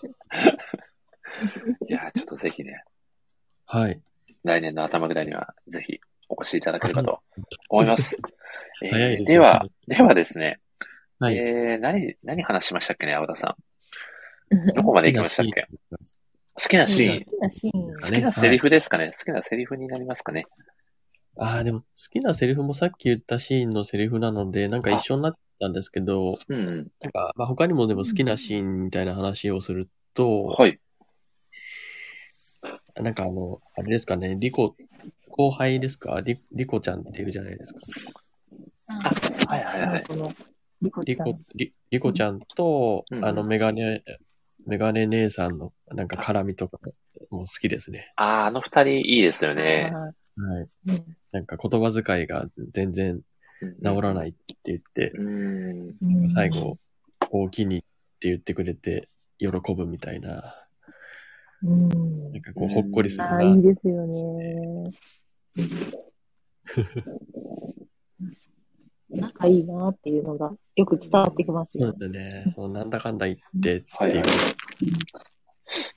いやー、ちょっとぜひね、
はい。
来年の頭ぐらいには、ぜひお越しいただければと思います。え
早いです
ー、
ね
では、ではですね、
はい
えー、何、何話しましたっけね、青田さん。どこまで行きましたっけ 好きなシーン。
好きなシーン
好
好
きな
きなセリフですかね、好きなセリフになりますかね。
ああ、でも好きなセリフもさっき言ったシーンのセリフなので、なんか一緒になったんですけど、
うんうん。
なんか、まあ、他にもでも好きなシーンみたいな話をすると、
はい。
なんかあの、あれですかね、リコ、後輩ですかリリコちゃんっているじゃないですか。
あはいはいはい。
このリコ
リ
ちゃん
コ、リリコちゃんと、
うん
あの、メガネ、メガネ姉さんの、なんか絡みとかも好きですね。
あー、あの二人いいですよね。
あ
はい。
ーうん
なんか言葉遣いが全然治らないって言って、
うん。
最後、大きにって言ってくれて、喜ぶみたいな、
うん。
なんかこう、ほっこりする
あ
な。
あ、いいですよね。仲いい なっていうのがよく伝わってきます
そう
よ。
だね。そのなんだかんだ言ってって
はいいうはい。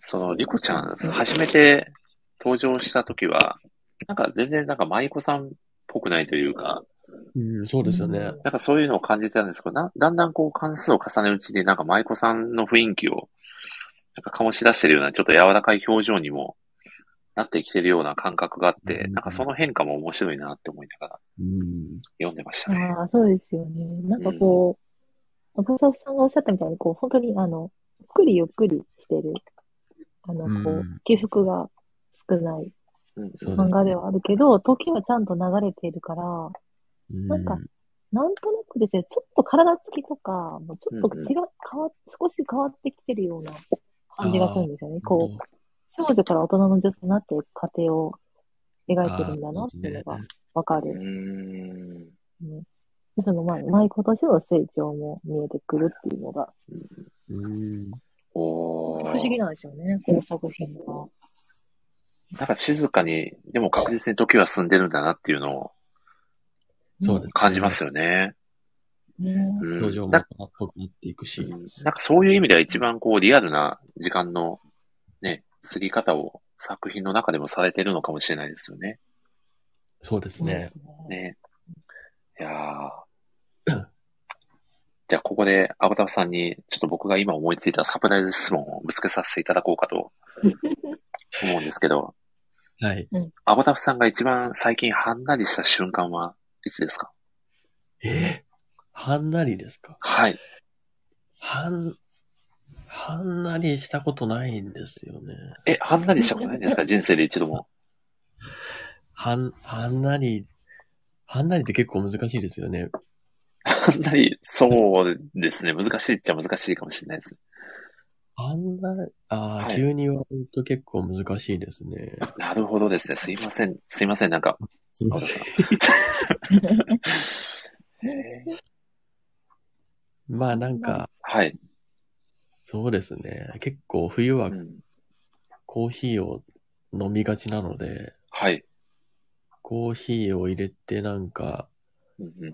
その、リコちゃん、初めて登場したときは、なんか全然なんか舞妓さんっぽくないというか、
うん、そうですよね。
なんかそういうのを感じてたんですけど、なだんだんこう関数を重ねるうちになんか舞妓さんの雰囲気を、なんか醸し出してるような、ちょっと柔らかい表情にもなってきてるような感覚があって、
うん
なんかその変化も面白いなって思いながら
うん。
読んでましたね。
ああ、そうですよね。なんかこう、赤澤さんがおっしゃったみたいに、こう、本当に、あの、ゆっくりゆっくりしてる、あの、こ
う、
うん起伏が少ない
うん、
そうで
漫
す
画ではあるけど、時はちゃんと流れているから、な
な
んかなんとなくですね、ちょっと体つきとか、もうちょっと違う、変わっ少し変わってきてるような感じがするんですよね。こう、少女から大人の女性になっていく過程を描いてるんだなっていうのがわか
う
る。
ん。
うん
でその、まあ、舞妓としての成長も見えてくるっていうのが、
うん。
お
不
ー
思議なんですよね、この作品は。
なんか静かに、でも確実に時は進んでるんだなっていうのを
そうです、
感じますよね。
うん
うん
表情も
な
っぽくなっていくし。
なんかそういう意味では一番こうリアルな時間のね、過ぎ方を作品の中でもされてるのかもしれないですよね。
そうですね。
ね。いやー じゃあここでアバターさんにちょっと僕が今思いついたサプライズ質問をぶつけさせていただこうか と思うんですけど、
はい。
アバタフさんが一番最近はんなりした瞬間はいつですか
えーはんなりですか
はい。
はん、はんなりしたことないんですよね。
え、はんなりしたことないんですか人生で一度 も。
はん、はんなり、はんなりって結構難しいですよね。
はんなり、そうですね。難しいっちゃ難しいかもしれないです。
はんなり、ああ、
はい
急に言われると結構難しいですね。
なるほどですね。すいません。すいません。なんか、
そう
青田さん。
まあなんか、
はい。
そうですね。結構冬
う
は
ん、
コーヒーを飲みがちなので、
はい。
コーヒーを入れてなんか、
うんうん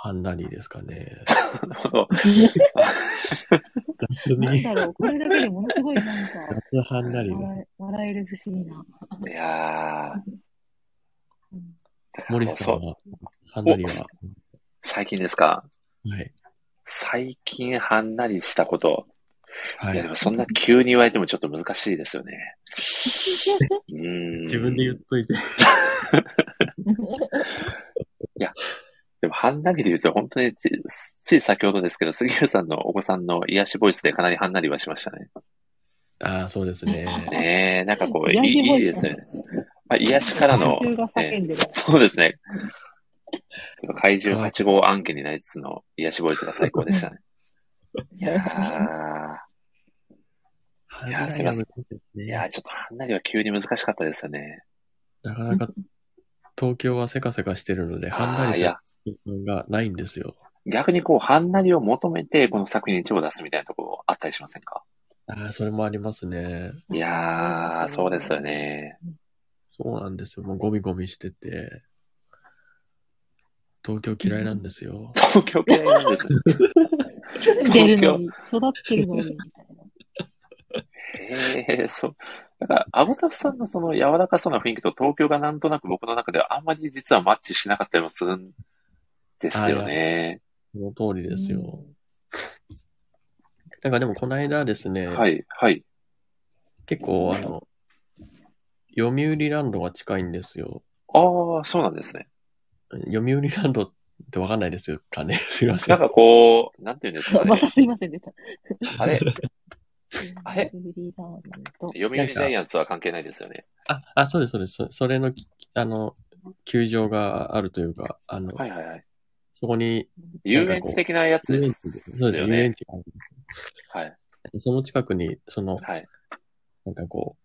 はんなりですかね。
なるほど。
雑
なん
に、
だろう、これだけでものすごいなんか、
雑はんなりです。
笑え笑える不思議な。
いやー
うん。
森さん
そう
は、はんなりは、
最近ですか
はい。
最近はんなりしたこと。
はい
や、
い
で。もそんな急に言われてもちょっと難しいですよね。うーん。
自分で言っ
う。
といて。
でも、はんなりで言うと、本当につい、つい先ほどですけど、杉浦さんのお子さんの癒しボイスでかなりはんなりはしましたね。
ああ、そうですね。
ねえ、なんかこう、い
癒
い
し
い
ボ
い
イス
ですよね。まあ、癒しからの、
中が叫んでる。
そうですね。ちょっと怪獣8号案件になりつつの癒しボイスが最高でしたね。 いや
は
ー
ん
い
な
や
り
すいません
は難しいです
ー、
ね
いやーちょっとはんなりは急に難しかったですよね。
なかなか東京はせかせかしてるので、はんなり
あーい
し
や
た瞬間がないんですよ。
逆にこう、はんなりを求めて、この作品に手を出すみたいなところあったりしませんか
ああ、それもありますね。
いやー、そうですよね。
そうなんですよ。もうゴミゴミしてて。東京嫌いなんですよ。
東京嫌いなんですね。
住 んでるのに、育ってるのに、みたいな。
へえ、そう。だから、アボタフさんのその柔らかそうな雰囲気と東京がなんとなく僕の中ではあんまり実はマッチしなかったりもするんですよね。
その通りですよ。なんかでもこの間ですね、
はい、はい。
結構あの、読売ランドが近いんですよ。
ああ、そうなんですね。
読売ランドってわかんないですかね。 すい ませ
なん
ん。
かこう、なんて言うんですか
また
ね。
すいません、出た。
あ れ、あ
あ
れ
フリーダウンと。
読売ジャイアンツは関係ないですよね。
あ、あ、そうです、そうです。そそれのき、あの、球場があるというか、あの、
はいはいはい。
そこに、
遊園地的なやつ
遊
で
園地ですそうです、
よ
遊園
ね。
地があるんです
はい。
けどその近くに、その、
はい。
なんかこ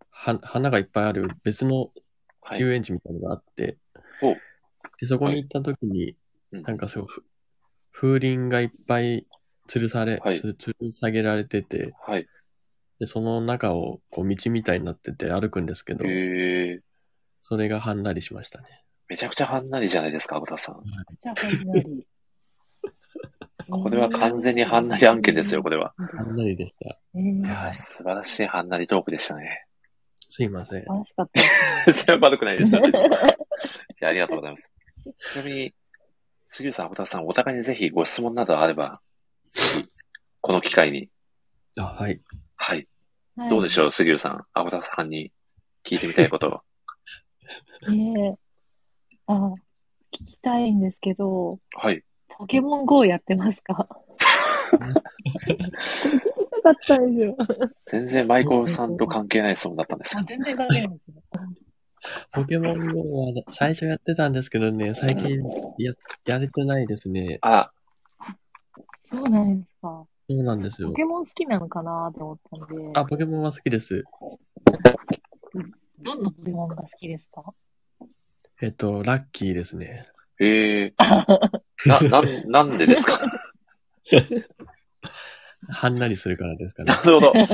う、は、花がいっぱいある別の
はい。
遊園地みたいなのがあって、
お
で、そこ
は
に
い
行った時に、
うん
なんかすごいふ、風鈴がいっぱい吊るされ、
はい
つ吊る下げられてて、
はい。
で、その中を、こう、道みたいになってて歩くんですけど、
へえ、
それがはんなりしましたね。
めちゃくちゃはんなりじゃないですか、アボタフさん。
じゃあ、はんなり。
これは完全にはんなり案件ですよ、これは。
はんなりでした。
えー
いやー、素晴らしいはんなりトークでしたね。
すいません
素。晴らしかったで
そ
すね。
れは悪くない ですよね。いや、ありがとうございます。ちなみに、杉浦さん、小田さん、お互いにぜひご質問などあれば、ぜひ、この機会に、
あ、はい。
はい。どうでしょう、杉浦さん、小田さんに聞いてみたいこと。
はいえーあ、聞きたいんですけど、
はい。
ポケモン GO やってますか
よかったですよ。
全然舞妓さんと関係ない質問だったんです
あ
よ。
全然関係ないですね。
ポケモン GO はね最初やってたんですけどね、最近ややれてないですね。
あ、
そうなんですか。
そうなんです
ポ
よ。
ケモン好きなのかなって思ったんで、
あ、ポケモンは好きです。
どんなポケモンが好きですか
えっと、ラッキーですね。
ええな、なん、なんでですか
はんなりするからです かね
な。るほど。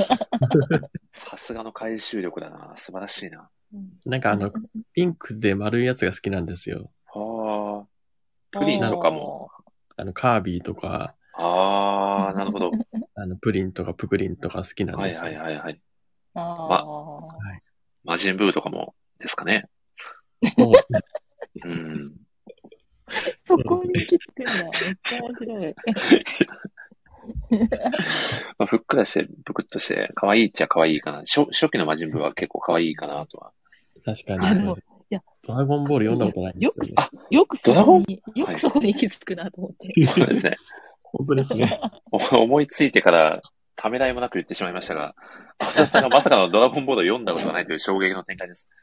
さすがの回収力だな。素晴らしいな。
なんかあの、ピンクで丸いやつが好きなんですよ。
はあ。プリンとかも。
あの、カービィとか、
ああ、なるほど。
あの、プリンとかプクリンとか好きなん
は
で
い
すよ。
はいはいはい。
あ
ま
あ。
魔人ブーとかもですかね。
も
うん。
そこに行き着くんだ。めっちゃ面 白い。
まあ、ふっくらして、ぷくっとして、可愛いっちゃ可愛いかな。初初期の魔人ブーは結構可愛いかなとは。
う 確か
あ
に
の、いや
ドラゴンボール読んだことないんですよね。
あ
よくそ
ドラゴ
こ
ン
に、よくそこに行き着くなと思って。
そうですね。
本当ですね。
お 思いついてから、ためらいもなく言ってしまいましたが、浅田さんがまさかのドラゴンボールを読んだことがないという衝撃の展開です。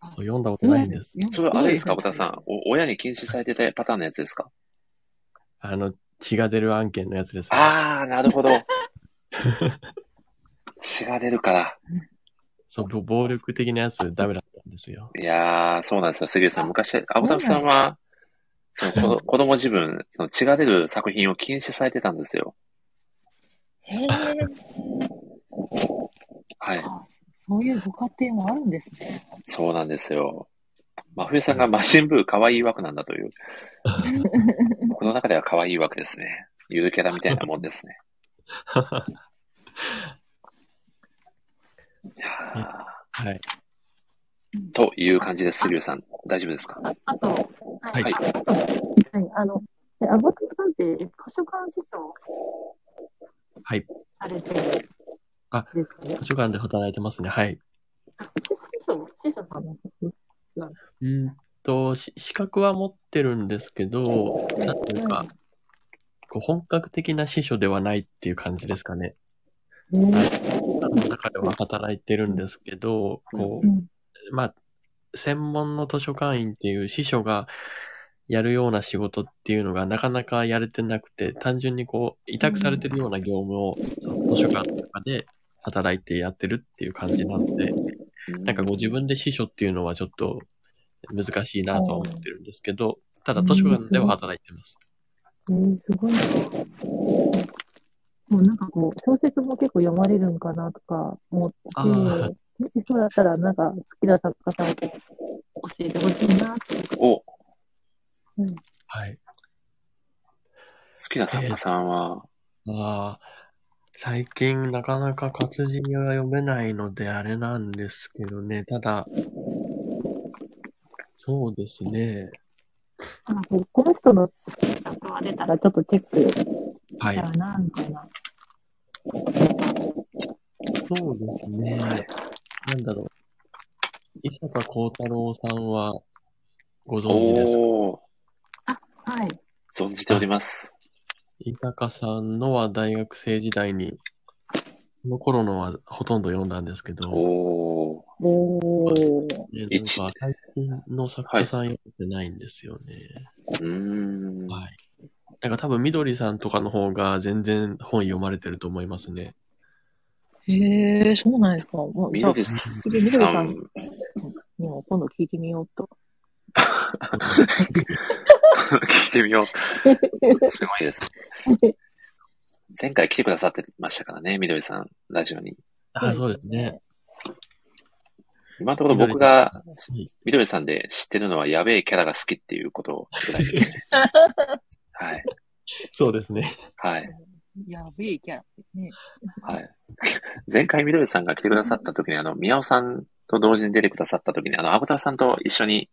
そう読んだことないんです。
それはあれですか、
すごいで
小田
す
さ
ね
ん。お親に禁止されてたパターンのやつですか
あの、血が出る案件のやつです、ね。
ああ、なるほど。血が出るから。
そう、ぼ暴力的なやつダメだったんですよ。
いやー、そうなんですよ、杉浦さん。昔、アボタフさんは、その子子供自分、その血が出る作品を禁止されてたんですよ。
へえ、
はい。
そういうご家庭もあるんですね。
そうなんですよ。真冬さんがマシンブー可愛い枠なんだと いう。僕の中では可愛い枠ですね。ゆるキャラみたいなもんで すね。いや
はい。
ーという感じです、杉浦さん。大丈夫ですか
ああと、はい、
い
はい、あの、えアボティさんって図書館司書
はい。
されてる
あ
んですかね。
図書館で働いてますね。はい。
司書、司書さんなんですね
うんと、し資格は持ってるんですけど、なんていうか、こう本格的な司書ではないっていう感じですかね。
うん
あの中では働いてるんですけど、こ
うん
う、まあ、専門の図書館員っていう司書がやるような仕事っていうのがなかなかやれてなくて、単純にこう、委託されてるような業務をその図書館とかで働いてやってるっていう感じなので、なんかご自分で司書っていうのはちょっと難しいなとは思ってるんですけど、ただ図書館では働いてます。
えー、すごいな。もうなんかこう、小説も結構読まれるんかなとか思って
あ
て、
ーはい
もしそうだったら、なんか好きな作家さんを教えてほしいなって。
お、好
はい。
きな作家さんは、
まあ、最近なかなか活字が読めないのであれなんですけどね。ただ、そうですね。
なんかこうこの人の作が出たらちょっとチェックし
は
た
い。
らな、みたいな。
そうですね。なんだろう。伊坂幸太郎さんはご存知ですか
おー、
はい。
存じております。
伊坂さんのは大学生時代に、その頃のはほとんど読んだんですけど、
おー、
おー。
ねなん
一
か最近の作家さん読んでないんですよね。
うーん。
はい。なんか多分、みどりさんとかの方が全然本読まれてると思いますね。
へえ、そうなんですか。もう
みどり
じゃ
さ
あ次みどりさ
ん
ん、にも今度聞いてみようと。
聞いてみよう。すごいです。前回来てくださってましたからね、みどりさん、ラジオに。
あ、
そ
そうう
で
ですす
ね
ね。
今のところ僕が、
はい
みどりさんで知ってるのはやべえキャラが好きっていうことぐらいですね。はい。
そうですね。
はい。
やべえキャラ。ね、
はい。前回みどりさんが来てくださった時に、あの、宮尾さんと同時に出てくださった時に、あの、アブタフさんと一緒に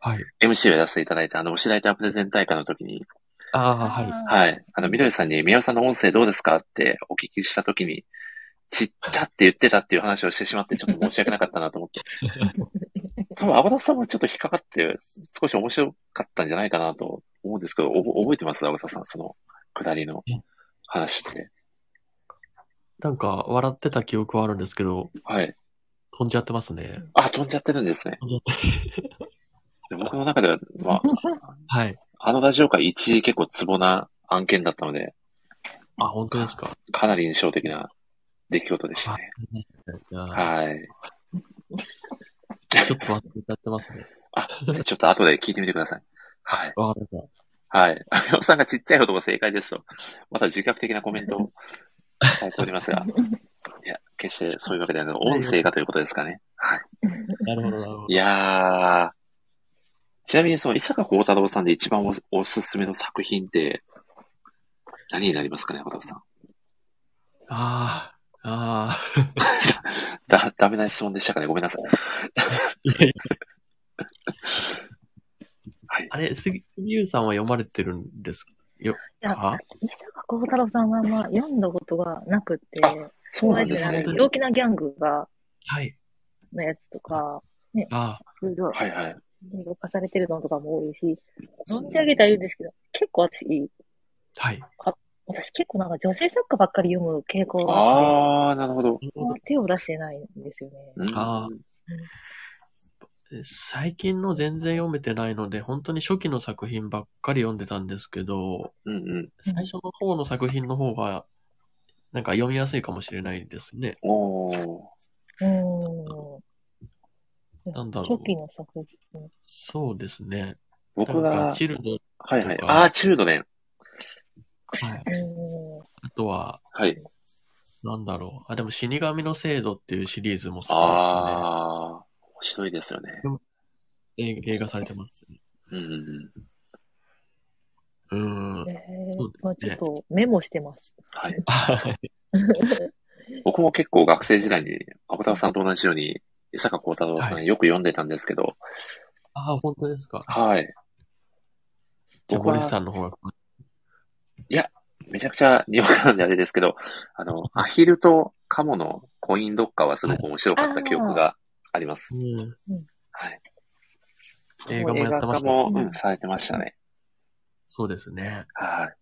はい。
MC をやらせていただいた、あの、おしらいタープレゼン大会の時に、
ああ、はい。
はい。あの、みどりさんに、宮尾さんの音声どうですかってお聞きしたときに、ちっちゃって言ってたっていう話をしてしまって、ちょっと申し訳なかったなと思って。 多分、アバタさんもちょっと引っかかって、少し面白かったんじゃないかなと思うんですけど、おぼ覚えてますアバタさん、その、下りの話って。
なんか、笑ってた記憶はあるんですけど、
はい。
飛んじゃってますね。
あ、飛んじゃってるんですね。
飛んじゃって。
で僕の中では、ま
はい。
あ、あのラジオ界一位結構ツボな案件だったので、
あ、本当ですか。
かなり印象的な出来事でしたね。
じゃあ
はい。
ちょっと忘れちゃってますね。
あ、じゃあちょっと後で聞いてみてください。はい。
わかりました。
はい。あみおさんがちっちゃい男正解ですと。また自覚的なコメントをされておりますが、いや、決してそういうわけではなく、音声がということですかね。はい。
なるほど、なるほど
い。やー。ちなみに、その、伊坂幸太郎さんで一番おおすすめの作品って、何になりますかね、小田さん。
ああ、ああ。
だ、ダメな質問でしたかね、ごめんなさい。はい。
あれ、杉杉浦さんは読まれてるんですよ
や
か
伊坂幸太郎さんはあんま読んだことがなくて、
あそうなんです
あ
ね
の。陽気なギャングが、
はい。
のやつとか、
あ
いろいろ
はいはい。
映像化されてるのとかも多いし、存じ上げたら言うんですけど、結構私、
あ、はい。
私結構なんか女性作家ばっかり読む傾向があって、
あー、なるほど。
なる
あん
ほ
ま
ど
手を出してないんですよね。
うん
あ最近の全然読めてないので、本当に初期の作品ばっかり読んでたんですけど、
うんうん。
最初の方の作品の方が、なんか読みやすいかもしれないですね。
おー。
うーん。
なんだろう
初期の作品。
そうですね。
僕
なん
が
か、チルド、
はいはい。
とか
あー、チルドレン。
はい、
う
あとは、
はい。
なんだろう。あ、でも死神の制度っていうシリーズも好きですか
あー、面白いですよね。
ね。え映画されてますね。
うんうんうん。
うーん
ーん。。えー
そう
まあちょっとメモしてます。
はい。
はい
僕も結構学生時代に、アボタワさんと同じように、伊坂幸太郎さ
は
んよく読んでたんですけど、
ああ、本当ですか。
はい。
じゃあ、
僕は
森さんの方が。
めちゃくちゃにわかなんであれですけど、あの、アヒルとカモのコインロッカーはすごく面白かった記憶があります。
うん。
はい。
映画もやってまし
映
た
画化も、
う
うんん、されてましたね。
そうですね。
はい。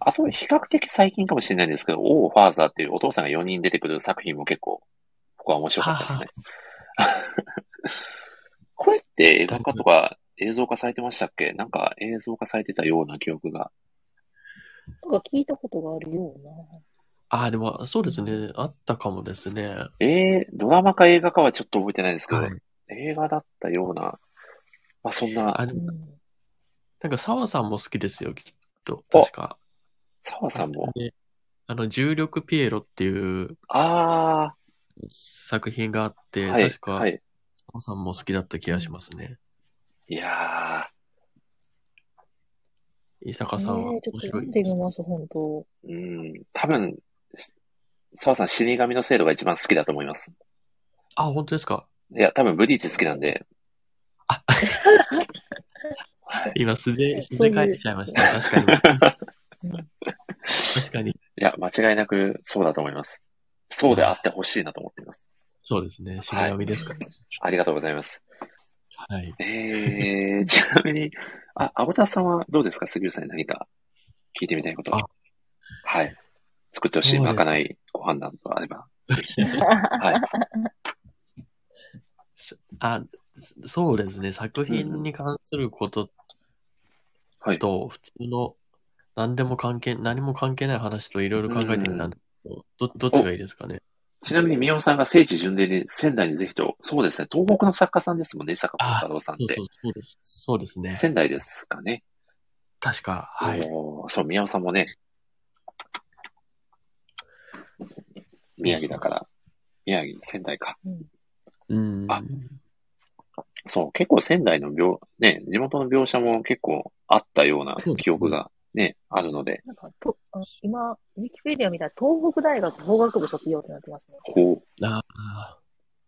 あと、比較的最近かもしれないんですけど、オー・ファーザーっていうお父さんが4人出てくる作品も結構、僕は面白かったですね。 これって映画化とか映像化されてましたっけなんか映像化されてたような記憶が。
なんか聞いたことがあるよう
ああ、でも、そうですね。あったかもですね。
えー、ドラマか映画かはちょっと覚えてないですけど、
はい。
映画だったような、まあそんな、
あでも
な。
なんか、澤さんも好きですよ、きっと。
お
確か。
澤さんも、
であの、重力ピエロっていう
あ
作品があっ
あ、
て、
はい
確、か、
は
澤
い。
さんも好きだった気がしますね。
いや
伊坂
うん。
さんは
え
面
ー、ちょっと
白
読ん
い
で
で
み
す。
ます、本当。
ー、うん、多分、澤さん死神の制度が一番好きだと思います。
あ、本当ですか。
いや、多分ブリーチ好きなんで、
今、素で、素
そうい
で
う
返しちゃいました。確かに。 確かに。
いや、間違いなくそうだと思います。そうであってほしいなと思っています。
そうですね。死神ですか。
ありがとうございます。
はい。
えー、ちなみに、あ、アボタさんはどうですか杉浦さんに何か聞いてみたいこと
あ
はい。作ってほしい
そう
ま
です
かないご飯などがあれば。 はい。
あ、そそうですね。作品に関すること
はい。
と、普通の何でも関係、何も関係ない話といろいろ考えてみたんですけど、ど、どっちがいいですかね。
ちなみに、みおさんが聖地巡礼に仙台にぜひと、そうですね、東北の作家さんですもんね、伊坂幸太郎さんっ
そう
て。
そう、そうです。そうですね。
仙台ですかね。
確か。はい。
おーそう、宮尾さんもね、宮城だから、宮城、仙台か。
うん。
あそう、結構仙台の描、ね、地元の描写も結構あったような記憶がね、あるので、
なんかとあ今、ウィキペディア見たら東北大学法学部卒業ってなってますね。
こう、
ああ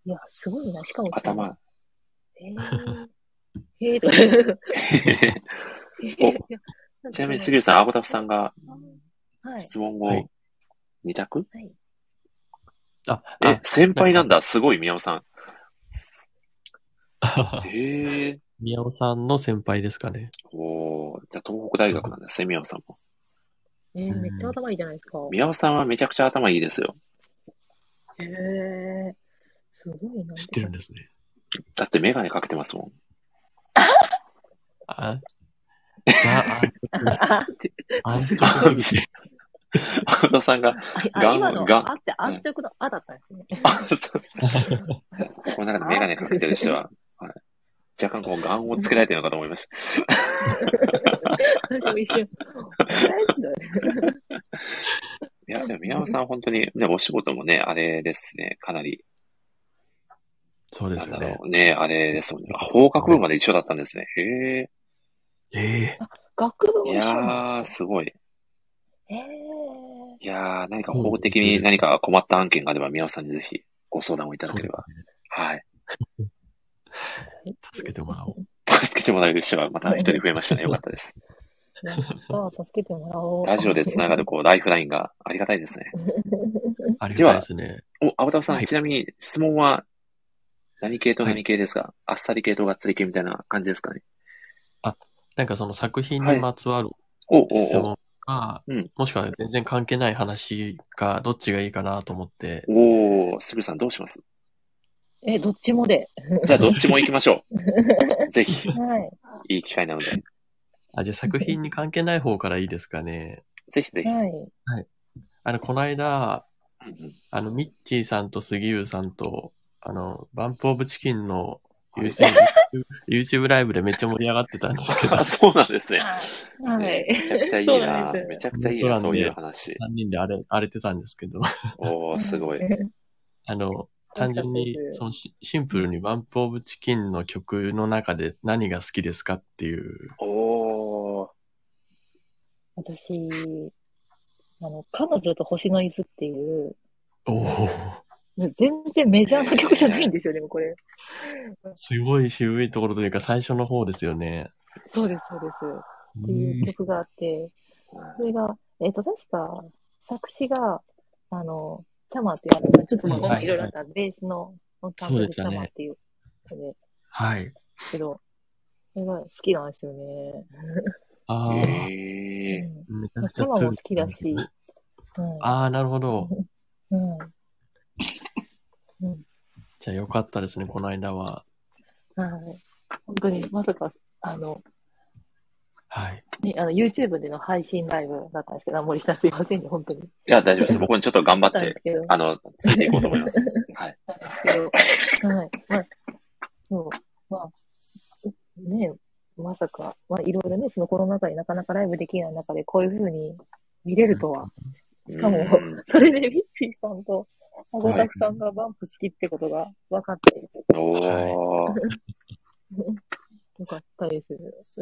いや、すごいな。しかも、
頭、
えー、えー、とか言う
お
いやんか
ちなみに杉浦さん、アゴタフさんが
はい。
質問
は
を
い
2択、
はい。
ー。あ、
え、先輩なんだ、すごい宮尾さん。
あ、
へえ。
宮尾さんの先輩ですかね。
おーじゃあ東北大学なんですね、宮尾さんも。
えー、めっちゃ頭いいじゃないですか。
宮尾さんはめちゃくちゃ頭いいですよ。
えー、すごいな。
知ってるんですね。
だってメガネかけてますも ん。
あ、あ、 あ、安直にして
アゴタさんが、
あ
ガン
今の、
ガン
あって安直のあだったんですね。
そうこの中でメガネかけてる人は、はい、若干こう、眼をつけられてるのかと思いました。
私も一瞬。
いや、でも宮本さん本当に、ね、お仕事もね、あれですね、かなり。
そうで
な
す
ん
よ
だ
ね
ろ。うね、あれですもんね。あ法学部まで一緒だったんですね。へえ。
ええ
学部 も
い
一緒なの
やー、すごい。
ええ
いやー、何か法的に何か困った案件があれば、宮本さんにぜひご相談をいただければ。はい。
助けてもらおう。
助けてもらえる人がまた一人増えましたね。よかったです。
なんか助けてもらおう。
ラジオで繋がるこう、ライフラインがありがたいですね。
ありがたいですね。
お、青田さん、
はい
ちなみに質問は何系と何系ですか、あっさり系とがっつり系みたいな感じですかね
なんかその作品にまつわる
お、
質
お、お、
問か、
うん
もしくは全然関係ない話か、どっちがいいかなと思って、
おー、すぐるさんどうします
え、どっちもで。
じゃあどっちも行きましょ う。ぜひ、
はい。
いい機会なので。
あ、じゃあ作品に関係ない方からいいですかね。
ぜひぜひ。
はい。
あの、この間、
うんうん
あの、ミッチーさんと杉浦さんと、あの、バンプオブチキンの YouTube, YouTube ライブでめっちゃ盛り上がってたんですけど、
あ、
3
そうなんですね。
はい。
めちゃくちゃいい
そう
な。
なんです
めちゃくちゃいいな、そういう話。
人で荒れ荒れてたんですけど、
おー、すごい。
あの、単純に
楽しかったです
そのシシンプルにバンプオブチキンの曲の中で何が好きですかっていう、
おー、
私、あの、彼女と星の伊豆っていう、
おお
全然メジャーな曲じゃないんですよ、でもこれ。
すごい渋いところというか最初の方ですよね。
そうです、そうです。っていう曲があって、それが、えっ、と、確か、作詞が、あの、チャマっていう、あのちょっとまあ
うんはいはい
いろいろあった、ベースの、の担
そ
当
うで
で
し
チ
たね
ャマっていう、ね、
はい。
けど、それが好きなんですよね。
ああ、
えー、
めちゃ
うん。
くち
チ
ゃ
ャマ
ツー
も好きだし、う
ああ、なるほど。
ん。うん。うん。
じゃあよかったですね、この間は。
はい。本当に、まさか、あの、
はい。
ね、あの、YouTube での配信ライブだったんですけど、あ森下すいませんね、本当に。
いや、大丈夫です。僕もちょっと頑張っ
だったんで
て
す、けど。
あの、ついていこうと思います。はい。
けど、はい。まあ、そう、まあ、ねまさか、まあ、いろいろね、そのコロナ禍でなかなかライブできない中で、こういうふうに見れるとは。しかも
うん、
それでミッチーさんと、ごたくさんがバンプ好きってことが分かって、
おー、
よかったです。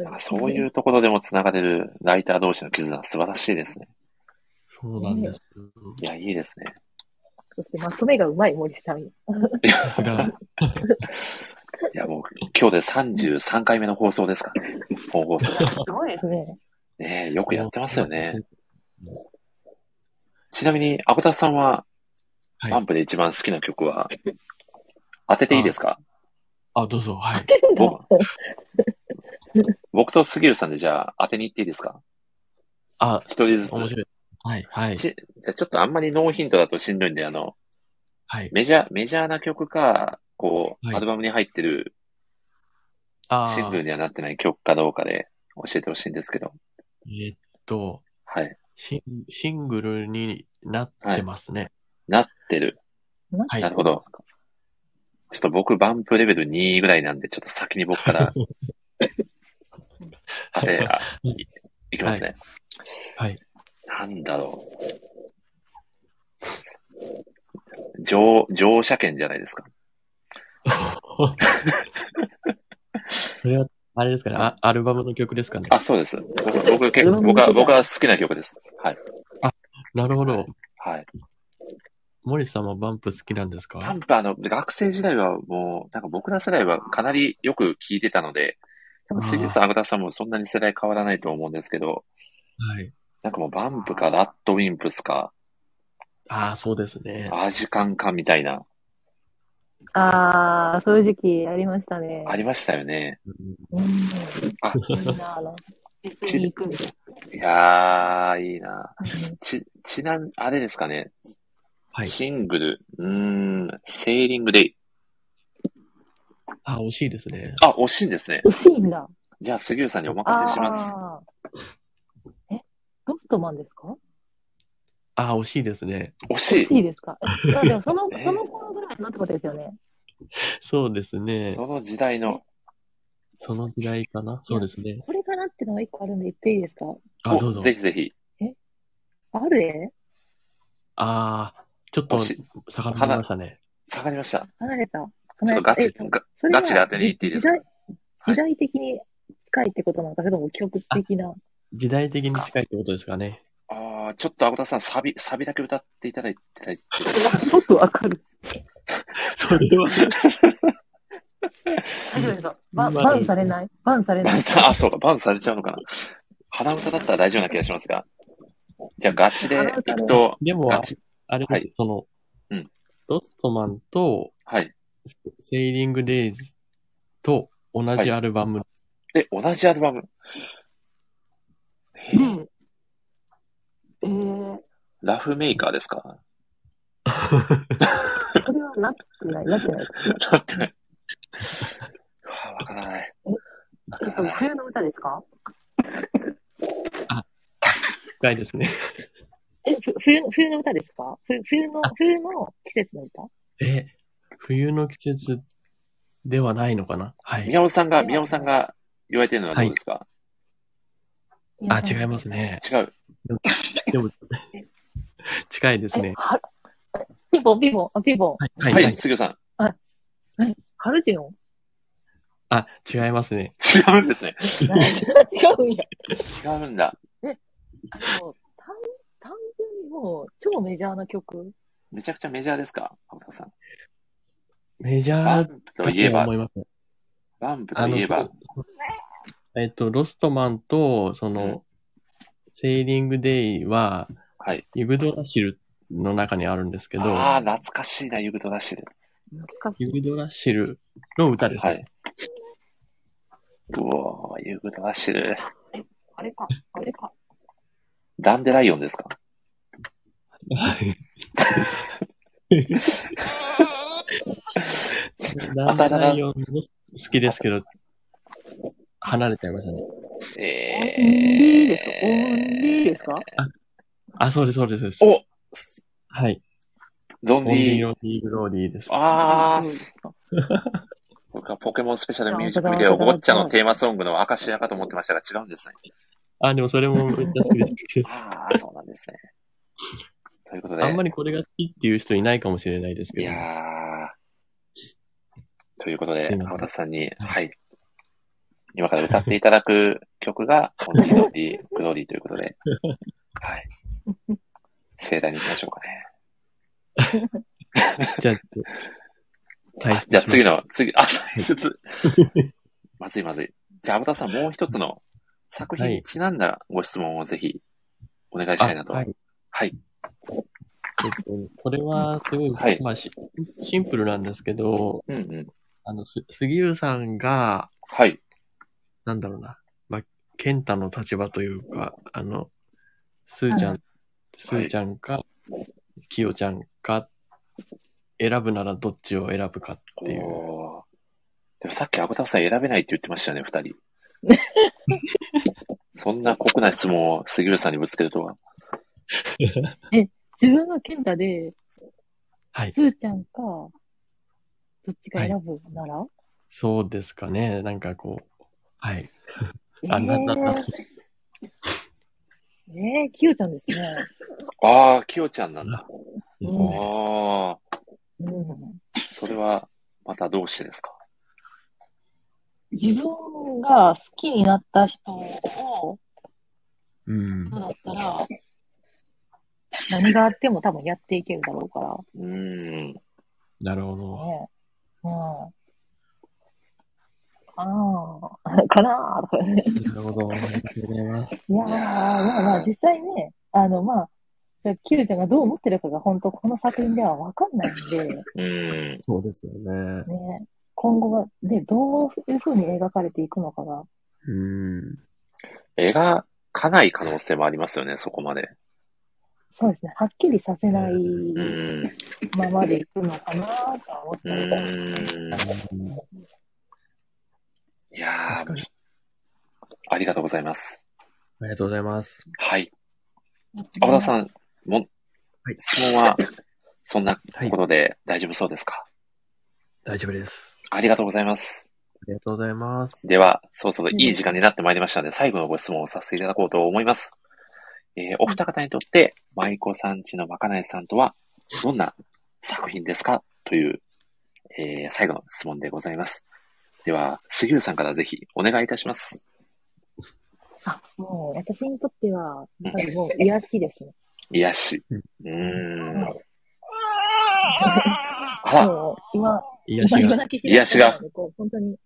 あそういうところでも繋がれるライター同士の絆、素晴らしいですね。
そうなんです。
いや、いい ですね。
そしてまとめがうまい森さん。
さすが。
いや、もう、今日で33回目の放送ですからね。本放送。
すごいですね。
ねえよくやってますよね。。ちなみに、アコタスさんは、
はい
バンプで一番好きな曲は、当てていいですか
あ、どうぞ。はい。
僕僕と杉浦さんでじゃあ当てに行っていいですか
あ、
一人ずつ。
面白い。はい。はい。
ちじゃあちょっとあんまりノーヒントだとしんどいんで、あの、
はい。
メジャー、メジャーな曲か、こう、
はい
アルバムに入ってる
あ
シングル
ー
にはなってない曲かどうかで教えてほしいんですけど。
えっと、
はい。
シンシングルになってますね。
なってる。
はい
なるほど。ちょっと僕、バンプレベル2位ぐらいなんで、ちょっと先に僕 から、当て、あいいきますね。
はい。
なんだろう。乗、乗車券じゃないですか。
それは、あれですかね。あアルバムの曲ですかね。
あ、そうです。僕、僕、結構僕は、僕は好きな曲です。はい。
なるほど。
はい。
森さんもバンプ好きなんです
バ
か
ンプ、あの、学生時代はもう、なんか僕ら世代はかなりよく聴いてたので、多分杉浦さん、アグタさんもそんなに世代変わらないと思うんですけど、
はい。
なんかもうバンプかラッドウィンプスか、
ああ、そうですね。
アージカンかみたいな、
ああ、そういう時期ありましたね。
ありましたよね。
う
うん
ん。
あ
いいなぁな。
ち
行くみたい
いやー、いいな。
な。
ち、ちなみ、あれですかね。
はい
シングル、うーん、セーリングデイ。
あー惜しいですね。
あ、惜しいんですね。
薄いんだ。
じゃあ、杉浦さんにお任せします。
ああ。え、ロストマンですか
ああ、惜しいですね。
惜しい。
いいですか。あでもその
えー
その頃ぐらいのってことですよね。
そうですね。
その時代の、
その時代かなそうですね。
これかなってのが一個あるんで言っていいですか
あ、
お
どうぞ。
ぜひぜひ。
ある絵
ああ、ちょっと
おし
下がりましたね。
下がりました。
離れた。
ち
離
ょっと
れた
ガチ、
え
ガ
それは
ガチで当てに行っていいですか
時代時代的に近いってことなのか、それとも記憶的な。
時代的に近いってことですかね。
ああ、ちょっとアゴタさん、サビ、サビだけ歌っていただいて大丈夫ですか
ちょっとわかる。
それは、
大丈夫ですかババンされないバンさ れ
バ
な
ン
い
さん、あ、そうか、バンされちゃうのかな。鼻歌だったら大丈夫な気がしますが。じゃあ、ガチで
鼻
い
歌ね
くと、
でも、
ガ
あ
チ、
あれ、
はい
その、
うん
ロストマンと、
はい。
セーリングデイズと同じアルバム。
で、同じアルバム。
ねえ。えー、
ラフメーカーですか
これはなってない、なってない。
だってね。うわわからない。わ
え
か
っと
らない。
冬の歌ですか
深いですね。
え、ふ冬の、冬の歌ですかふ冬の
あ、
冬の季節の歌
え、冬の季節ではないのかなはい。
宮本さんが、宮本さんが言われてるのはどうですか、
あ、違いますね。
違う。
でも、近いです
え
ね、。
は、ピンポン、ピンポン、あ、ピンポン。
はい、
は、
はい、はいい。
杉尾さん。
ハルジ ュン
あ、違いますね。
違うんですね。
違うん や。
違うんだ。
あの、単、単純にもう、超メジャーな曲。
めちゃくちゃメジャーですかアゴタさん。
メジ
バ
ャ
ン
ー
プと
だ
いえ
とは
ば
思、います。
バンプ
あ
と
の、
いえば
そ、うえっと、ロストマンと、その、
うん
セーリングデイは、
はい。
イグドラシルの中にあるんですけど、
ああ、懐かしいな、ユグドラシル。
懐かし
イ
い。
グドラシルの歌 ですね。
はい。うおー、ユグドラシル。
あれか、あれか。
ダンデライオンですか
ダンデライオンも好きですけど、離れちゃいましたね。
え
オンリーですかオンリー
ー
で。すか
あ、そうです、そうです。そうです
お
はい。
ロン
オンリ
リ
ー
ー。
ロンリーグローディーです。
ああ、
そう
僕はポケモンスペシャルミュージッ
あ
ク
本当
ビデ
だ
オ、
本当
ゴ
だ
ッチャのテーマソングの証やかと思ってましたが、違うんですね。
あ、でもそれもめっちゃ好 きです。
ああ、そうなんですね。ということで、
あんまりこれが好きっていう人いないかもしれないです
い
けど
や
ね、
ー。ということ
す
で
い、ません
青田さんに、
はい
はい。今から歌っていただく曲が、オンリーロンリー、グローリーということ で、はい。盛大に行きましょうかね。
じゃあ、退
あじゃあ
出し
次の、次、あ、退出。 まずいまずい。じゃあ、アボタさん、もう一つの作品にちなんだご質問をぜひお願い
ま
し
す
たいなと。
あ
は
はいい。。えっと、これは、すごい、
はい
まあし、シンプルなんですけど、
うんうん。
あの、す杉浦さんが、
はい。
なんだろうな、まあ、健太の立場というか、あの、すーちゃん、すーちゃんか、きよちゃんか、選ぶならどっちを選ぶかっ
お
て
ー
いう。
でもさっきアボタさん選べないって言ってましたよね、二 人。そんな酷な質問を杉浦さんにぶつけるとは。
自分が健太で、
はい
す。ーちゃんか、どっちか選ぶなら、
そうですかね。なんかこう、はい。
え
あななな
えー、えー、きよちゃんですね。
ああ、きよちゃんなんだ。
です
あ
ね。
あ、
うん、
それは、またどうしてですか
自分が好きになった人を、
うん
どう。だったら、何があっても多分やっていけるだろうから。
うーん。
なるほど。
ねえ。うん。かなあかなあとかね
なるほど。ありがとうございます。
いやー、
いやー
まあまあ、実際ね、あの、まあ、じゃあキューちゃんがどう思ってるかが本当この作品ではわかんないんで、ね、
うーん。
そうですよね。
今後は、で、どういう風に描かれていくのかが。
うん。
描かない可能性もありますよね、そこまで。
そうですね。はっきりさせないう
ーん。
ままでいくのかなとは思
う
ったり
ーん。いやー
確か、に。
ありがとうございます。
ありがとうございます。
はい。青田さん、も、
はい
質問 は、そんなところで大丈夫そうですか、
大丈夫です。
ありがとうございます。
りがとうございます。
では、そろそろいい時間になってまいりましたので、最後のご質問をさせていただこうと思います。えーお二方にとって、舞妓さんちのまかないさんとは、どんな作品ですかという、えー最後の質問でございます。では、杉浦さんからぜひお願いいたします。
あ、もう私にとっては、多分もう癒しですね。
癒し。うーん。あら、
もう今、
癒
今
し
今
が。
だけ
癒しが
開いてるので。こう本当に、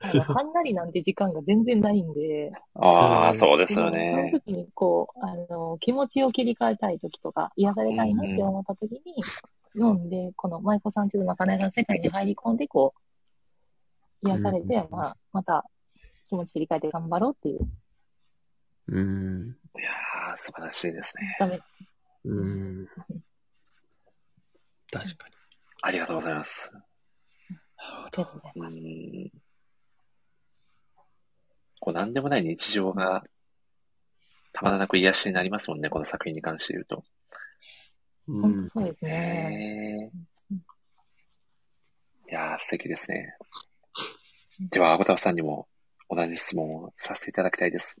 あ の、はんなりなんて時間が全然ないんで、
ああ、そうで
です
よ
もその
ね。
時にこう、あの、気持ちを切り替えたい時とか、癒されたいなって思った時に、読んで、この舞妓さんちのまかないの世界に入り込んで、こう、癒されて、
うん
まあ、また気持ち切り替えて頑張ろうっていう、
うん。
いやー、素晴らしいですね。
ダメ、
うん。確かに。
ありがとうございます。
なるほ
ありがとうございます。
うーんこう、なんでもない日常が、たまらなく癒しになりますもんね、この作品に関して言うと。
ど。う
本当
ん。
そうですね。
へ
う
ーいやー、素敵ですね。では、アゴタフさんにも同じ質問をさせていただきたいです。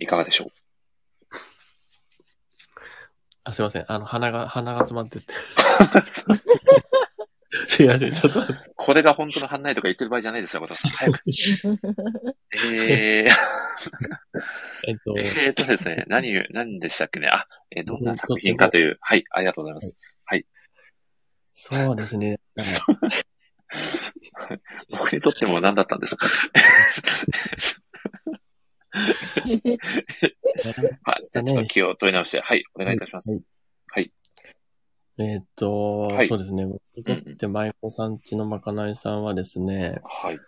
いかがでし ょう
あ、すいません。あの、鼻が、鼻が詰まってて。 すいません。ちょっと待って。
これが本当の反内とか言ってる場合じゃないですよ、アゴタフさん。早く。 えー、
えっと、
えーとですね、何、何でしたっけね。あ、えーどんな作品かという。はい、ありがとうございます。
そうですね。
僕にとっても何だったんです かはい。じゃあちょっと気を取り直して、はい、お願いいたします。はい。
えっと、
はい
そうですね。僕にとって、舞妓さんちのまかないさんはですね、
はい。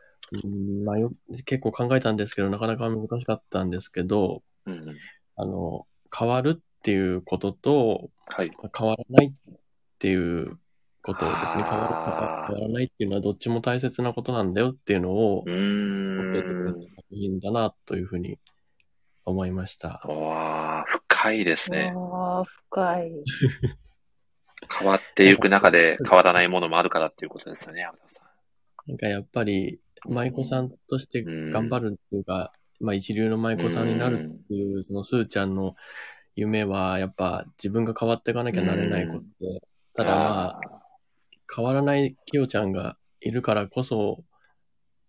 うんまあ、よ結構考えたんですけど、なかなか難しかったんですけど、
うんうん。
あの、変わるっていうことと、
はい。
まあ変わらないっていうことですね。変
あ
わ
ー
る変わらないっていうのはどっちも大切なことなんだよっていうのを
う、
教えてくれ
ー
た
ん
作。品だなというふうに思いました。
うわあ、深いですね。
わあ、深い。
変わっていく中で変わらないものもあるからっていうことですよね、山田さ
なんかやっぱり、舞妓さんとして頑張るっていうか、まあ一流の舞
ん。
妓さんになるっていう、そのすーちゃんの夢は、やっぱ自分が変わっていかなきゃなれないことで、ただまあ、
あ
変わらないきよちゃんがいるからこそ、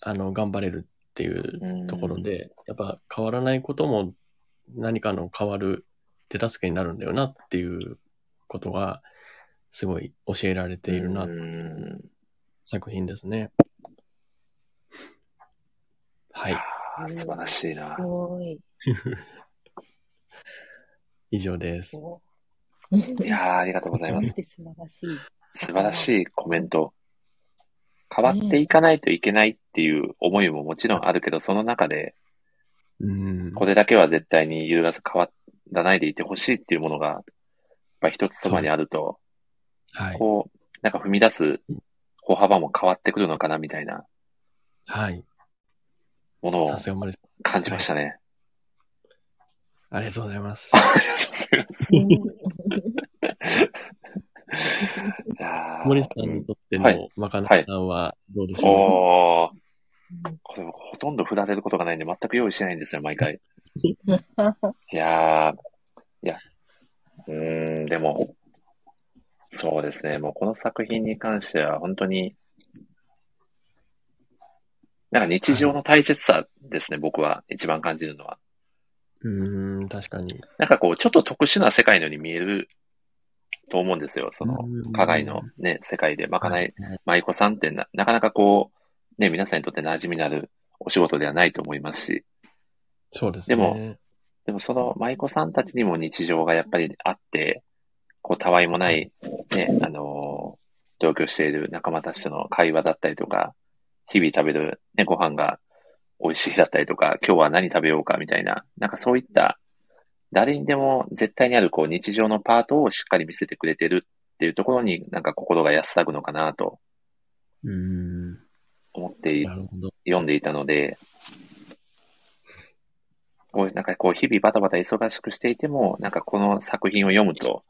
あの、頑張れるっていうところで、やっぱ変わらないことも何かの変わる手助けになるんだよなっていうことが、すごい教えられているな、
うーん
作品ですね。はいい
や。ー素晴らしいな
す。ごい。
以上です。
お
いやーありがとうございます。
て素晴らしい。
素晴らしいコメント。変わっていかないといけないっていう思いももちろんあるけど、その中で、
うん。
これだけは絶対に揺るがず変わらないでいてほしいっていうものが、やっぱ一つそばにあると、
はい。
こう、なんか踏み出す歩幅も変わってくるのかなみたいな
はい。
ものを
さすがマリさん。
感じましたね。
ありがとうござい ます。
ありがとうございますいやー
森さんにとって
は
の
い
まかないさんはどうでしょ
おー。これほとんど振られることがないんで、全く用意してないんですよ、毎 回。いやー、いや、うーん、でも、そうですね、もうこの作品に関しては本当に、なんか日常の大切さですね、僕は一番感じるのは。
う。うーん、確かに。
なんかこう、ちょっと特殊な世界のように見えると思うんですよ、その
うん、
加害のね、世界でまかない、
はい
舞妓さんってな、なかなかこう、ね、皆さんにとって馴染みのあるお仕事ではないと思いますし、
そうです
で
ね。
もでもその舞妓さんたちにも日常がやっぱりあって、こう、たわいもない、ね、あのー同居している仲間たちとの会話だったりとか、日々食べる、ね、ご飯が美味しいだったりとか、今日は何食べようかみたいな、なんかそういった、誰にでも絶対にあるこう日常のパートをしっかり見せてくれてるっていうところになんか心が安らぐのかなと
うーん。
思ってい
なるほど。
読んでいたので、こうなんかこう、日々バタバタ忙しくしていても、なんかこの作品を読むと、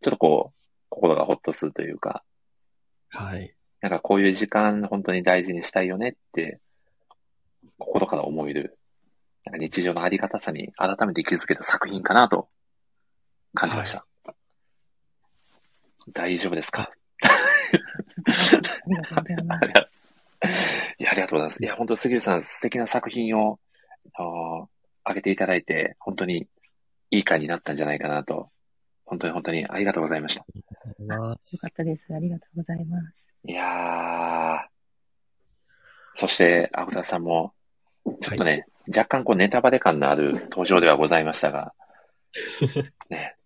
ちょっとこう、心がほっとするというか、
はい。
なんかこういう時間本当に大事にしたいよねって、心から思える、なんか日常のありがたさに改めて気づけた作品かなと感じました。大丈夫ですか
りがとうございます。
いや、ありがとうございます。いや、本当杉浦さん、素敵な作品を、あのー、上げていただいて、本当にいい回になったんじゃないかなと、本当に本当にありがとうございました。
よかったです。ありがとうございます。
いやー。そして、アブサさんも、ちょっとね、若干こうネタバレ感のある登場ではございましたが、ね、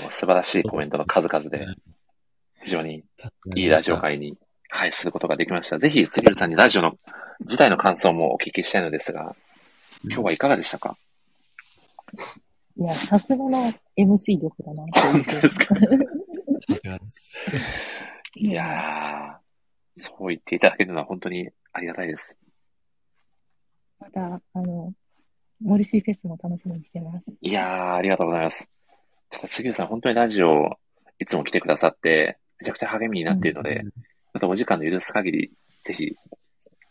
もう素晴らしいコメントの数々で、非常にいいラジオ会に、はい、することができました。ぜひ、杉浦さんにラジオの自体の感想もお聞きしたいのですが、今日はいかがでしたか
いや、さすがの MC 力だな。本当ですか
さすがです。
いやー、そう言っていただけるのは本当にありがたいです。
また、あの、モリシーフェスも楽しみにしてます。
いやー、ありがとうございます。ちょっと杉浦さん、本当にラジオ、いつも来てくださって、めちゃくちゃ励みになっているので、またお時間の許す限り、ぜひ、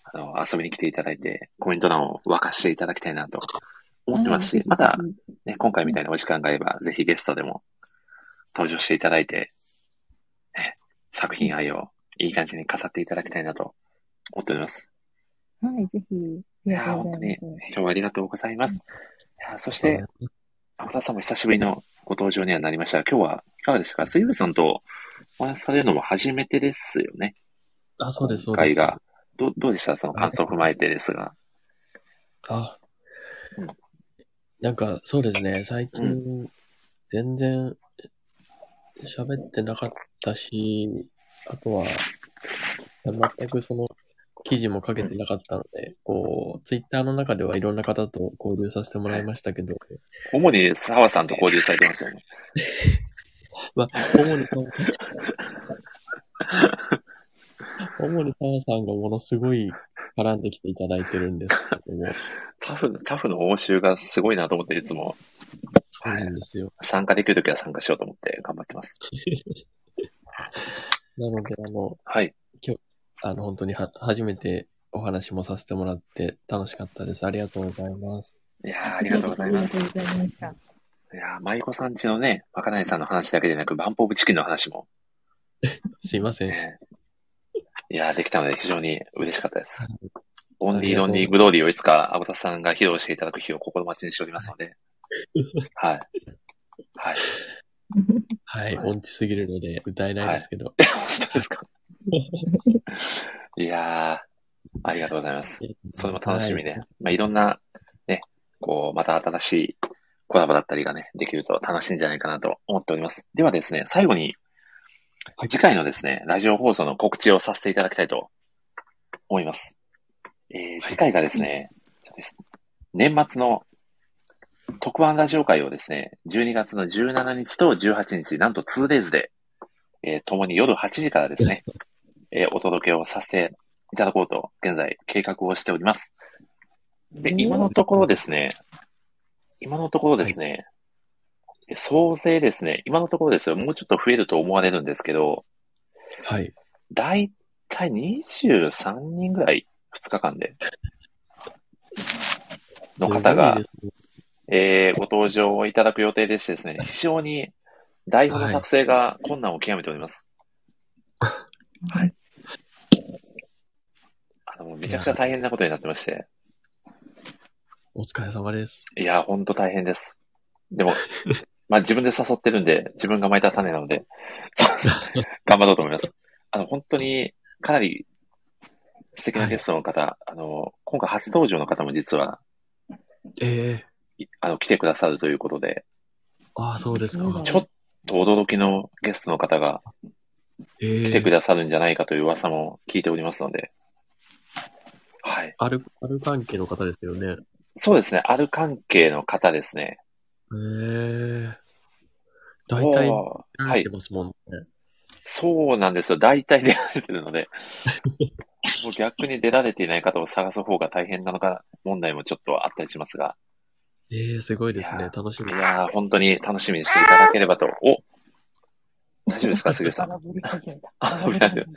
あの、遊びに来ていただいて、コメント欄を沸かしていただきたいなと思ってますし、また、ね、今回みたいなお時間があれば、ぜひゲストでも登場していただいて、ね作品愛をいい感じに語っていただきたいなと思っております。
はい、ぜひ、ありがとうございます。
今日はありがとうございます。いやーそして、青田さんも久しぶりのご登場にはなりましたが、今日はいかがですか杉浦さんとお話しされるのも初めてですよね。
あ、そうです、そ
今
う
回
です。
が。どうどうでしたその感想を踏まえてですが。
あ
うん、
なんか、そうですね、最近、全然、喋ってなかったし、あとは、全くその、記事も書けてなかったので、こう、ツイッターの中ではいろんな方と交流させてもらいましたけど、
主に澤さんと交流されてますよね。
まあ、主に、主に澤さんがものすごい絡んできていただいてるんですけども、
タフ、タフの応酬がすごいなと思って、いつも
そうなんですよ。
参加できるときは参加しようと思って頑張ってます。
なので、あの、
はい。
あの、本当には、初めてお話もさせてもらって楽しかったです。ありがとうございます。
いやーありがとうございます。
あ
い
りがとうございました。
やー舞妓さんちのね、若菜さんの話だけでなく、バンポーブチキンの話も、
すいません。
ね、いやーできたので非常に嬉しかったです。オ
い
ンリーロンリーグローリーをいつか、アボタさんが披露していただく日を心待ちにしておりますので。はい。はい。
はい、音痴すぎるので歌えないですけど。
本当ですか いやー、ありがとうございます。それも楽しみ
は
ね
い。
まあ、いろんな、ね、こう、また新しいコラボだったりがね、できると楽しいんじゃないかなと思っております。ではですね、最後に、
はい
次回のですね、ラジオ放送の告知をさせていただきたいと思います。えー、次回がですね、ちょっとです年末の特番ラジオ会をですね、12月の17日と18日、なんと 2days で、えー、共に夜8時からですね、えーお届けをさせていただこうと、現在計画をしております。で、今のところですね、今のところですね、え総勢ですね、今のところですよ、もうちょっと増えると思われるんですけど、
はい。
だいたい23人ぐらい、2日間で、の方が、
すごいですね
えーご登場いただく予定でして ですね、非常に台本の作成が困難を極めております。はい。あの、めちゃくちゃ大変なことになってまして、
お疲れ様です。
いや、ほんと大変です。でも、まあ自分で誘ってるんで、自分が巻いた種なの で、頑張ろうと思います。あの、本当にかなり素敵なゲストの方、あの、今回初登場の方も実は、
ええ
いあの、来てくださるということで、
ああ、そうですか。
うん
ちょっと驚きのゲストの方が
ええ
来てくださるんじゃないかという噂も聞いておりますので、はい。
アル、アル関係の方ですよね。え
そうですね、ある関係の方ですね。
え大体、
おーは
はいて。ますもんね。
そうなんですよ。大体出られてるので、もう逆に出られていない方を探す方が大変なのか、問題もちょっとあったりしますが、
ええすごいです
い
ね
や。
楽し
い
み。
やー、本当に楽しみにしていた だければと。お大丈夫ですか、杉浦さん。
ぶり始めた。
あぶり始めたい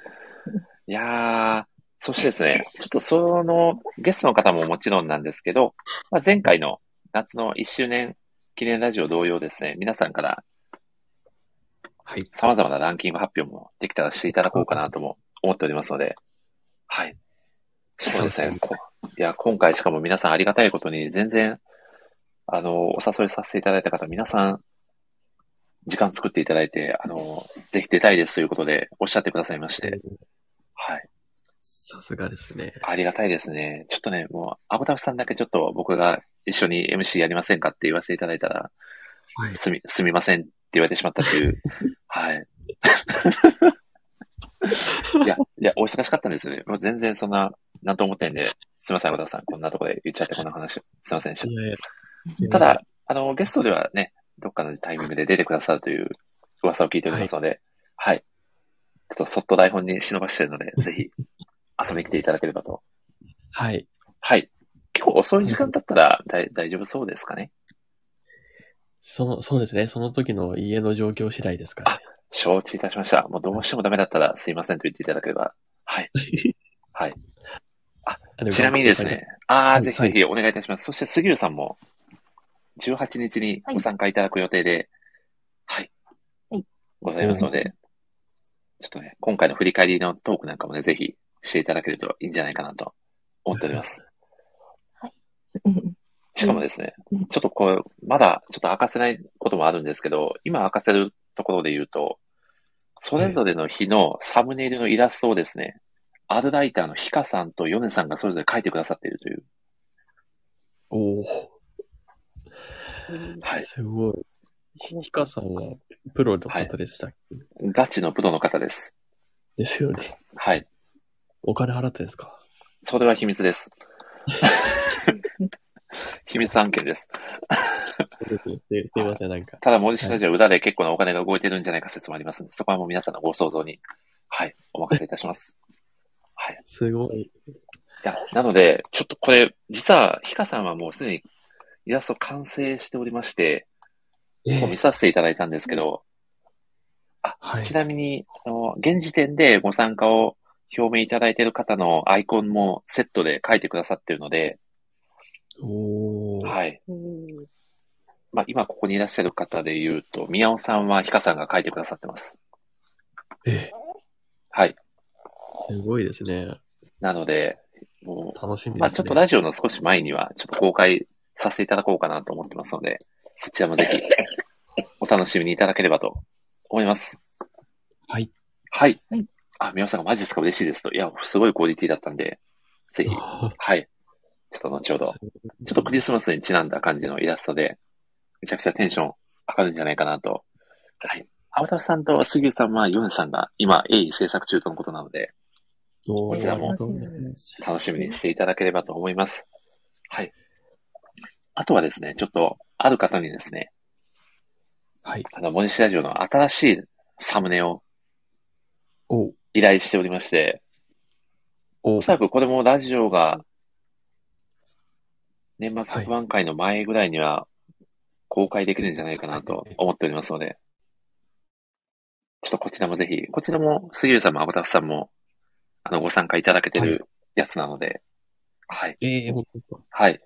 やー、そしてですね、ちょっとそのゲストの方ももちろんなんですけど、まあ、前回の夏の1周年記念ラジオ同様ですね、皆さんから
はい。
様々なランキング発表もできたらしていただこうかなとも思っておりますので、はい。そうですね。
そうですね
こいや、今回しかも皆さんありがたいことに、全然、あの、お誘いさせていただいた方、皆さん、時間作っていただいて、あの、ぜひ出たいですということで、おっしゃってくださいまして、はい。
さすがですね。
ありがたいですね。ちょっとね、もう、アボタフさんだけちょっと僕が一緒に MC やりませんかって言わせていただいたら、
はい。
すみ、すみませんって言われてしまったと いう。はい。いや、いや、お忙しかったんですよね。もう全然そんな、なんとも思ってないんで、すみません、小田さん。こんなとこで言っちゃってこんな話、すみませんでし
いやいや
た。ただ、あの、ゲストではね、どっかのタイミングで出てくださるという噂を聞いておりますので、はい。ちょっとそっと台本に忍ばしてるの で、ぜひ遊びに来ていただければと。
はい。
はい。結構遅い時間だったら大大丈夫そうですかね。
その、そうですね。その時の家の状況次第ですから、ね。
承知いたしました。もうどうしてもダメだったらすいませんと言っていただければ。はい。はい。
あでも
ちなみにですね。、あ
は
あ、
い
ぜひぜひお願いいたします。そして杉浦さんも、18日にご参加いただく予定で、はい。
はい
ございますので、ちょっとね、今回の振り返りのトークなんかもね、ぜひしていただけるといいんじゃないかなと思っております。
うん
しかもですね
うん、
ちょっとこう、まだちょっと明かせないこともあるんですけど、今明かせるところで言うと、それぞれの日のサムネイルのイラストをですね、アルライターのヒカさんとヨネさんがそれぞれ書いてくださっているという。
おお、
はい。
すごい。ひひかさんはプロの方でした、
ガチのプロの方です。
ですよね。
はい。
お金払ってですか
それは秘密 です。秘密案件です。
そうですね。すすいません、なんか。
ただ、森下じゃ裏で結構なお金が動いてるんじゃないか説もありますので、そこはもう皆さんのご想像に、はい、お任せいたします。はい。
すごい。
いや、なので、ちょっとこれ、実は、ヒカさんはもうすでにイラスト完成しておりまして、
え
もう見
え
させていただいたんですけど、
はい。
ちなみに、あの現時点でご参加を表明いただいている方のアイコンもセットで書いてくださっているので、
おお、
はい。
うん
まあ、今ここにいらっしゃる方で言うと、宮尾さんはヒカさんが書いてくださってます。
ええ
はい。
すごいですね。
なので、も
楽し
う、
みですね。
まあ、ちょっと ラジオの少し前には、ちょっと公開させていただこうかなと思ってますので、そちらもぜ ひ、お楽しみにいただければと思います。
はい。
はい。
はい
あ、宮尾さんがマジですか嬉しいですと。いや、すごいクオリティだったんで、ぜひ、はい。ちょっと後ほど、ちょっとクリスマスにちなんだ感じのイラストで、めちゃくちゃテンション上がるんじゃないかなと。はい。アバタフさんと杉浦さんはヨネさんが今、鋭意制作中とのことなので、
おー
こちらも
ありがとうございます
楽しみにしていただければと思います。はい。あとはですね、ちょっと、ある方にですね、
はい。
あの、モニシラジオの新しいサムネを
おう
依頼しておりまして、
お
お
う
そらくこれもラジオが、年末不安会の前ぐらいには公開できるんじゃないかなと思っておりますので、ちょっとこちらもぜひ、こちらも杉浦さんもアボタフさんも、あの、ご参加いただけてるやつなので、はい。
ええ本当ですか
はい。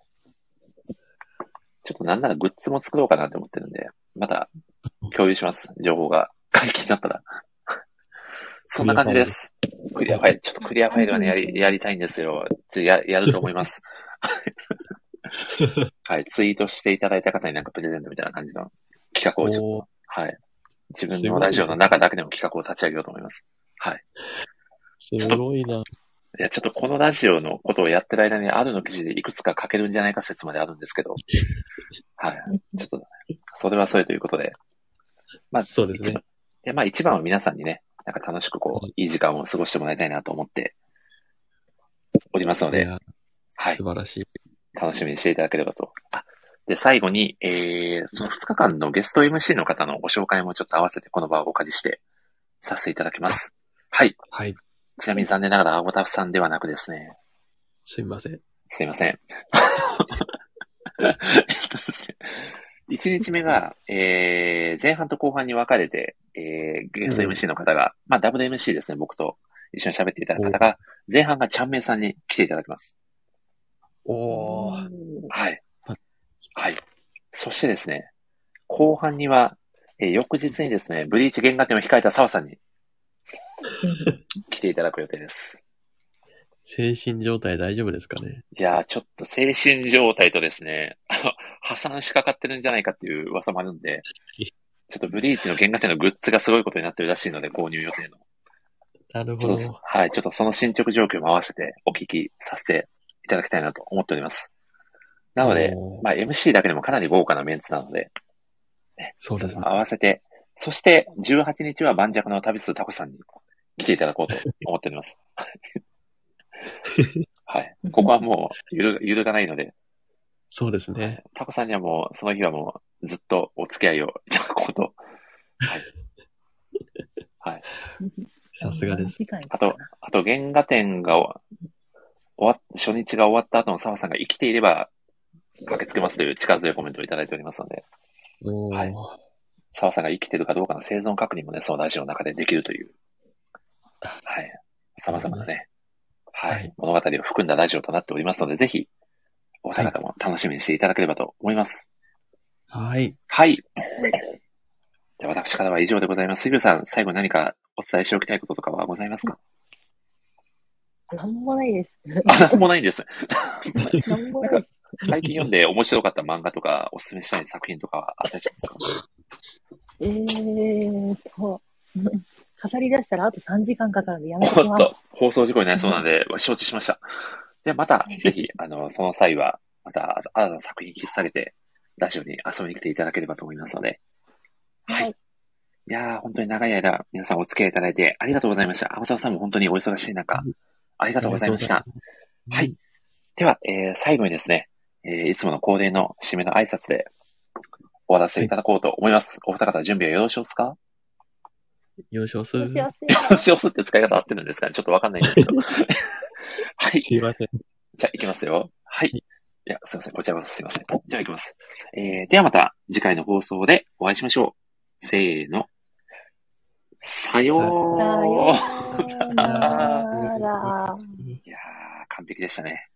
ちょっとなんならグッズも作ろうかなって思ってるんで、また共有します。情報が 解禁になったら。そんな感じです。クリアファイル、ちょっとクリアファイルはね、やり、やりたいんですよ。ついや、やると思います。はい、ツイートしていただいた方になんかプレゼントみたいな感じの企画をちょっ
おー
と、はい。自分のラジオの中だけでも企画を立ち上げようと思います。はい。
すごいな。
いや、ちょっとこのラジオのことをやってる間に、あるの記事でいくつか書けるんじゃないか説まであるんですけど、はい。ちょっと、それはそれということで、まあ
そうですね。
で、まあ一番は皆さんにね、なんか楽しくこう、いい時間を過ごしてもらいたいなと思っておりますの
い
で、
や
はい
素。晴らしい。
楽しみにしていただければと。あ、で、最後に、えー、その2日間のゲスト MC の方のご紹介もちょっと合わせてこの場をお借りしてさせていただきます。はい。
はい。
ちなみに残念ながら、アボタフさんではなくですね、
すみません。
すいません。一日目が、えー、前半と後半に分かれて、えー、ゲスト MC の方が、まあ、ダブル MC ですね、僕と一緒に喋っていただく方が、前半がちゃんめいさんに来ていただきます。
おー。
はい
は。
はい。そしてですね、後半には、えー翌日にですね、ブリーチ原画展を控えた澤さんに、来ていただく予定です。
精神状態大丈夫ですかね
いやー、ちょっと精神状態とですね、あの、破産しかかってるんじゃないかっていう噂もあるんで、ちょっとブリーチの原画展のグッズがすごいことになってるらしいので、購入予定の。
なる
ち
ほ
ょっと
ど。
はい、ちょっとその進捗状況も合わせてお聞きさせていただきたいなと思っております。なので、
おー
まあ MC だけでもかなり豪華なメンツなので、
そうですね。
合わせて、そして18日は盤石の旅するタコさんに来ていただこうと思っており ます。はい。ここはもう揺る揺るがないので、
そうですね。
タコさんにはもうその日はもうずっとお付き合いをいただくこと。
さすがです。。
あと、あと原画展が終わ、初日が終わった後の澤さんが生きていれば駆けつけますという力強いコメントをいただいておりますので、
おー。
はい澤さんが生きているかどうかの生存確認もね、そのラジオの中でできるという、はい。様々なね、はい、
はい
物語を含んだラジオとなっておりますので、ぜひ、お二方も楽しみにしていただければと思います。
はい。
はい。で私からは以上でございます。杉浦さん、最後に何かお伝えしておきたいこととかはございますか
なんもない です。
あ、なんもないんです。
なんもないです。
最近読んで面白かった漫画とか、おすすめしたい作品とかはあったりしますか
えーと、うん語り出したらあと3時間かかるんで やめとき
おっ
ます。
と、放送事故になりそうなので、承知しました。で、また、ぜひ、あの、その際は、また、新たな作品引き下げて、ラジオに遊びに来ていただければと思いますので。
はい。
いやー、本当に長い間、皆さんお付き合いいただいてありがとうございました。天沢さんも本当にお忙しい中、ありがとうございました。
ありがとうございます。
では、えー最後にですね、えーいつもの恒例の締めの挨拶で終わらせていただこうと思います。お二方、準備はよろしいですか
よろしおす。
お幸せに
よろしおすって使い方合ってるんですかねちょっとわかんないんです けど。はい。
すいません。
じゃあ、行きますよ。はい。いや、すいません。こちらこそすいません。では、行きます。えー、ではまた次回の放送でお会いしましょう。せーの。さよう
さようなら。
いやー、完璧でしたね。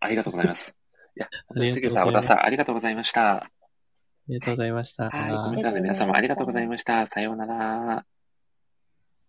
ありがとうございます。いや、
ありが
杉
とう
浦
ご
さん、和
ざいま
田
す。あ
さん、ありがとうございました。
りがとうございました。
はい、コメン
い
ト欄の皆様ありがとうございました。さようなら。